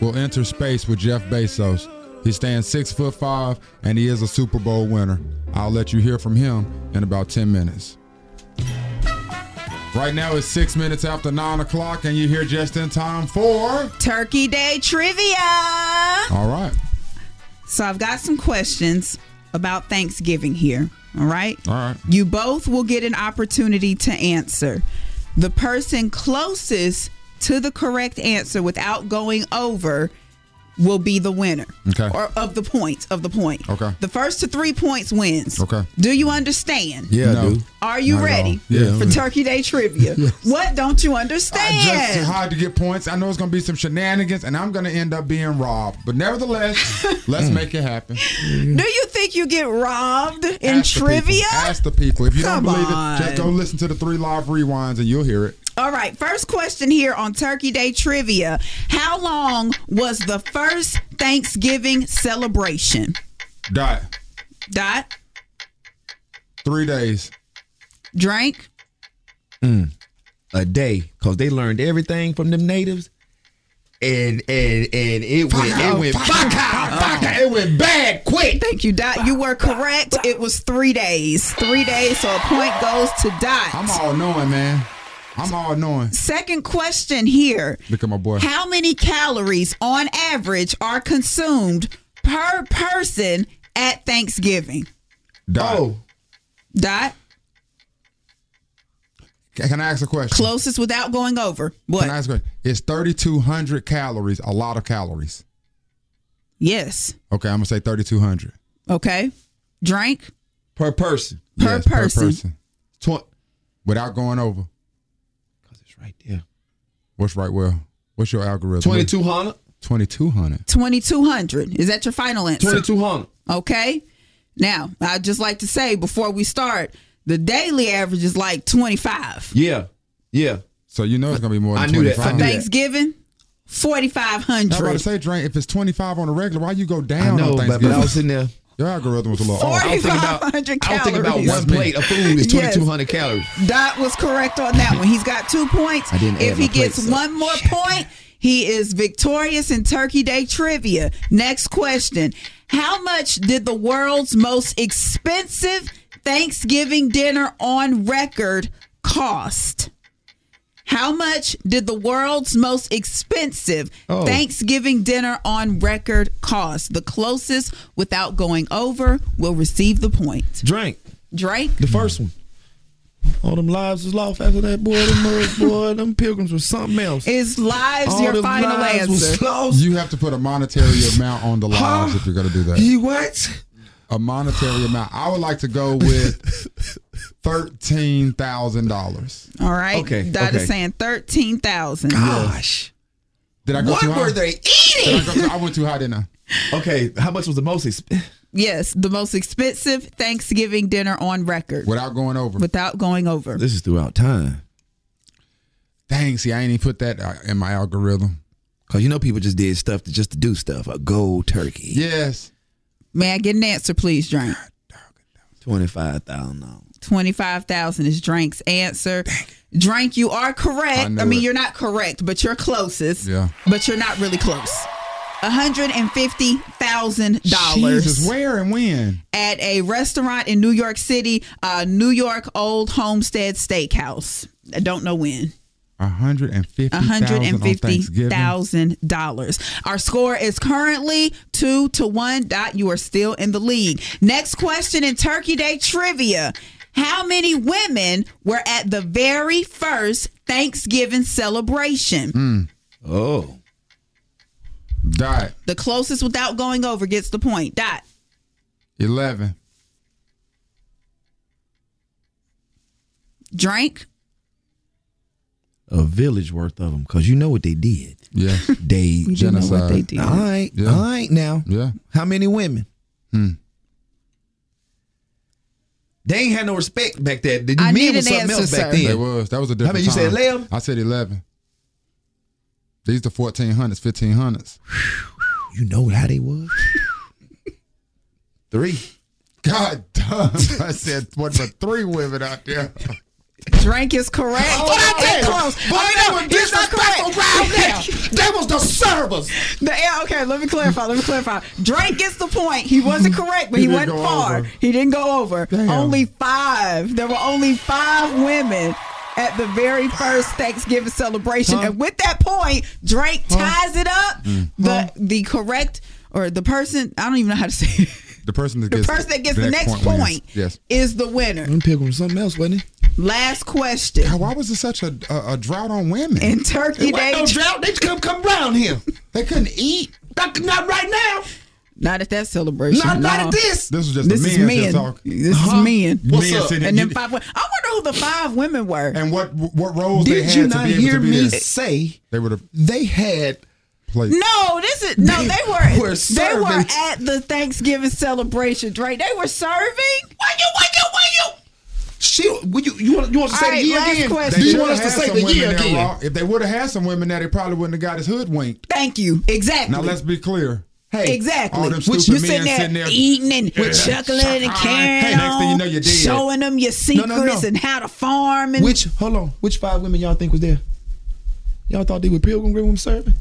[SPEAKER 3] will enter space with Jeff Bezos. He stands six foot five, and he is a Super Bowl winner. I'll let you hear from him in about ten minutes. Right now, it's six minutes after nine o'clock, and you're here just in time for.
[SPEAKER 4] Turkey Day trivia.
[SPEAKER 3] All right.
[SPEAKER 4] So I've got some questions about Thanksgiving here. All right. All right. You both will get an opportunity to answer. The person closest to the correct answer without going over will be the winner.
[SPEAKER 3] Okay.
[SPEAKER 4] Or of the points of the point.
[SPEAKER 3] Okay.
[SPEAKER 4] The first to three points wins.
[SPEAKER 3] Okay.
[SPEAKER 4] Do you understand?
[SPEAKER 3] Yeah, I No. do.
[SPEAKER 4] Are you
[SPEAKER 3] Not at
[SPEAKER 4] ready
[SPEAKER 3] all. Yeah,
[SPEAKER 4] for
[SPEAKER 3] I'm-
[SPEAKER 4] Turkey Day trivia? What don't you understand?
[SPEAKER 3] Just too hard to get points. I know it's going to be some shenanigans, and I'm going to end up being robbed. But nevertheless, let's make it happen.
[SPEAKER 4] Do you think you get robbed in
[SPEAKER 3] Ask the people.
[SPEAKER 4] trivia?
[SPEAKER 3] Ask the people. If you
[SPEAKER 4] Come
[SPEAKER 3] don't believe it,
[SPEAKER 4] on.
[SPEAKER 3] just go listen to the three live rewinds, and you'll hear it.
[SPEAKER 4] All right, first question here on Turkey Day trivia. How long was the first Thanksgiving celebration?
[SPEAKER 3] Dot.
[SPEAKER 4] Dot,
[SPEAKER 3] Three days.
[SPEAKER 4] drink,
[SPEAKER 7] Mm. A day, cause they learned everything from them natives, and and and it went it went
[SPEAKER 3] Uh-uh.
[SPEAKER 4] It went bad quick. Thank you, Dot. You were correct. It was three days. Three days, so a point goes to Dot.
[SPEAKER 3] I'm all knowing, man. I'm all knowing.
[SPEAKER 4] Second question here.
[SPEAKER 3] Look at my boy.
[SPEAKER 4] How many calories on average are consumed per person at Thanksgiving?
[SPEAKER 3] Dot.
[SPEAKER 4] Oh. Dot,
[SPEAKER 3] Can can I ask a question?
[SPEAKER 4] closest without going over. What?
[SPEAKER 3] Can I ask a question? It's 3,200 calories, a lot of calories.
[SPEAKER 4] Yes.
[SPEAKER 3] Okay, I'm going to say 3,200.
[SPEAKER 4] Okay. Drink.
[SPEAKER 3] Per person.
[SPEAKER 4] Per person.
[SPEAKER 3] Per person. Tw- without going over. Because it's right
[SPEAKER 7] there.
[SPEAKER 3] What's right well? What's your algorithm?
[SPEAKER 7] 2200?
[SPEAKER 3] 2,200.
[SPEAKER 4] 2200 is that your final answer
[SPEAKER 7] 2200
[SPEAKER 4] okay now i'd just like to say before we start the daily average is like 25
[SPEAKER 7] Yeah, yeah.
[SPEAKER 3] So you know it's going to be more than
[SPEAKER 7] I knew that.
[SPEAKER 3] 25.
[SPEAKER 7] I knew that.
[SPEAKER 3] I
[SPEAKER 4] thanksgiving
[SPEAKER 3] was about to
[SPEAKER 4] 4500
[SPEAKER 3] say, Drain, if it's 25 on a regular, why you go down
[SPEAKER 7] know, but-
[SPEAKER 3] on
[SPEAKER 7] but I
[SPEAKER 3] Thanksgiving?
[SPEAKER 7] was sitting there.
[SPEAKER 3] Your algorithm was a little off.
[SPEAKER 7] I don't think about- I don't think about one plate of food is
[SPEAKER 4] Yes.
[SPEAKER 7] 2,200 calories.
[SPEAKER 4] dot was correct on that one he's got two points
[SPEAKER 7] I didn't
[SPEAKER 4] if
[SPEAKER 7] add
[SPEAKER 4] he
[SPEAKER 7] my plates
[SPEAKER 4] gets
[SPEAKER 7] up.
[SPEAKER 4] one more point he is victorious in turkey day trivia next question how much did the world's most expensive thanksgiving dinner on record cost how much did the world's most expensive
[SPEAKER 7] Oh.
[SPEAKER 4] Thanksgiving dinner on record cost? The closest without going over will receive the point.
[SPEAKER 7] Drink.
[SPEAKER 4] Drake?
[SPEAKER 7] The first one. All them lives was lost after that boy. Them mother- boy, them pilgrims was something else.
[SPEAKER 4] Is lives
[SPEAKER 7] All
[SPEAKER 4] your
[SPEAKER 7] them
[SPEAKER 4] final
[SPEAKER 7] lives was
[SPEAKER 4] answer?
[SPEAKER 7] lost.
[SPEAKER 3] You have to put a monetary amount on the lives if you're going to do that.
[SPEAKER 7] You what?
[SPEAKER 3] A monetary amount. I would like to go with thirteen thousand dollars.
[SPEAKER 4] All right.
[SPEAKER 3] Okay,
[SPEAKER 4] Dot is
[SPEAKER 3] okay.
[SPEAKER 4] saying 13,000.
[SPEAKER 7] Gosh.
[SPEAKER 3] Did I go
[SPEAKER 4] What
[SPEAKER 3] too high?
[SPEAKER 4] were they
[SPEAKER 3] Did I, go too- I went too high, didn't I?
[SPEAKER 7] Okay, how much was the most expensive?
[SPEAKER 4] Yes, the most expensive Thanksgiving dinner on record
[SPEAKER 3] Without going over.
[SPEAKER 4] without going over.
[SPEAKER 7] This is throughout time.
[SPEAKER 3] Dang, see, I ain't even put that uh, in my algorithm.
[SPEAKER 7] Cause you know people just did stuff to, just to do stuff. A gold turkey.
[SPEAKER 3] Yes.
[SPEAKER 4] May I get an answer, please, Drake?
[SPEAKER 7] Twenty five thousand dollars.
[SPEAKER 4] 25,000 is Drake's answer. Drake, you are
[SPEAKER 7] I
[SPEAKER 4] correct.
[SPEAKER 7] knew
[SPEAKER 4] I, mean,
[SPEAKER 7] it.
[SPEAKER 4] you're not correct, but you're closest.
[SPEAKER 3] Yeah.
[SPEAKER 4] But you're not really close. $150,000.
[SPEAKER 3] Jesus, where and when?
[SPEAKER 4] at a restaurant in New York City, uh, New York Old Homestead Steakhouse. I don't know when.
[SPEAKER 3] A hundred and fifty thousand on Thanksgiving.
[SPEAKER 4] $150,000. Our score is currently two to one. Dot, you are still in the lead. Next question in Turkey Day trivia How many women were at the very first Thanksgiving celebration?
[SPEAKER 7] Oh.
[SPEAKER 3] Dot.
[SPEAKER 4] The closest without going over gets the point. Dot.
[SPEAKER 3] Eleven.
[SPEAKER 4] Drink.
[SPEAKER 7] A village worth of them. Cause you know what they did.
[SPEAKER 3] Yeah.
[SPEAKER 7] They
[SPEAKER 4] We do know what Genocide. they did.
[SPEAKER 7] All right.
[SPEAKER 4] Yeah.
[SPEAKER 7] All right now.
[SPEAKER 3] Yeah.
[SPEAKER 7] How many women? They ain't had no respect back then. The
[SPEAKER 4] I
[SPEAKER 7] men
[SPEAKER 4] need
[SPEAKER 7] was
[SPEAKER 4] an
[SPEAKER 7] something
[SPEAKER 4] answer,
[SPEAKER 7] else back
[SPEAKER 4] sir.
[SPEAKER 7] then.
[SPEAKER 3] They was. That was
[SPEAKER 7] How
[SPEAKER 3] a different
[SPEAKER 7] many you said
[SPEAKER 3] time.
[SPEAKER 7] 11?
[SPEAKER 3] I said eleven. These the fourteen hundreds, fifteen hundreds.
[SPEAKER 7] You know how they was? Three.
[SPEAKER 3] God damn. I said what but three women out there.
[SPEAKER 4] Drink is correct.
[SPEAKER 7] Oh,
[SPEAKER 9] But Oh, I
[SPEAKER 4] It's
[SPEAKER 9] did.
[SPEAKER 4] close.
[SPEAKER 9] But
[SPEAKER 4] I
[SPEAKER 9] they
[SPEAKER 4] know,
[SPEAKER 9] were
[SPEAKER 4] Oh, it's not
[SPEAKER 9] disrespectful
[SPEAKER 4] correct.
[SPEAKER 9] round there. They was the servers.
[SPEAKER 4] The, yeah, okay, let me clarify. Let me clarify. Drake gets the point. He wasn't correct, but
[SPEAKER 9] He
[SPEAKER 4] he,
[SPEAKER 9] didn't
[SPEAKER 4] wasn't
[SPEAKER 9] go
[SPEAKER 4] far.
[SPEAKER 9] over.
[SPEAKER 4] He didn't go over. Only five. There were only five women at the very first Thanksgiving celebration.
[SPEAKER 9] Huh?
[SPEAKER 4] And with that point, Drake ties it up.
[SPEAKER 9] Mm.
[SPEAKER 4] The the correct or the person I don't even know how to say it.
[SPEAKER 3] The person that
[SPEAKER 4] The
[SPEAKER 3] gets
[SPEAKER 4] person that gets the next
[SPEAKER 3] wins.
[SPEAKER 4] point.
[SPEAKER 3] Yes.
[SPEAKER 4] is the winner.
[SPEAKER 7] I'm picking something else, wasn't
[SPEAKER 4] it? Last question.
[SPEAKER 3] why was there such a, a, a drought on women?
[SPEAKER 4] In Turkey,
[SPEAKER 3] It wasn't
[SPEAKER 4] they
[SPEAKER 3] no drought.
[SPEAKER 4] They come come around here.
[SPEAKER 3] They couldn't eat.
[SPEAKER 4] Not, right now. Not at that celebration.
[SPEAKER 3] Not- not
[SPEAKER 4] no.
[SPEAKER 3] at this. This was just the men that talk.
[SPEAKER 4] This
[SPEAKER 3] Huh?
[SPEAKER 9] Uh-huh.
[SPEAKER 4] is men.
[SPEAKER 3] What's Men up? sitting-
[SPEAKER 4] And then
[SPEAKER 3] you-
[SPEAKER 4] five. wo- I wonder who the five women were.
[SPEAKER 3] And what what roles
[SPEAKER 4] Did
[SPEAKER 3] they had
[SPEAKER 4] you
[SPEAKER 3] to
[SPEAKER 4] not
[SPEAKER 3] be able
[SPEAKER 4] hear
[SPEAKER 3] to be
[SPEAKER 4] me
[SPEAKER 3] there.
[SPEAKER 4] say
[SPEAKER 3] they would have
[SPEAKER 9] they had
[SPEAKER 3] played.
[SPEAKER 4] No, this is no. They,
[SPEAKER 9] They
[SPEAKER 4] were,
[SPEAKER 9] were
[SPEAKER 4] they
[SPEAKER 9] serving-
[SPEAKER 4] were at the Thanksgiving celebration, Drake. They were serving. Why you? Why you? Why you?
[SPEAKER 9] She, would you you want you want us to say the year again? Do you want us to say the year again?
[SPEAKER 3] If they would have had some women there, they probably wouldn't have got his hoodwinked.
[SPEAKER 4] Thank you. Exactly.
[SPEAKER 3] Now let's be clear.
[SPEAKER 4] Hey, exactly.
[SPEAKER 3] All them
[SPEAKER 4] Which
[SPEAKER 3] stupid
[SPEAKER 4] you
[SPEAKER 3] men
[SPEAKER 4] sitting there
[SPEAKER 3] sitting there
[SPEAKER 4] eating and with chocolate and carrying
[SPEAKER 3] Hey, next thing you
[SPEAKER 4] on,
[SPEAKER 3] know, you're dead.
[SPEAKER 4] showing them your secrets and how to farm. And
[SPEAKER 7] which hold on, which five women y'all think was there? Y'all thought they were pilgrim women serving,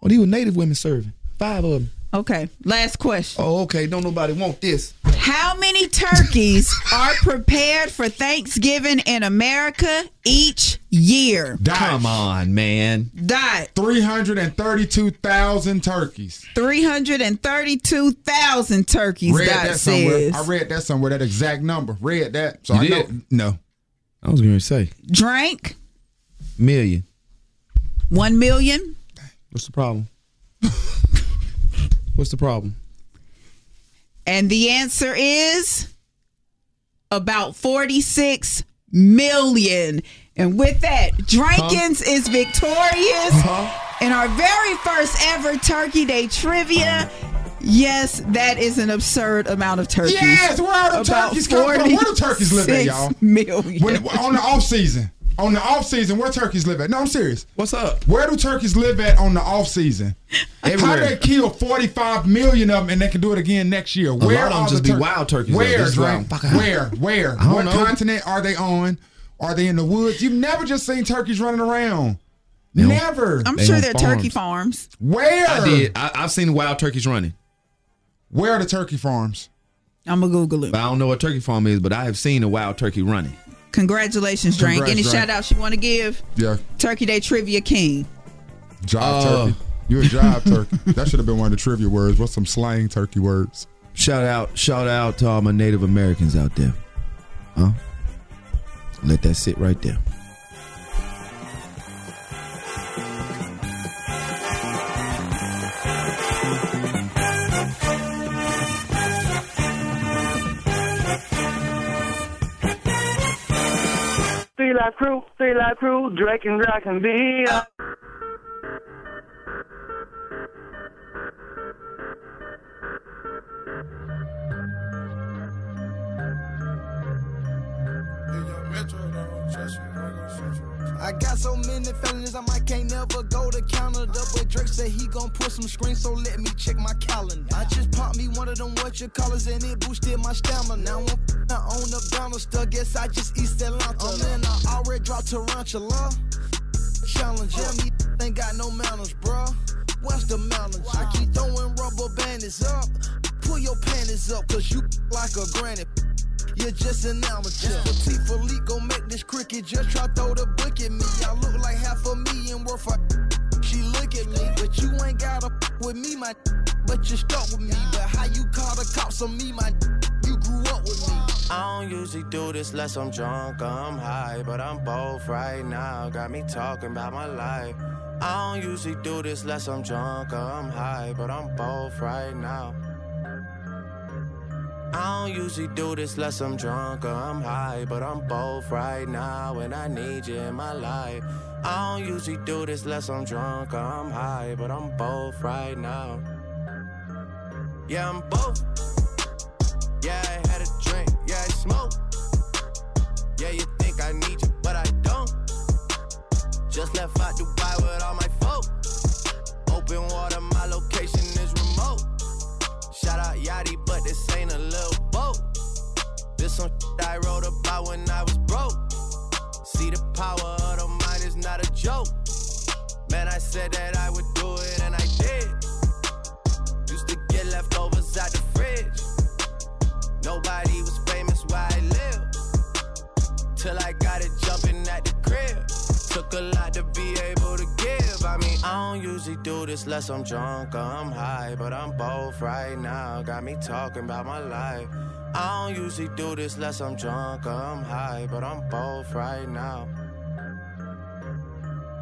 [SPEAKER 7] or they were native women serving? Five of them.
[SPEAKER 4] Okay, last question.
[SPEAKER 7] Oh, okay. Don't nobody want this.
[SPEAKER 4] How many turkeys are prepared for Thanksgiving in America each year?
[SPEAKER 7] Come on, man.
[SPEAKER 4] Dot.
[SPEAKER 3] 332,000 turkeys.
[SPEAKER 4] 332,000 turkeys,
[SPEAKER 3] Read
[SPEAKER 4] Dot
[SPEAKER 3] that somewhere.
[SPEAKER 4] says.
[SPEAKER 3] I read that somewhere, that exact number. Read that. So
[SPEAKER 7] You
[SPEAKER 3] I know.
[SPEAKER 7] did?
[SPEAKER 3] No.
[SPEAKER 7] I was going to say
[SPEAKER 4] Drank,
[SPEAKER 7] million.
[SPEAKER 4] 1 million.
[SPEAKER 7] What's the problem? What's the problem?
[SPEAKER 4] And the answer is about 46 million. And with that, Drankins is victorious in our very first ever Turkey Day trivia. Yes, that is an absurd amount of turkeys.
[SPEAKER 3] Yes, where are the
[SPEAKER 4] About
[SPEAKER 3] turkeys coming from? Where do turkeys live at,
[SPEAKER 4] 46
[SPEAKER 3] y'all?
[SPEAKER 4] Million.
[SPEAKER 3] When, on the off season. On the off season, where turkeys live at? No, I'm serious.
[SPEAKER 7] What's up?
[SPEAKER 3] Where do turkeys live at on the off season? How
[SPEAKER 7] Everywhere.
[SPEAKER 3] they kill 45 million of them and they can do it again next year? Where
[SPEAKER 7] lot of 'em
[SPEAKER 3] are the
[SPEAKER 7] just be
[SPEAKER 3] tur-
[SPEAKER 7] wild turkeys, though.
[SPEAKER 3] Where,
[SPEAKER 7] That's
[SPEAKER 3] Dre?
[SPEAKER 7] wild. Fuck.
[SPEAKER 3] Where? Where?
[SPEAKER 7] I don't
[SPEAKER 3] What
[SPEAKER 7] know.
[SPEAKER 3] continent are they on? Are they in the woods? You've never just seen turkeys running around. Never.
[SPEAKER 4] I'm sure they're turkey farms.
[SPEAKER 3] Where?
[SPEAKER 7] I did. I, I've seen wild turkeys running.
[SPEAKER 3] Where are the turkey farms?
[SPEAKER 4] I'm going to Google it.
[SPEAKER 7] I don't know what turkey farm is, but I have seen a wild turkey running.
[SPEAKER 4] Congratulations, Drank.
[SPEAKER 7] Congrats,
[SPEAKER 4] Any
[SPEAKER 7] Drank.
[SPEAKER 4] shout outs you want to give?
[SPEAKER 3] Yeah.
[SPEAKER 4] Turkey Day Trivia King.
[SPEAKER 3] Job
[SPEAKER 7] Uh,
[SPEAKER 3] turkey. You're a job turkey. That should have been one of the trivia words. What's some slang turkey words?
[SPEAKER 7] Shout out, shout out to all my Native Americans out there. Huh? Let that sit right there.
[SPEAKER 16] Three Live Crew, Three Live Crew, Drake and Rock and B. uh,
[SPEAKER 18] I got so many felonies, I might can't never go to Canada. But Drake said he gon' put some screens, so let me check my calendar. I just popped me one of them what you callers and it boosted my stamina. Now I'm f***ing on the bounce stuff. Guess I just eat cilantro. Oh man, I already dropped tarantula. Challenge yeah, me ain't got no manners, bruh. What's the manners? I keep throwing rubber bandits up. Pull your panties up, cause you like a granny. You're just an amateur. Petit Philippe gon' make this cricket. Just try throw the book at me. I look like half a million worth of. She look at me, but you ain't gotta with me, my. But you stuck with me. But how you call the cops on me, my? You grew up with me.
[SPEAKER 19] I don't usually do this unless I'm drunk or I'm high, but I'm both right now. Got me talking about my life. I don't usually do this unless I'm drunk or I'm high, but I'm both right now. I don't usually do this unless I'm drunk or I'm high, but I'm both right now and I need you in my life. I don't usually do this unless I'm drunk or I'm high, but I'm both right now. Yeah, I'm both. Yeah, I had a drink. Yeah, I smoke. Yeah, you think I need you, but I don't. Just left out Dubai with all my folk. Open water, my location is remote. Shout out Yachty, but this ain't a little boat. This some shit I wrote about when I was broke. See the power of the mind is not a joke. Man, I said that I would do it and I did. Used to get leftovers out the fridge. Nobody was famous where I live. Till I got it jumping at the crib. Took a lot to be able to give. I about me. I don't usually do this unless I'm drunk or I'm high, but I'm both right now. Got me talking about my life. I don't usually do this unless I'm drunk or I'm high, but I'm both right now.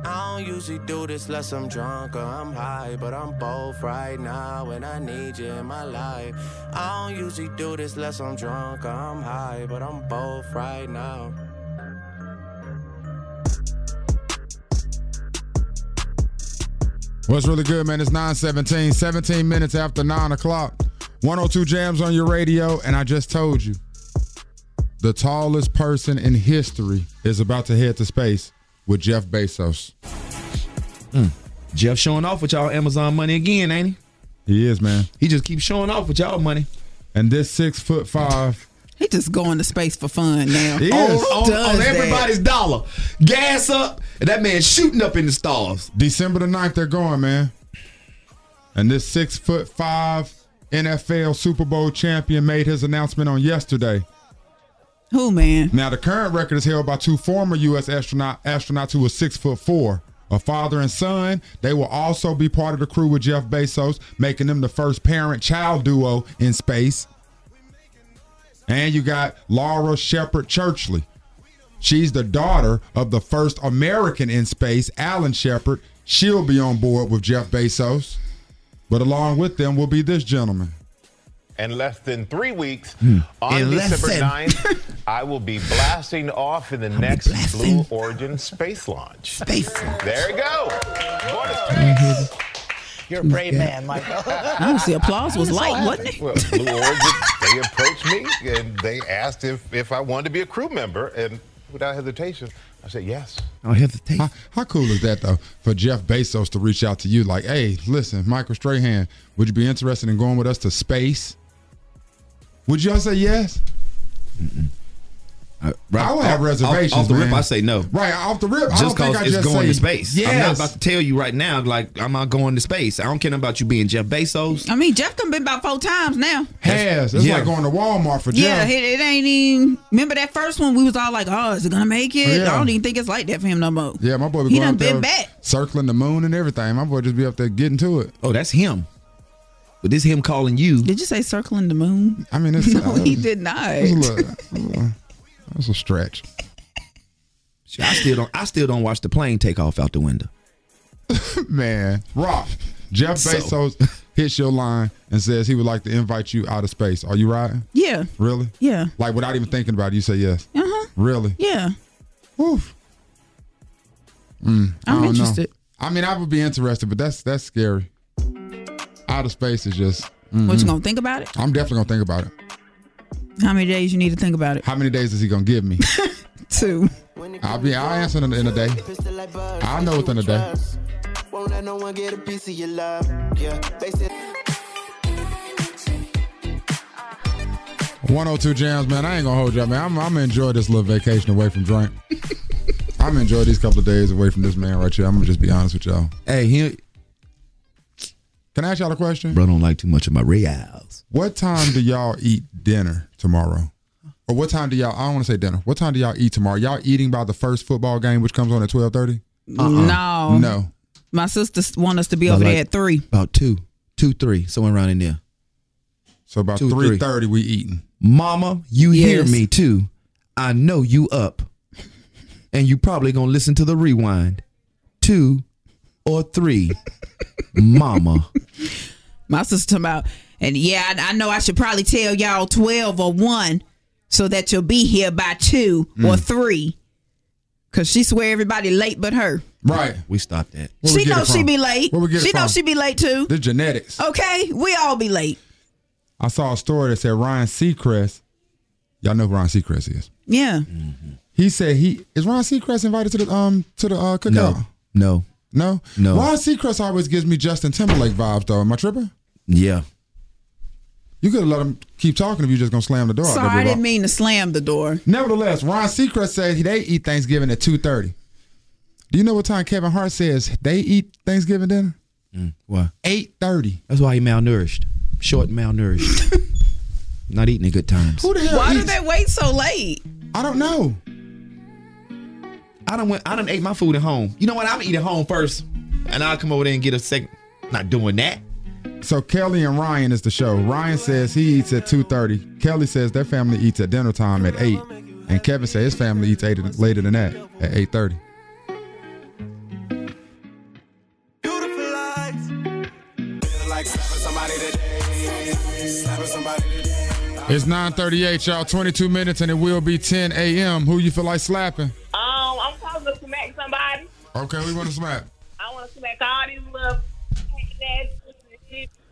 [SPEAKER 19] I don't usually do this unless I'm drunk or I'm high, but I'm both right now and I need you in my life. I don't usually do this unless I'm drunk or I'm high, but I'm both right now.
[SPEAKER 3] What's really good, man? It's 917, 17 minutes after 9 o'clock. 102 jams on your radio, and I just told you the tallest person in history is about to head to space with Jeff Bezos.
[SPEAKER 7] Jeff showing off with y'all Amazon money again, ain't
[SPEAKER 3] he? He is, man.
[SPEAKER 7] He just keeps showing off with y'all money.
[SPEAKER 3] And this six foot five.
[SPEAKER 4] He just going to space for fun now.
[SPEAKER 3] He
[SPEAKER 4] Who
[SPEAKER 3] is. On- on
[SPEAKER 4] does that?
[SPEAKER 5] everybody's dollar. Gas up, and that man shooting up in the stars.
[SPEAKER 3] December the 9th, they're going, man. And this six foot five NFL Super Bowl champion made his announcement on yesterday.
[SPEAKER 4] Who, man?
[SPEAKER 3] Now, the current record is held by two former U.S. astronaut astronauts who were six foot four. A father and son, they will also be part of the crew with Jeff Bezos, making them the first parent child duo in space. And you got Laura Shepard Churchley. She's the daughter of the first American in space, Alan Shepard. She'll be on board with Jeff Bezos. But along with them will be this gentleman.
[SPEAKER 20] In less than three weeks,
[SPEAKER 3] Hmm.
[SPEAKER 20] on
[SPEAKER 3] In less
[SPEAKER 20] December
[SPEAKER 3] than-
[SPEAKER 20] 9th, I will be blasting off in the next Blue Origin space launch. Space launch. There you go. Going to space.
[SPEAKER 21] You're a brave man, Michael.
[SPEAKER 4] Honestly, applause was light, wasn't it?
[SPEAKER 20] Well, Blue Origin, they approached me and they asked if, if I wanted to be a crew member. And without hesitation, I said yes.
[SPEAKER 3] I hesitate. How, how cool is that though? For Jeff Bezos to reach out to you, like, "Hey, listen, Michael Strahan, would you be interested in going with us to space?" Would y'all say yes?
[SPEAKER 7] right-
[SPEAKER 3] I would have
[SPEAKER 7] off-
[SPEAKER 3] reservations.
[SPEAKER 7] off- off the rip,
[SPEAKER 3] man.
[SPEAKER 7] I say no.
[SPEAKER 3] Right off the rip, I don't
[SPEAKER 7] Just
[SPEAKER 3] think
[SPEAKER 7] cause
[SPEAKER 3] I
[SPEAKER 7] it's
[SPEAKER 3] just
[SPEAKER 7] going
[SPEAKER 3] say
[SPEAKER 7] to space. I'm not
[SPEAKER 3] Yes.
[SPEAKER 7] about to tell you right now, like, I'm not going to space. I don't care nothing about you being Jeff Bezos.
[SPEAKER 4] I mean, Jeff done been about four times now.
[SPEAKER 3] has. It's
[SPEAKER 7] Yeah.
[SPEAKER 3] like going to Walmart for
[SPEAKER 4] Yeah,
[SPEAKER 3] Jeff.
[SPEAKER 4] it, it ain't even. Remember that first one? We was all like, "Oh, is it gonna make it?"
[SPEAKER 3] Yeah.
[SPEAKER 4] I don't even think it's like that for him no more.
[SPEAKER 3] Yeah, my boy be
[SPEAKER 4] He
[SPEAKER 3] going
[SPEAKER 4] done
[SPEAKER 3] up there,
[SPEAKER 4] been back.
[SPEAKER 3] circling the moon and everything. My boy just be up there getting to it.
[SPEAKER 7] Oh, that's him. But this him calling you.
[SPEAKER 4] Did you say circling the moon?
[SPEAKER 3] I mean, it's,
[SPEAKER 4] no,
[SPEAKER 3] uh,
[SPEAKER 4] he did not.
[SPEAKER 3] That's a, little- that's a stretch.
[SPEAKER 7] Shit, I still don't. I still don't watch the plane take off out the window.
[SPEAKER 3] man, Rock. Jeff
[SPEAKER 7] So-
[SPEAKER 3] Bezos hits your line and says he would like to invite you out of space. Are you riding?
[SPEAKER 4] Yeah,
[SPEAKER 3] Really?
[SPEAKER 4] yeah,
[SPEAKER 3] Like without even thinking about it, you say yes.
[SPEAKER 4] uh huh,
[SPEAKER 3] Really?
[SPEAKER 4] yeah. Oof.
[SPEAKER 3] Mm, I
[SPEAKER 4] I'm
[SPEAKER 3] don't know.
[SPEAKER 4] interested.
[SPEAKER 3] I mean, I would be interested, but that's that's scary. Out of space is just.
[SPEAKER 4] What
[SPEAKER 3] mhm.
[SPEAKER 4] you gonna think about it?
[SPEAKER 3] I'm definitely gonna think about it.
[SPEAKER 4] How many days you need to think about it?
[SPEAKER 3] How many days is he gonna give me?
[SPEAKER 4] Two.
[SPEAKER 3] I'll be. I'll answer in, in a day. I'll know within a day.
[SPEAKER 18] Won't let no one get a piece of your love. Yeah, they said.
[SPEAKER 3] 102 jams, man. I ain't gonna hold you up, man. I'm, I'm enjoy this little vacation away from drink. I'm enjoy these couple of days away from this man right here. I'm gonna just be honest with y'all.
[SPEAKER 7] Hey, he,
[SPEAKER 3] Can I ask y'all a question?
[SPEAKER 7] bro, don't like too much of my reals.
[SPEAKER 3] What time do y'all eat dinner tomorrow? Or what time do y'all? I don't want to say dinner. What time do y'all eat tomorrow? Y'all eating by the first football game, which comes on at twelve thirty?
[SPEAKER 7] Um,
[SPEAKER 4] No.
[SPEAKER 3] no.
[SPEAKER 4] My sister want us to be over
[SPEAKER 7] About
[SPEAKER 4] there
[SPEAKER 7] like-
[SPEAKER 4] at three.
[SPEAKER 7] About two, two, three, somewhere around in there.
[SPEAKER 3] So about
[SPEAKER 7] Two,
[SPEAKER 3] three
[SPEAKER 7] three.
[SPEAKER 3] thirty, we eating.
[SPEAKER 7] Mama, you hear
[SPEAKER 3] Yes.
[SPEAKER 7] me too. I know you up, and you probably gonna listen to the rewind, two or three. Mama,
[SPEAKER 4] My sister talking about, and yeah, I, I know I should probably tell y'all twelve or one, so that you'll be here by two
[SPEAKER 7] Mm.
[SPEAKER 4] or three, cause she swear everybody late but her.
[SPEAKER 3] Right.
[SPEAKER 7] We stopped that.
[SPEAKER 3] Where we
[SPEAKER 4] she
[SPEAKER 3] get
[SPEAKER 4] knows
[SPEAKER 3] it
[SPEAKER 4] she
[SPEAKER 3] from?
[SPEAKER 4] be late.
[SPEAKER 3] Where we get it
[SPEAKER 4] she
[SPEAKER 3] from?
[SPEAKER 4] knows she be late too.
[SPEAKER 3] The genetics.
[SPEAKER 4] Okay, we all be late.
[SPEAKER 3] I saw a story that said Ryan Seacrest. Y'all know who Ryan Seacrest is.
[SPEAKER 4] Yeah.
[SPEAKER 3] He said he is Ryan Seacrest invited to the um to the uh cookout.
[SPEAKER 7] no, no,
[SPEAKER 3] No,
[SPEAKER 7] No.
[SPEAKER 3] Ryan Seacrest always gives me Justin Timberlake vibes, though. Am I tripping?
[SPEAKER 7] yeah.
[SPEAKER 3] You could have let him keep talking if you just gonna slam the door. out there,
[SPEAKER 4] Sorry, I
[SPEAKER 3] Big
[SPEAKER 4] didn't
[SPEAKER 3] Rock.
[SPEAKER 4] mean to slam the door.
[SPEAKER 3] Nevertheless, Ryan Seacrest said they eat Thanksgiving at two thirty. Do you know what time Kevin Hart says they eat Thanksgiving dinner?
[SPEAKER 7] Mm, why?
[SPEAKER 3] Eight thirty.
[SPEAKER 7] That's why he malnourished, short, malnourished, not eating at good times.
[SPEAKER 3] Who the hell?
[SPEAKER 4] Why do
[SPEAKER 3] eats-
[SPEAKER 4] they wait so late?
[SPEAKER 3] I don't know.
[SPEAKER 7] I don't went. I done ate my food at home. You know what? I'm eating home first. and I'll come over there and get a second. Not doing that.
[SPEAKER 3] So Kelly and Ryan is the show. Ryan says he eats at 2:30. Kelly says their family eats at dinner time at 8. And Kevin says his family eats eight, later than that at 8:30.
[SPEAKER 8] Feel like slapping somebody today. Slapping somebody today.
[SPEAKER 3] It's 9:38, y'all. 22 minutes, and it will be 10 a.m. Who you feel like slapping?
[SPEAKER 17] Um, I'm supposed to smack somebody.
[SPEAKER 3] Okay, we want to smack.
[SPEAKER 17] I want to smack all these little ass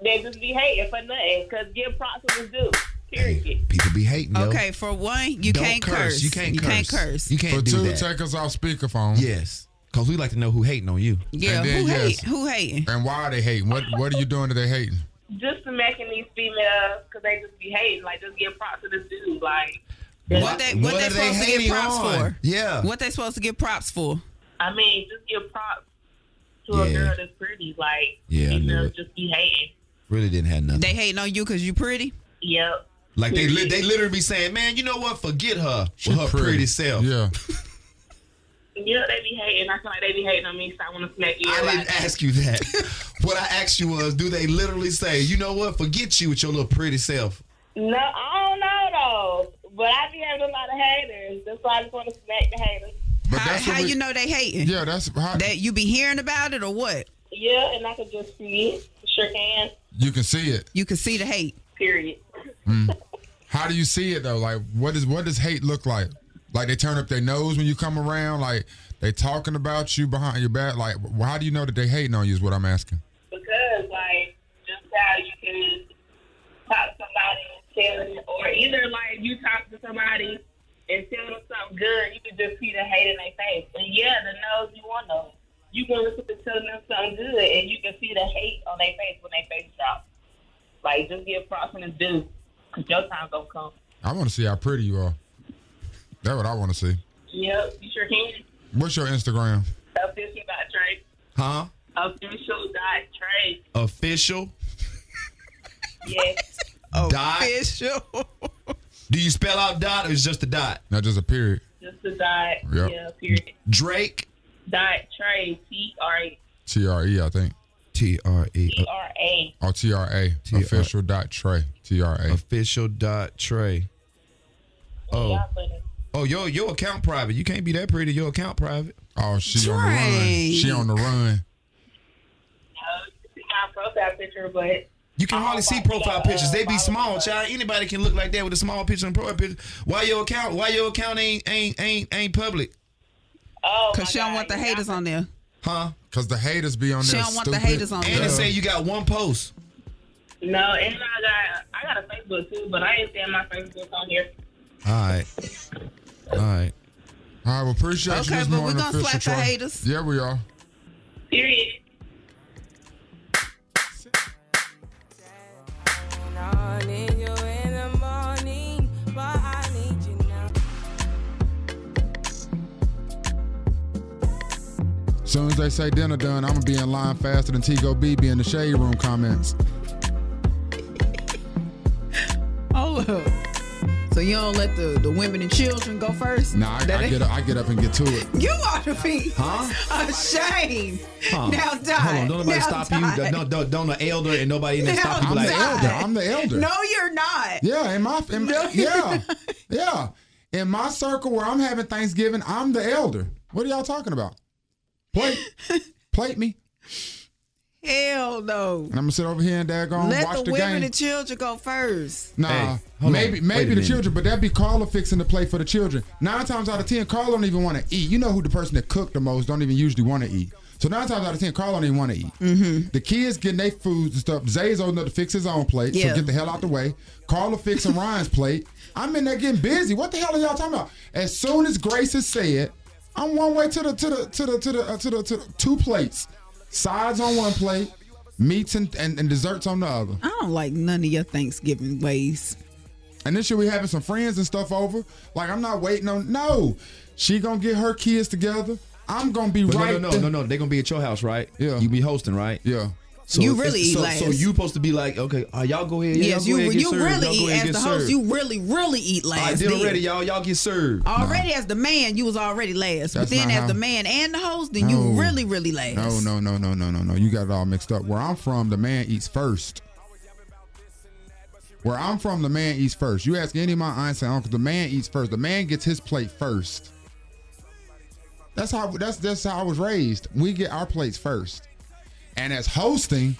[SPEAKER 17] that just be hating for nothing. Cause give props to his due. Period.
[SPEAKER 5] People be hating. yo.
[SPEAKER 4] Okay, for one, you
[SPEAKER 5] Don't
[SPEAKER 4] can't curse.
[SPEAKER 5] curse. You can't
[SPEAKER 4] You can't
[SPEAKER 5] curse.
[SPEAKER 4] curse.
[SPEAKER 5] You can't
[SPEAKER 3] For
[SPEAKER 5] do
[SPEAKER 3] two,
[SPEAKER 5] that.
[SPEAKER 3] take us off speakerphone.
[SPEAKER 5] Yes, because we like to know who hating on you.
[SPEAKER 4] Yeah,
[SPEAKER 3] And then,
[SPEAKER 4] who
[SPEAKER 3] yes.
[SPEAKER 4] hate? Who hating?
[SPEAKER 3] And why are they hating? What What are you doing that they hating?
[SPEAKER 17] Just smacking these females because they just be hating. Like just give props to this dude. Like
[SPEAKER 4] What they what, they supposed to get props for?
[SPEAKER 5] Yeah.
[SPEAKER 4] What they supposed to get props for?
[SPEAKER 17] I mean, just give props to a
[SPEAKER 4] Yeah.
[SPEAKER 17] girl that's pretty. Like
[SPEAKER 5] Yeah, I knew
[SPEAKER 17] females
[SPEAKER 5] it.
[SPEAKER 17] just be hating.
[SPEAKER 5] Really didn't have nothing.
[SPEAKER 4] They hating on you because you pretty.
[SPEAKER 17] Yep.
[SPEAKER 5] Like they li- they literally be saying, man, you know what? Forget her
[SPEAKER 3] She
[SPEAKER 5] with her pretty,
[SPEAKER 3] pretty.
[SPEAKER 5] self.
[SPEAKER 3] Yeah.
[SPEAKER 17] Yeah, they be hating. I feel like they be hating on me, so I want to smack you.
[SPEAKER 5] I didn't ask you that. what I asked you was, do they literally say, you know what? Forget you with your little pretty self.
[SPEAKER 17] No, I don't know though. But I be having a lot of haters. That's why I just want to smack the haters.
[SPEAKER 4] how how you know they hating?
[SPEAKER 3] Yeah, that's how,
[SPEAKER 4] that you be hearing about it or what?
[SPEAKER 17] Yeah, and I could just see it. Sure can.
[SPEAKER 3] You can see it.
[SPEAKER 4] You can see the hate.
[SPEAKER 17] Period.
[SPEAKER 3] Mm. How do you see it though? Like, what is what does hate look like? Like they turn up their nose when you come around. Like they talking about you behind your back. Like, wh- how do you know that they hating on you? Is what I'm asking.
[SPEAKER 17] Because like just how you can talk to somebody and tell them or either like you talk to somebody and tell them something good, you can just see the hate in their face. And yeah, the nose you want to you can listen to telling them something good and you can see the hate on their face when their face drop. Like just give props and it's due. 'Cause your time gonna come.
[SPEAKER 3] I want to see how pretty you are. That's what I want to see.
[SPEAKER 17] Yep, you sure can.
[SPEAKER 3] What's your Instagram?
[SPEAKER 17] Official dot Drake.
[SPEAKER 5] Huh?
[SPEAKER 17] Official dot Drake.
[SPEAKER 5] Official.
[SPEAKER 17] Yes.
[SPEAKER 5] Dot.
[SPEAKER 4] Official.
[SPEAKER 5] Do you spell out dot or is just a dot?
[SPEAKER 3] No, just a period.
[SPEAKER 17] Just a dot.
[SPEAKER 3] Yep.
[SPEAKER 17] Yeah. Period.
[SPEAKER 5] Drake.
[SPEAKER 17] Dot Trey. T R E.
[SPEAKER 3] T R E, I think.
[SPEAKER 5] T R E.
[SPEAKER 17] T R A.
[SPEAKER 3] Or T R A. Official dot Trey. T R A.
[SPEAKER 5] Official dot Trey. Oh. Oh, your your account private. You can't be that pretty. Your account private.
[SPEAKER 3] Oh, she on the run. She on the run.
[SPEAKER 17] See my profile picture, but
[SPEAKER 5] You can hardly see profile pictures. They be small, child. Anybody can look like that with a small picture and profile picture. Why your account? Why your account ain't ain't ain't ain't public?
[SPEAKER 17] Oh,
[SPEAKER 4] cause she don't want the haters on there.
[SPEAKER 5] Huh?
[SPEAKER 3] Cause the haters be on
[SPEAKER 4] She
[SPEAKER 3] there
[SPEAKER 4] don't want the
[SPEAKER 3] stupid.
[SPEAKER 4] haters on
[SPEAKER 5] And it say you got one post.
[SPEAKER 17] no, and I got I got a Facebook too, but I ain't saying my Facebook on here.
[SPEAKER 5] All right. All right.
[SPEAKER 3] All right, well, appreciate
[SPEAKER 4] Okay,
[SPEAKER 3] you this
[SPEAKER 4] but we
[SPEAKER 3] morning.
[SPEAKER 4] gonna
[SPEAKER 3] Official
[SPEAKER 4] slap the
[SPEAKER 3] Trey.
[SPEAKER 4] haters.
[SPEAKER 3] Yeah, we are.
[SPEAKER 17] Period.
[SPEAKER 11] I need you in the morning, but I need you now.
[SPEAKER 3] Soon as they say dinner done, I'm gonna be in line faster than Tigo BB in the shade room comments.
[SPEAKER 4] Oh, so you don't let the, the women and children go first?
[SPEAKER 3] Nah, I,
[SPEAKER 4] That
[SPEAKER 3] I
[SPEAKER 4] ain't-
[SPEAKER 3] get up, I get up and get to it.
[SPEAKER 4] You ought to be
[SPEAKER 5] Huh?
[SPEAKER 4] ashamed.
[SPEAKER 5] Huh.
[SPEAKER 4] Now die.
[SPEAKER 5] Hold on, don't nobody
[SPEAKER 4] Now
[SPEAKER 5] stop you.
[SPEAKER 4] die.
[SPEAKER 5] Don't, don't, don't the elder and nobody in there
[SPEAKER 4] Now
[SPEAKER 5] stop you.
[SPEAKER 4] I'm
[SPEAKER 5] Like,
[SPEAKER 4] the elder.
[SPEAKER 3] I'm the elder.
[SPEAKER 4] No, you're not.
[SPEAKER 3] Yeah, in my in,
[SPEAKER 4] No.
[SPEAKER 3] yeah yeah in my circle where I'm having Thanksgiving, I'm the elder. What are y'all talking about? Plate plate me,
[SPEAKER 4] Hell no.
[SPEAKER 3] and I'm gonna sit over here and daggone
[SPEAKER 4] Let
[SPEAKER 3] watch
[SPEAKER 4] the,
[SPEAKER 3] the,
[SPEAKER 4] women
[SPEAKER 3] game.
[SPEAKER 4] and children go first.
[SPEAKER 3] Nah,
[SPEAKER 5] Hey, hold
[SPEAKER 3] maybe
[SPEAKER 5] on. Wait a
[SPEAKER 3] maybe the
[SPEAKER 5] minute.
[SPEAKER 3] children, but that'd be Carla fixing the plate for the children. Nine times out of ten, Carla don't even want to eat. You know who the person that cooked the most don't even usually want to eat. So nine times out of ten, Carla don't even want to eat. The kids getting their foods and stuff. Zay's old enough to fix his own plate,
[SPEAKER 4] Yeah.
[SPEAKER 3] so get the hell out the way. Carla fixing Ryan's plate. I'm in there getting busy. What the hell are y'all talking about? As soon as Grace has said, I'm one way to the to the to the to the uh, to the, to the two plates, sides on one plate, meats and, and, and desserts on the other.
[SPEAKER 4] I don't like none of your Thanksgiving ways.
[SPEAKER 3] And this year we having some friends and stuff over. Like I'm not waiting on no. She gonna get her kids together. I'm gonna be
[SPEAKER 5] But
[SPEAKER 3] right.
[SPEAKER 5] no, no,
[SPEAKER 3] there.
[SPEAKER 5] no, no, no. They're gonna be at your house, right?
[SPEAKER 3] Yeah.
[SPEAKER 5] You be hosting, right?
[SPEAKER 3] Yeah.
[SPEAKER 7] So
[SPEAKER 4] You
[SPEAKER 7] it's-
[SPEAKER 4] really eat
[SPEAKER 7] so,
[SPEAKER 4] last.
[SPEAKER 7] So you supposed to be like, okay, uh, y'all go ahead.
[SPEAKER 4] yes,
[SPEAKER 7] y'all
[SPEAKER 4] you
[SPEAKER 7] go ahead, get
[SPEAKER 4] you
[SPEAKER 7] served,
[SPEAKER 4] really
[SPEAKER 7] y'all go
[SPEAKER 4] eat
[SPEAKER 7] ahead,
[SPEAKER 4] as
[SPEAKER 7] get
[SPEAKER 4] the
[SPEAKER 7] served.
[SPEAKER 4] host. You really really eat last.
[SPEAKER 7] I did
[SPEAKER 4] then.
[SPEAKER 7] already, y'all. Y'all get served.
[SPEAKER 4] Already as the man, you was already last.
[SPEAKER 3] That's
[SPEAKER 4] but then
[SPEAKER 3] not
[SPEAKER 4] as
[SPEAKER 3] how-
[SPEAKER 4] the man and the host, then you
[SPEAKER 3] No.
[SPEAKER 4] really really last.
[SPEAKER 3] No, no, no, no, no, no, no. You got it all mixed up. Where I'm from, the man eats first. Where I'm from, the man eats first. You ask any of my aunts and uncles, the man eats first. The man gets his plate first. That's how that's that's how I was raised. We get our plates first. And as hosting,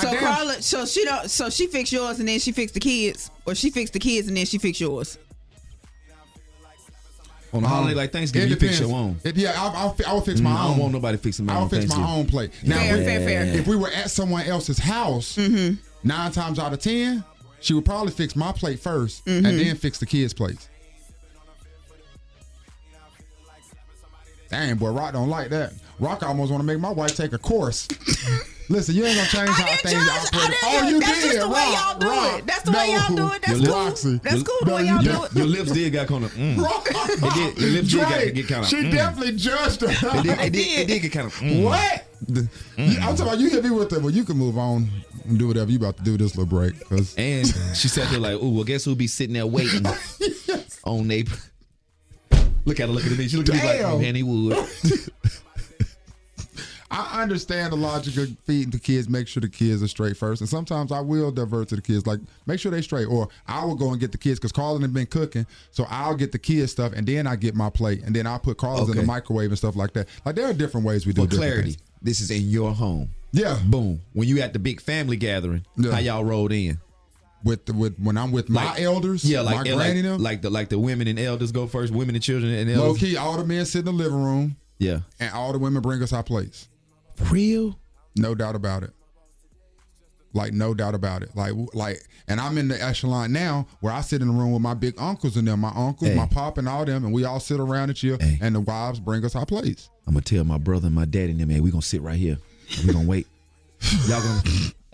[SPEAKER 4] So
[SPEAKER 3] I damn-
[SPEAKER 4] Carla, so she don't, so she fixed yours and then she fixed the kids, or she fixed the kids and then she fixed yours.
[SPEAKER 7] On a holiday
[SPEAKER 3] Um,
[SPEAKER 7] like Thanksgiving,
[SPEAKER 3] it
[SPEAKER 7] you fix
[SPEAKER 3] depends.
[SPEAKER 7] your own.
[SPEAKER 3] It- yeah, I'll, I'll, fi- I'll fix my
[SPEAKER 7] Mm, I
[SPEAKER 3] own.
[SPEAKER 7] don't want nobody fixing my
[SPEAKER 3] I'll
[SPEAKER 7] own
[SPEAKER 3] fix my
[SPEAKER 7] Thanksgiving.
[SPEAKER 3] own plate.
[SPEAKER 7] Fair, fair, fair.
[SPEAKER 3] If we were at someone else's house,
[SPEAKER 4] Mm-hmm.
[SPEAKER 3] nine times out of ten, she would probably fix my plate 1st and
[SPEAKER 4] Mhm.
[SPEAKER 3] then fix the kids' plates. Damn, boy, Rock don't like that. Rock almost want to make my wife take a course. Listen, you ain't gonna change how things operate. Oh, you did.
[SPEAKER 4] That's just the way
[SPEAKER 3] Rock,
[SPEAKER 4] y'all do
[SPEAKER 3] Rock.
[SPEAKER 4] it. That's the way y'all do it. That's
[SPEAKER 7] Your
[SPEAKER 4] cool.
[SPEAKER 7] lips-
[SPEAKER 4] That's
[SPEAKER 7] your-
[SPEAKER 4] cool the way
[SPEAKER 7] your-
[SPEAKER 4] y'all do it.
[SPEAKER 7] Your lips did got kind of. Mm. It did. Your lips
[SPEAKER 3] Dre,
[SPEAKER 7] did get kind of.
[SPEAKER 3] She definitely judged her.
[SPEAKER 7] It did, Mm. it did, it did get kind of.
[SPEAKER 3] What? You- I'm talking about you hit me with it, well, you can move on and do whatever you about to do this little break. Cause
[SPEAKER 7] And she sat there like, "Ooh, well, guess who be sitting there waiting on they." Look at her looking at me. She looked at me like,
[SPEAKER 3] Damn.
[SPEAKER 7] "Manny Wood."
[SPEAKER 3] I understand the logic of feeding the kids, make sure the kids are straight first. And sometimes I will divert to the kids, like make sure they straight. Or I will go and get the kids because Carlin had been cooking. So I'll get the kids stuff and then I get my plate. And then I'll put Carlin's in the
[SPEAKER 7] Okay.
[SPEAKER 3] microwave and stuff like that. Like there are different ways we do
[SPEAKER 7] For
[SPEAKER 3] different
[SPEAKER 7] clarity,
[SPEAKER 3] things.
[SPEAKER 7] this is in your home.
[SPEAKER 3] Yeah.
[SPEAKER 7] Boom. When you at the big family gathering, how y'all rolled in?
[SPEAKER 3] With the, with when I'm with my elders,
[SPEAKER 7] yeah, like
[SPEAKER 3] my
[SPEAKER 7] yeah,
[SPEAKER 3] granny
[SPEAKER 7] like,
[SPEAKER 3] them.
[SPEAKER 7] like the like the women and elders go first, women and children and elders.
[SPEAKER 3] Low key, all the men sit in the living room.
[SPEAKER 7] Yeah.
[SPEAKER 3] And all the women bring us our plates.
[SPEAKER 7] Real?
[SPEAKER 3] No doubt about it. Like no doubt about it. Like like, and I'm in the echelon now where I sit in the room with my big uncles and them, my uncles, my pop, and all them, and we all sit around and chill. And the wives bring us our plates.
[SPEAKER 7] I'm gonna tell my brother and my daddy and them, hey, we gonna sit right here. We gonna wait. Y'all gonna,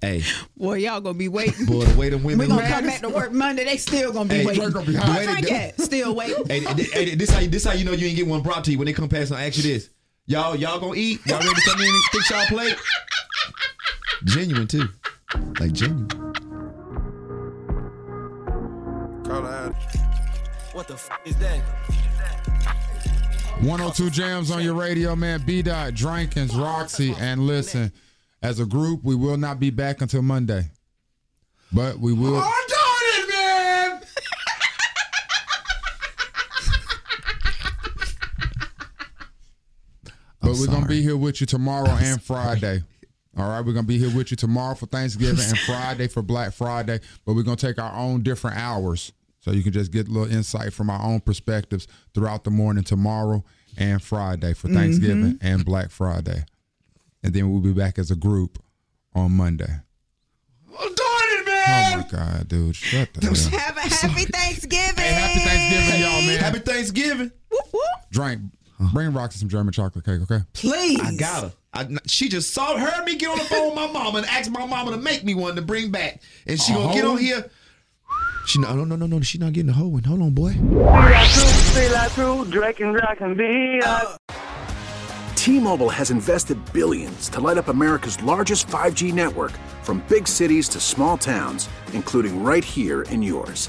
[SPEAKER 7] hey,
[SPEAKER 4] Boy, y'all gonna be waiting.
[SPEAKER 7] boy, the way the
[SPEAKER 4] we
[SPEAKER 7] women
[SPEAKER 4] gonna
[SPEAKER 7] look-
[SPEAKER 4] come back to work Monday. They still gonna be
[SPEAKER 7] Hey,
[SPEAKER 4] waiting.
[SPEAKER 7] Drake gonna be
[SPEAKER 4] But
[SPEAKER 7] hot.
[SPEAKER 4] Drake at? still waiting.
[SPEAKER 7] Hey, th- th- hey, this how you, this how you know you ain't get one brought to you when they come past. I ask you this, y'all y'all gonna eat? Y'all ready to come in and fix y'all plate? Genuine too, like genuine.
[SPEAKER 19] What the f is that?
[SPEAKER 3] 102 Jams on your radio, man. B Dot, Drankins, Roxy, and listen, as a group, we will not be back until Monday. But we will.
[SPEAKER 9] Oh, it, man.
[SPEAKER 3] But we're gonna be here with you tomorrow and Friday. All right, we're gonna be here with you tomorrow for Thanksgiving and Friday for Black Friday. But we're gonna take our own different hours, so you can just get a little insight from our own perspectives throughout the morning tomorrow and Friday for Thanksgiving
[SPEAKER 22] Mhm.
[SPEAKER 3] and Black Friday, and then we'll be back as a group on Monday.
[SPEAKER 9] I'm doing it,
[SPEAKER 3] Oh
[SPEAKER 9] man.
[SPEAKER 3] my God, dude! Shut the hell.
[SPEAKER 4] Have a happy Thanksgiving.
[SPEAKER 9] happy Thanksgiving, y'all, man.
[SPEAKER 7] Happy Thanksgiving.
[SPEAKER 3] Drink, bring Roxy some German chocolate cake, okay?
[SPEAKER 4] Please.
[SPEAKER 7] I got her. I, she just saw heard me get on the phone with my mama and asked my mama to make me one to bring back, and she gonna get
[SPEAKER 9] Uh-huh.
[SPEAKER 7] on here. She no no no no no. She not getting the whole one. Hold on, boy.
[SPEAKER 16] Stay like crew, Drake and Rock and be like.
[SPEAKER 23] T-Mobile has invested billions to light up America's largest 5G network from big cities to small towns, including right here in yours.